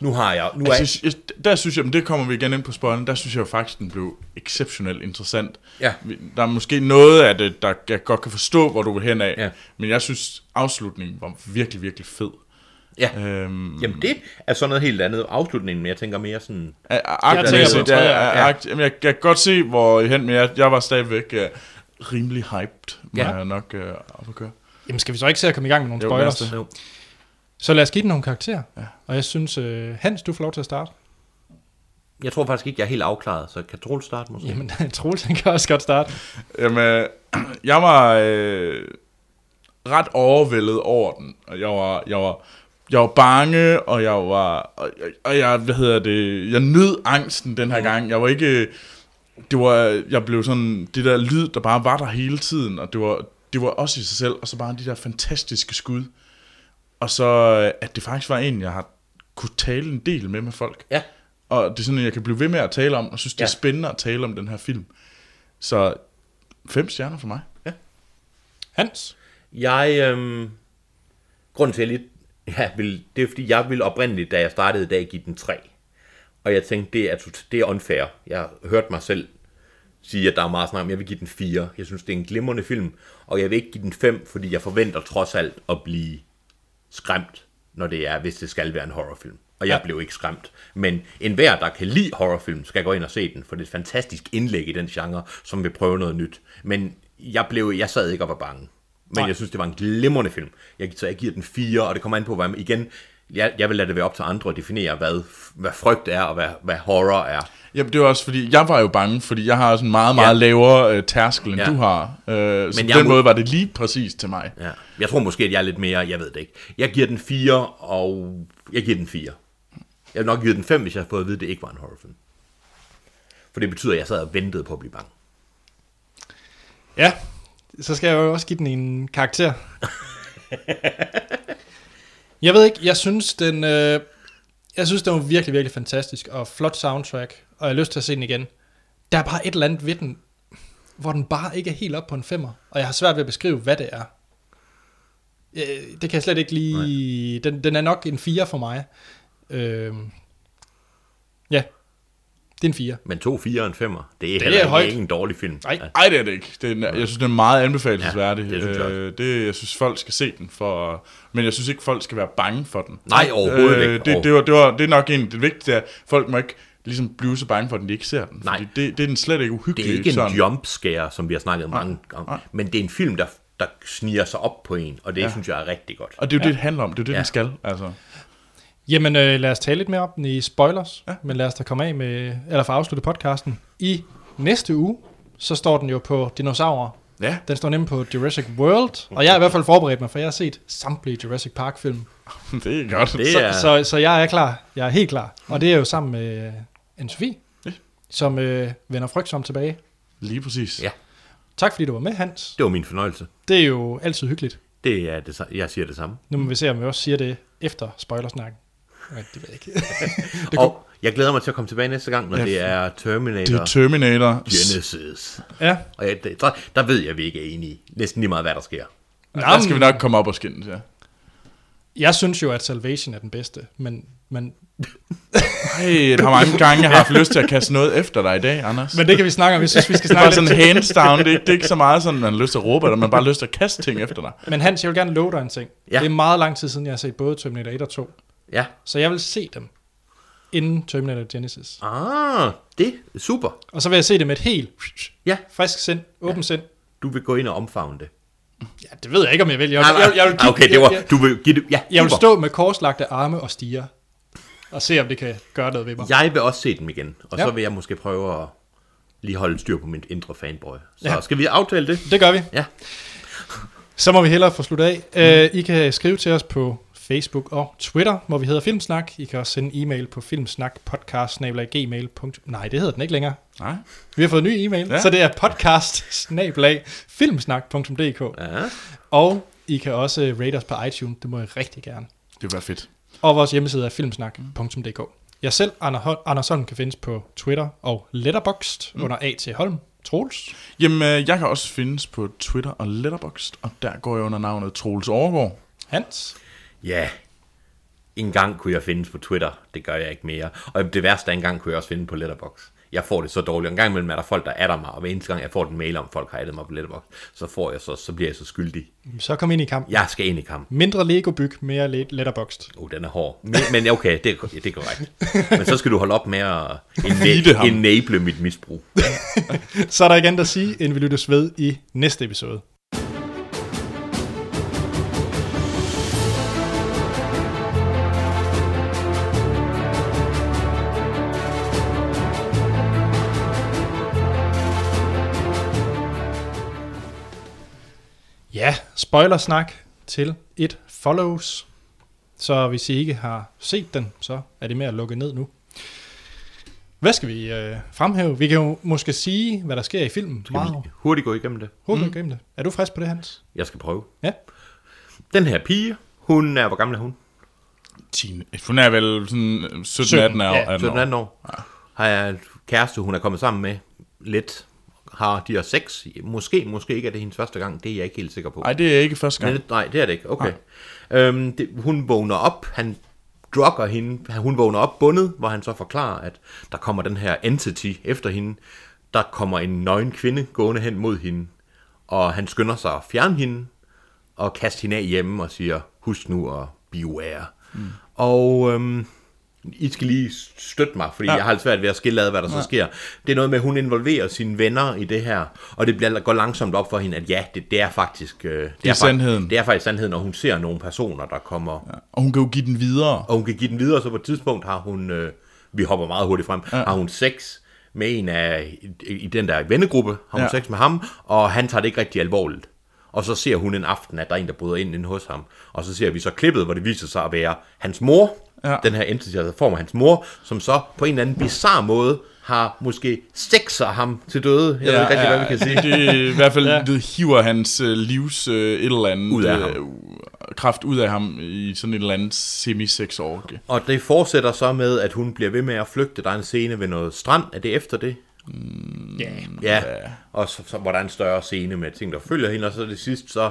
C: Nu har jeg... Nu er
B: Jeg synes, jeg, der synes jeg, men det kommer vi igen ind på spoileren, der synes jeg jo faktisk, den blev exceptionelt interessant.
C: Ja.
B: Vi- Der er måske noget af det, der jeg godt kan forstå, hvor du vil hen af,
C: Ja.
B: men jeg synes, afslutningen var virkelig, virkelig fed.
C: ja.
B: Øhm,
C: Jamen, det er sådan noget helt andet. Afslutningen, men jeg tænker mere sådan...
A: tænker
B: Aktmæssigt,
A: på
B: ja,
A: tredje
B: ja, akt, jamen, jeg, jeg kan godt se, hvor I hen, men jeg, jeg var stadigvæk øh, rimelig hyped, må
C: Ja.
B: jeg nok øh, op at køre.
A: Jamen, skal vi så ikke se at komme i gang med nogle
B: Jo, lad os
A: spoilers?
B: det.
C: Jo.
A: Så lad os give den nogle karakterer. Ja. Og jeg synes, øh, Hans, du får lov til at starte.
C: Jeg tror faktisk ikke, jeg er helt afklaret, så kan Troel starte måske?
A: Jamen, *laughs* Troels, han kan også godt starte.
B: Jamen, *clears throat* øh, jeg var øh, ret overvældet over den. Og jeg var, jeg var, jeg var bange, og jeg var, og, jeg- og jeg, hvad hedder det, jeg nød angsten den her gang. Jeg var ikke, det var, jeg blev sådan, det der lyd, der bare var der hele tiden, og det var, det var også i sig selv, og så bare de der fantastiske skud. Og så, øh, at det faktisk var en, jeg har kunne tale en del med med folk.
C: Ja.
B: Og det er sådan, at jeg kan blive ved med at tale om, og synes, det er
C: Ja.
B: spændende at tale om den her film. Så fem stjerner for mig.
A: Hans?
C: Jeg, øhm, grunden til, at jeg lidt, ja, vil, det er fordi, jeg ville oprindeligt, da jeg startede i dag, give den 3. Og jeg tænkte, det er, tot- det er unfair. Jeg hørte mig selv sige, at der er meget snak om, jeg vil give den 4. Jeg synes, det er en glimrende film, og jeg vil ikke give den 5, fordi jeg forventer trods alt at blive skræmt, når det er, hvis det skal være en horrorfilm. Og jeg ja. blev ikke skræmt. Men enhver, der kan lide horrorfilm, skal gå ind og se den, for det er et fantastisk indlæg i den genre, som vil prøve noget nyt. Men jeg, blev, jeg sad ikke og var bange. Men
A: Nej.
C: Nej. jeg synes, det var en glimrende film. Jeg, så jeg giver den fire, og det kommer an på, hvad man, igen, jeg, jeg vil lade det være op til andre at definere, hvad, hvad frygt er, og hvad, hvad horror er.
B: Jamen, det var også fordi, jeg var jo bange, fordi jeg har også en meget, meget ja.
C: Ja.
B: lavere øh, tærskel, end ja.
C: Ja.
B: du har. Øh, så på
C: jeg
B: den
C: må-
B: måde var det lige præcis til mig.
C: Ja. Jeg tror måske, at jeg er lidt mere, jeg ved det ikke. Jeg giver den 4, og jeg giver den 4. Jeg vil nok give den 5, hvis jeg havde fået at vide, at det ikke var en horrorfilm. For det betyder, at jeg sad og ventede på at blive bange.
A: Ja, så skal jeg jo også give den en karakter. jeg ved ikke, jeg synes den, øh, jeg synes den var virkelig, virkelig fantastisk, og flot soundtrack, og jeg har lyst til at se den igen. Der er bare et eller andet ved den, hvor den bare ikke er helt op på en femmer, og jeg har svært ved at beskrive, hvad det er. Øh, det kan jeg slet ikke lige... Den, den er nok en fire for mig. Øh, ja, Det er en 4.
C: Men to, fire og en femmer, det er,
A: er
C: heller,
A: højt.
C: ikke en dårlig film.
A: Nej.
C: Ja.
B: Ej, det er det ikke. Det er, en- jeg synes, det er meget anbefalesværdig.
C: Ja, det synes jeg også.
B: Øh, det, jeg synes, folk skal se den for... Men jeg synes ikke, folk skal være bange for den. Øh,
C: Nej, overhovedet ikke.
B: Det, det, var, det, var, det er nok en af det vigtigste, at folk må ikke ligesom blive så bange for den, de ikke ser den.
C: Nej.
B: Fordi det, det er den slet ikke uhyggelig.
C: Det er ikke en
B: sådan.
C: jump scare, som vi har snakket mange gange, men det er en film, der, der sniger sig op på en, og det ja. synes jeg er rigtig godt.
B: Og det er jo ja. det, det handler om. Det er jo det, ja.
C: Ja.
B: den skal. Altså. *laughs*
A: Jamen, øh, lad os tale lidt mere om den i spoilers, ja. men lad os da komme af med, eller få afsluttet podcasten. I næste uge, så står den jo på dinosaurer.
B: Ja.
A: Den står nemlig på Jurassic World, og jeg er i hvert fald forberedt mig, for jeg har set samtlige Jurassic Park-film.
B: Det er godt.
C: Det
A: Så,
C: er,
A: så, så jeg er klar. Jeg er helt klar. Og det er jo sammen med øh, Anne-Sophie,
B: Ja.
A: som øh, vender frygtsomt tilbage.
B: Lige præcis.
C: Ja.
A: Tak fordi du var med, Hans.
C: det var min fornøjelse.
A: Det er jo altid hyggeligt.
C: Det er det, sa- jeg siger det samme.
A: Nu må vi se, om vi også siger det efter spoilersnakken. Nej, det ved jeg ikke.
C: Det og jeg glæder mig til at komme tilbage næste gang, når det er Terminator
B: Det er Terminator.
C: Genesis.
A: ja.
C: Og jeg, det- der, der ved jeg, at vi ikke er enige. Næsten lige meget, hvad der sker.
B: Der skal vi nok komme op og skændes, ja.
A: Jeg synes jo, at Salvation er den bedste, men, men,
B: Ej, der har mange gange, jeg har haft lyst til at kaste noget efter dig i dag, Anders.
A: men det kan vi snakke om. Jeg synes, vi
C: *laughs*
A: skal
B: Det er bare
A: snakke
B: sådan
A: lidt til.
B: hands down. Det er, ikke, det er ikke så meget sådan, man har lyst til at råbe eller man har bare lyst til at kaste ting efter dig.
A: Men Hans, jeg vil gerne love dig en ting.
C: Ja.
A: Det er meget lang tid siden, jeg har set både Terminator 1 og 2.
C: Ja.
A: Så jeg vil se dem inden Terminator Genesis.
C: Ah, det er super.
A: Og så vil jeg se det med et helt
C: Ja,
A: frisk sind, åbent ja. sind.
C: du vil gå ind og omfavne det.
A: Ja, det ved jeg ikke, om jeg vil. Jeg,
C: Nej, nej.
A: jeg, jeg, vil,
C: Ah, okay, det var,
A: jeg,
C: du vil give det, ja,
A: jeg vil
C: super.
A: stå med korslagte arme og stiger. Og se, om det kan gøre noget ved mig.
C: Jeg vil også se dem igen, og
A: Ja.
C: ja. så vil jeg måske prøve at lige holde styr på min indre fanboy. Så
A: Ja.
C: ja. skal vi aftale det?
A: Det gør vi.
C: Ja.
A: Så må vi hellere få slut af. Øh, I kan skrive til os på Facebook og Twitter, hvor vi hedder Filmsnak. I kan også sende en e-mail på filmsnakpodcast Nej, det hedder den ikke længere.
B: Nej.
A: Vi har fået en ny e-mail, ja.
B: Ja.
A: så det er podcast filmsnak.dk.
C: Ja.
A: Og I kan også øh, rate os på iTunes, det må I rigtig gerne.
B: Det ville være fedt.
A: Og vores hjemmeside er filmsnak.dk. Jeg selv, Ander Hol- Anders Holm, kan findes på Twitter og Letterboxd mm. under A.T. Holm. Troels.
B: Jamen, øh, jeg kan også findes på Twitter og Letterboxd, og der går jeg under navnet Troels Overgaard.
A: Hans.
C: ja. En gang kunne jeg findes på Twitter. Det gør jeg ikke mere. Og det værste er, en gang kunne jeg også finde på Letterbox. Jeg får det så dårligt. En gang imellem er der folk, der adder mig, og hver eneste gang, jeg får den mail om, folk har addet mig på Letterbox, så, får jeg så, så bliver jeg så skyldig.
A: Så kom ind i kampen.
C: Jeg skal ind i kampen.
A: Mindre Lego-byg, mere le- Letterboxd.
C: Oh, den er hård. Men, men okay, det er, ja, det er korrekt. Men så skal du holde op med at
B: Feede ham.
C: enable, enable mit misbrug.
A: Så er der igen at sige, end vi lyttes ved i næste episode. Ja, spoilersnak til et follows. Så hvis I ikke har set den, så er det med at lukke ned nu. Hvad skal vi øh, fremhæve? Vi kan jo måske sige, hvad der sker i filmen. Meget
C: Hurtigt gå igennem det.
A: Håber mm. gennem det. Er du frisk på det, Hans?
C: Jeg skal prøve.
A: Ja.
C: Den her pige, hun er, hvor gammel er hun?
B: Tine. Hun er vel sådan øh, 17-18
A: Sytten,
B: år.
A: ja,
C: 17-18 år. Har en kæreste, hun er kommet sammen med lidt. Har de har sex? Måske, måske ikke er det hendes første gang. Det er jeg ikke helt sikker på.
B: Nej, det er ikke første gang.
C: Men, nej, det er det ikke. Okay. Øhm, det, hun vågner op. Han drukker hende. Hun vågner op bundet, hvor han så forklarer, at der kommer den her entity efter hende. Der kommer en nøgen kvinde gående hen mod hende. Og han skynder sig at fjerne hende og kaste hende af hjemme og siger, husk nu at beware. Mm. Og øhm, I skal lige støtte mig, fordi ja. jeg har lidt svært ved at skille ad, hvad der ja. så sker. Det er noget med, at hun involverer sine venner i det her, og det bliver, går langsomt op for hende, at ja, det, det er faktisk... Øh, det, det er, fak-
B: sandheden.
C: Det er faktisk sandheden, når hun ser nogle personer, der kommer... Ja.
B: Og hun kan jo give den videre.
C: Og hun kan give den videre, så på et tidspunkt har hun... Øh, vi hopper meget hurtigt frem. Ja. Har hun sex med en af... I, i den der vennegruppe har hun
B: Ja.
C: ja. sex med ham, og han tager det ikke rigtig alvorligt. Og så ser hun en aften, at der er en, der bryder ind inde hos ham. Og så ser vi så klippet, hvor det viser sig at være hans mor.
B: Ja.
C: Ja. Den her entity, altså form af hans mor, som så på en eller anden bizarre måde har måske sexer ham til døde. Jeg ja, ved ikke rigtig, ja, hvad vi kan sige.
B: Det er i hvert
C: *laughs*
B: fald, ja. det hiver hans øh, livs øh, et eller andet
C: Ud af ham.
B: øh, kraft ud af ham i sådan et eller andet semi-sex orke.
C: Og det fortsætter så med, at hun bliver ved med at flygte. Der er en scene ved noget strand. Er det efter det?
A: Ja. Yeah.
C: Ja, og så, så, hvor der er en større scene med ting, der følger hende, og så det sidste, så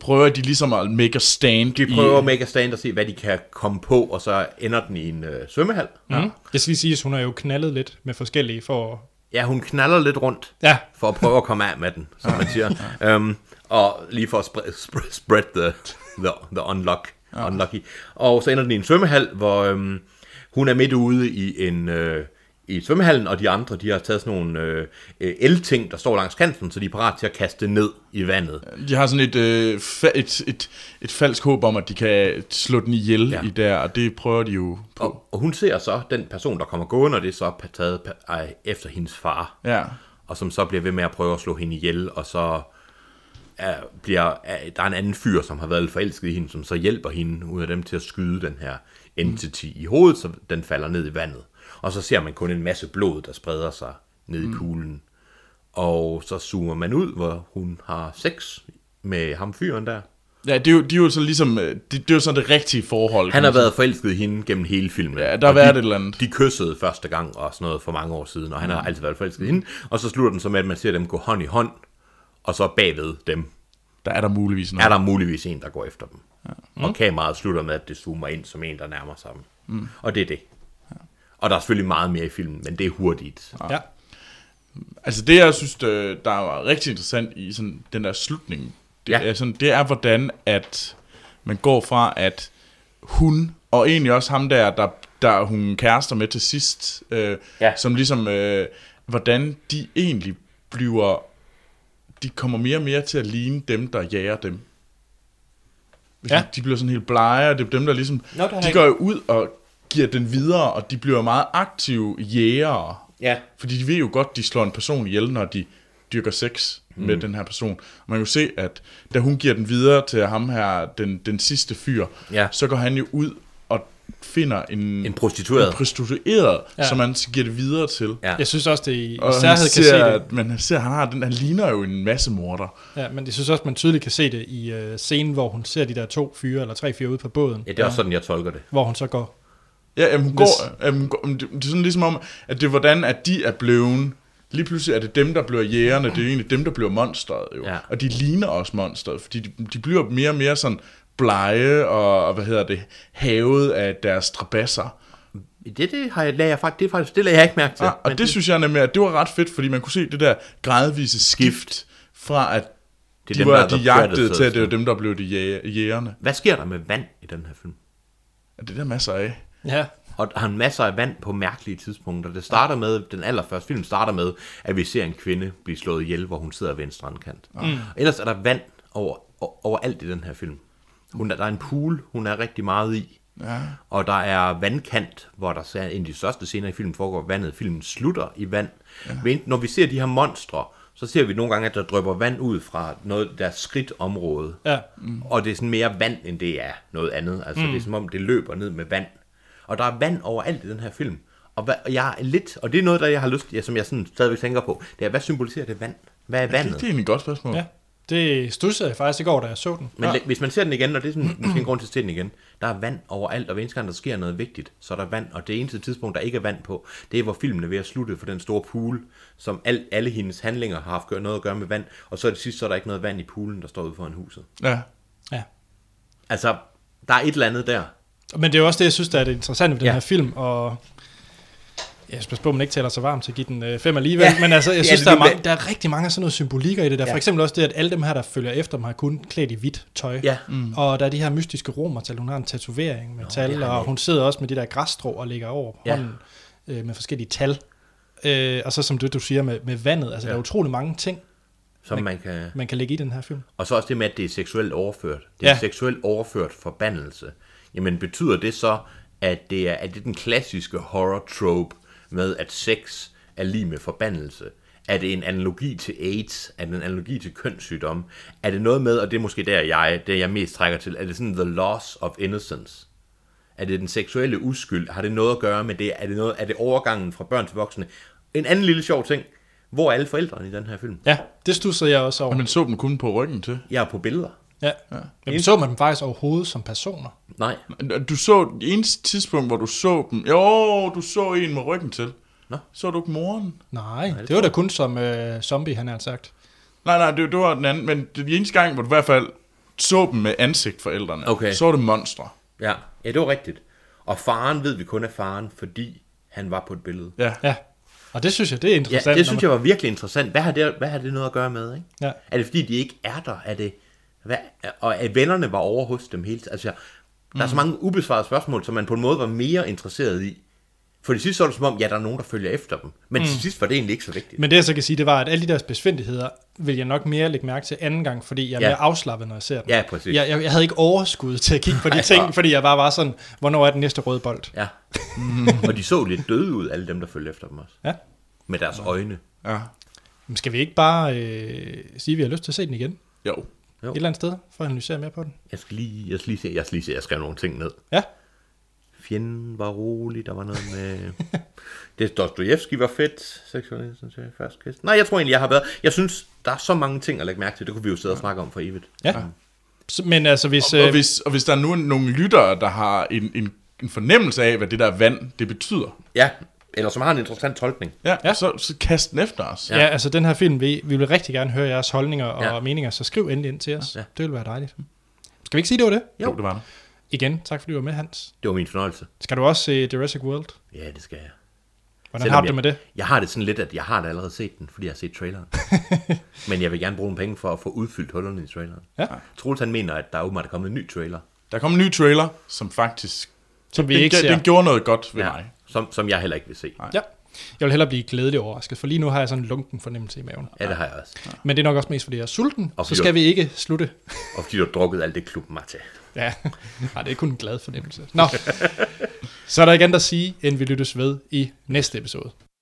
B: prøver de ligesom at make a stand
C: De prøver
B: i,
C: at make a stand og se, hvad de kan komme på, og så ender den i en øh, svømmehal.
A: Mm. Jeg skal lige sige, at hun er jo knaldet lidt med forskellige for...
C: Ja, hun knaller lidt rundt.
A: Ja,
C: for at prøve at komme af med den, som man siger. Øhm, og lige for at spread, spread, spread the, the, the unlock, unlucky. Og så ender den i en svømmehal, hvor øhm, hun er midt ude i en... Øh, i svømmehallen, og de andre, de har taget sådan nogle øh, øh, elting, der står langs kanten, så de er parat til at kaste ned i vandet.
B: De har sådan et, øh, fa- et, et, et falsk håb om, at de kan slå den ihjel
C: Ja.
B: ja. i der, og det prøver de jo på. Oh.
C: Og, og hun ser så den person, der kommer gående, og det er så taget ej, efter hendes far.
B: Ja.
C: og som så bliver ved med at prøve at slå hende ihjel, og så er, bliver, er, der er en anden fyr, som har været lidt forelsket i hende, som så hjælper hende ud af dem til at skyde den her entity i hovedet, så den falder ned i vandet. Og så ser man kun en masse blod, der spreder sig ned
B: Mm.
C: i poolen. Og så zoomer man ud, hvor hun har sex med ham fyren der.
B: Ja, det er jo, de er jo så ligesom, øh, det, det er jo sådan det rigtige forhold.
C: Han har
B: kan man
C: været forelsket i hende gennem hele filmen.
B: Altså- Ja, der har
C: Og
B: været
C: de,
B: et eller andet.
C: De kyssede første gang og sådan noget for mange år siden, og han har altid været forelsket i hende. Og så slutter den så med, at man ser dem gå hånd i hånd, og så bagved dem
B: sige. Der er der muligvis noget.
C: er der muligvis en, der går efter dem. Ja. Og kameraet slutter med, at det zoomer ind som en, der nærmer sig dem. Mm. Og det er det. Og der er selvfølgelig meget mere i filmen, men det er hurtigt.
A: ja.
B: Altså det, jeg synes, øh, der var rigtig interessant i sådan, den der slutning, det,
C: Ja.
B: ja. er sådan, det er, hvordan at man går fra, at hun, og egentlig også ham der, der, der hun kærester med til sidst, øh,
C: Ja.
B: ja. som ligesom, øh, hvordan de egentlig bliver, de kommer mere og mere til at ligne dem, der jager dem. Hvis
A: Ja.
B: ja. De bliver sådan helt blege, og det er dem, der ligesom,
C: Nå, det har
B: de
C: jeg-
B: går jo ud og giver den videre, og de bliver meget aktive jægere.
C: Ja.
B: Fordi de ved jo godt, de slår en person ihjel, når de dyrker sex mm. med den her person. Og man kan jo se, at da hun giver den videre til ham her, den, den sidste fyr,
C: Ja.
B: så går han jo ud og finder en,
C: En prostitueret.
B: en prostitueret
A: Ja.
B: ja. som han så giver det videre til.
C: Ja.
A: Jeg synes også, det i, i
B: Og han
A: særhed
B: ser,
A: kan se det.
B: at- men han ser, han har den, han ligner jo en masse morder.
A: Ja, men jeg synes også, man tydeligt kan se det i øh, scenen, hvor hun ser de der to fyre eller tre fyre ude på båden,
C: Ja, det er også sådan, jeg tolker det.
A: hvor hun så går.
B: Ja, jamen, hun går, jamen, hun går, jamen, det, det er sådan ligesom om, at det er hvordan, at de er blevet, lige pludselig er det dem, der bliver jægerne, det er jo egentlig dem, der bliver monstret jo.
C: Ja.
B: Og de ligner også monstret, fordi de, de bliver mere og mere sådan blege og, og hvad hedder det, havet af deres strabasser.
C: Det, det har jeg, lagde jeg faktisk, det, er faktisk, det lagde jeg ikke mærke til.
B: Ja, Ah, og
C: men
B: det, det synes jeg nemlig, at det var ret fedt, fordi man kunne se det der gradvise skift fra, at
C: Det
B: det
C: er
B: de
C: dem,
B: var
C: der er
B: de
C: the
B: jagtede til, at det var
C: predators.
B: dem, der blev de jæ- jægerne.
C: Hvad sker der med vand i den her film?
B: Ja, Det er der masser af.
A: Ja,
C: Og der er masser af vand på mærkelige tidspunkter. Det starter med, den allerførste film starter med, at vi ser en kvinde blive slået ihjel, hvor hun sidder ved en strandkant. Mm. Ellers er der vand over, o- overalt i den her film. Hun er, der er en pool, hun er rigtig meget i. Ja. Og der er vandkant, hvor der ser en af de største scener i filmen foregår vandet. Filmen slutter i vand. Ja. Men når vi ser de her monstre, så ser vi nogle gange, at der drøber vand ud fra noget der skridtområde.
A: ja.
C: Mm. Og det er sådan mere vand, end det er noget andet. Altså, mm. det er som om, det løber ned med vand. Og der er vand overalt i den her film. Og, hvad, og jeg er lidt, og det er noget, der jeg har lyst ja, som jeg sådan stadigvæk tænker på, det er, hvad symboliserer det vand? Hvad er
B: Det,
C: vandet?
B: det er egentlig et godt spørgsmål.
A: ja. Det stussede jeg faktisk i går, da jeg så den.
C: Men ja. hvis man ser den igen, og det er sådan, *clears throat* måske en grund til at se den igen, der er vand overalt, og hver eneste gang, der sker noget vigtigt, så er der vand, og det eneste tidspunkt, der ikke er vand på, det er, hvor filmen er ved at slutte for den store pool, som al, alle hendes handlinger har haft gør- noget at gøre med vand, og så er det sidste, så er der ikke noget vand i poolen, der står ude foran huset.
B: Ja.
A: Ja.
C: Altså, der er et eller andet der.
A: Men det er jo også det, jeg synes, der er det interessante ved den
C: Ja.
A: ja. her film, og jeg skal passe på, at man ikke taler så varmt til at give den øh, fem alligevel, ja. men altså, jeg
C: Ja,
A: synes,
C: det
A: der, er
C: ville
A: mange, der er rigtig mange af sådan noget symbolikker i det der. Ja. For eksempel også det, at alle dem her, der følger efter dem, har kun klædt i hvidt tøj.
C: Ja.
A: Mm. Og der er de her mystiske romertal, hun har en tatovering med tal,
C: har
A: og
C: hun.
A: hun sidder også med det der græsstrå og ligger over på
C: Ja.
A: ja. hånden øh, med forskellige tal. Øh, og så som det, du siger med, med vandet, altså ja. der er utrolig mange ting,
C: Som man kan...
A: man kan lægge i den her film.
C: Og så også det med, at det er seksuelt overført. Det er ja.
A: Ja.
C: seksuelt overført forbandelse. Jamen betyder det så, at det er, at det er den klassiske horror trope med, at sex er lige med forbandelse? Er det en analogi til AIDS? Er det en analogi til kønssygdom? Er det noget med, og det er måske der, jeg, det jeg mest trækker til, er det sådan the loss of innocence? Er det den seksuelle uskyld? Har det noget at gøre med det? Er det, noget, er det overgangen fra børn til voksne? En anden lille sjov ting. Hvor er alle forældrene i den her film?
A: Ja, det stussede jeg også over.
B: Og man så dem kun på ryggen til.
C: Jeg er på billeder.
A: Ja. ja. Jamen, så man dem faktisk overhovedet som personer.
C: Nej.
B: Du så det eneste tidspunkt, hvor du så dem. Jo, du så en med ryggen til.
C: Nå.
B: Så du ikke moren?
A: Nej, det, det var da kun som øh, zombie, han har sagt.
B: Nej, nej, det, det var den anden. Men det er den eneste gang, hvor du i hvert fald så dem med ansigt forældrene.
C: Okay.
B: Så var det monstre.
C: Ja, ja, det var rigtigt. Og faren ved vi kun er faren, fordi han var på et billede.
B: Ja.
A: Ja. Og det synes jeg, det er
C: Ja,
A: interessant.
C: det synes jeg var virkelig interessant. Hvad har det, hvad har det noget at gøre med? Ikke?
A: Ja.
C: Er det fordi, de ikke er der? Er det, hvad, og at vennerne var over hos dem hele tiden? Altså, der er
A: Mhm.
C: så mange ubesvarede spørgsmål, som man på en måde var mere interesseret i. For det sidste så var det som om, ja, der er nogen, der følger efter dem. Men mm. til sidst var det egentlig ikke så vigtigt.
A: Mhm. Men det jeg så kan sige, det var, at alle de deres besvindeligheder vil jeg nok mere lægge mærke til anden gang, fordi jeg er
C: Ja.
A: ja. mere afslappet, når jeg ser dem.
C: Ja, præcis.
A: Jeg, jeg, jeg havde ikke overskud til at kigge
C: *laughs*
A: på de
C: hvor-
A: ting, fordi jeg bare var sådan, hvornår er den næste røde bold?
C: Ja.
A: Mhm.
C: og de så lidt døde ud, alle dem, der følger efter dem også.
A: Ja.
C: Med deres øjne.
B: ja.
A: Men skal vi ikke bare øh, sige, at vi har lyst til at se den igen?
B: Jo.
C: Jo.
A: Et eller andet sted, for at analysere mere på den.
C: Jeg skal lige, jeg skal lige se, jeg skal lige se, jeg skrev nogle ting ned.
A: Ja,
C: Fjenden var rolig, der var noget med... *laughs* det Dostojevski var fedt. Seksuel først kist. Nej, jeg tror egentlig, jeg har været... Jeg synes, der er så mange ting at lægge mærke til. Det kunne vi jo sidde og snakke om for evigt. Um,
A: ja. Så, men altså, hvis...
B: Og
A: Øh,
B: hvis, og hvis der er nu er nogle lyttere, der har en, en, en fornemmelse af, hvad det der vand, det betyder,
C: Ja, eller som har en interessant tolkning.
B: ja, ja. Så, så kast den efter os.
A: ja. ja, altså den her film, vi, vi vil rigtig gerne høre jeres holdninger og
C: Ja.
A: ja. meninger, så skriv endelig ind til os.
C: Ja.
A: Ja. Det vil være dejligt. Skal vi ikke sige, det var det?
B: Jo, det var det.
A: Igen, tak fordi du var med, Hans.
C: Det var min fornøjelse.
A: Skal du også se Jurassic World?
C: Ja, det skal jeg.
A: Hvordan
C: Selvom
A: har du
C: jeg,
A: det med det?
C: Jeg har det sådan lidt, at jeg har da allerede set den, fordi jeg har set
A: *laughs*
C: traileren. Men jeg vil gerne bruge nogle penge for at få udfyldt hullerne i traileren.
A: Ja.
C: Troels han mener, at der åbenbart er kommet en ny trailer.
B: Der kom en ny trailer, som faktisk
A: Som vi
B: den,
A: ikke
B: den,
A: ser.
B: den gjorde noget godt ved ja. mig.
C: Som, som jeg heller ikke vil se.
A: Ja. Jeg vil hellere blive glædelig overrasket, for lige nu har jeg sådan en lunken fornemmelse i maven.
C: Ja, det har jeg også.
A: Men det er nok også mest, fordi jeg er sulten,
C: Og
A: og så
C: fordi du-
A: skal vi ikke slutte.
C: Og fordi du har drukket alt det klub mate.
A: Ja, Ej, det er kun en glad fornemmelse. Nå, så er der ikke andet at sige, end vi lyttes ved i næste episode.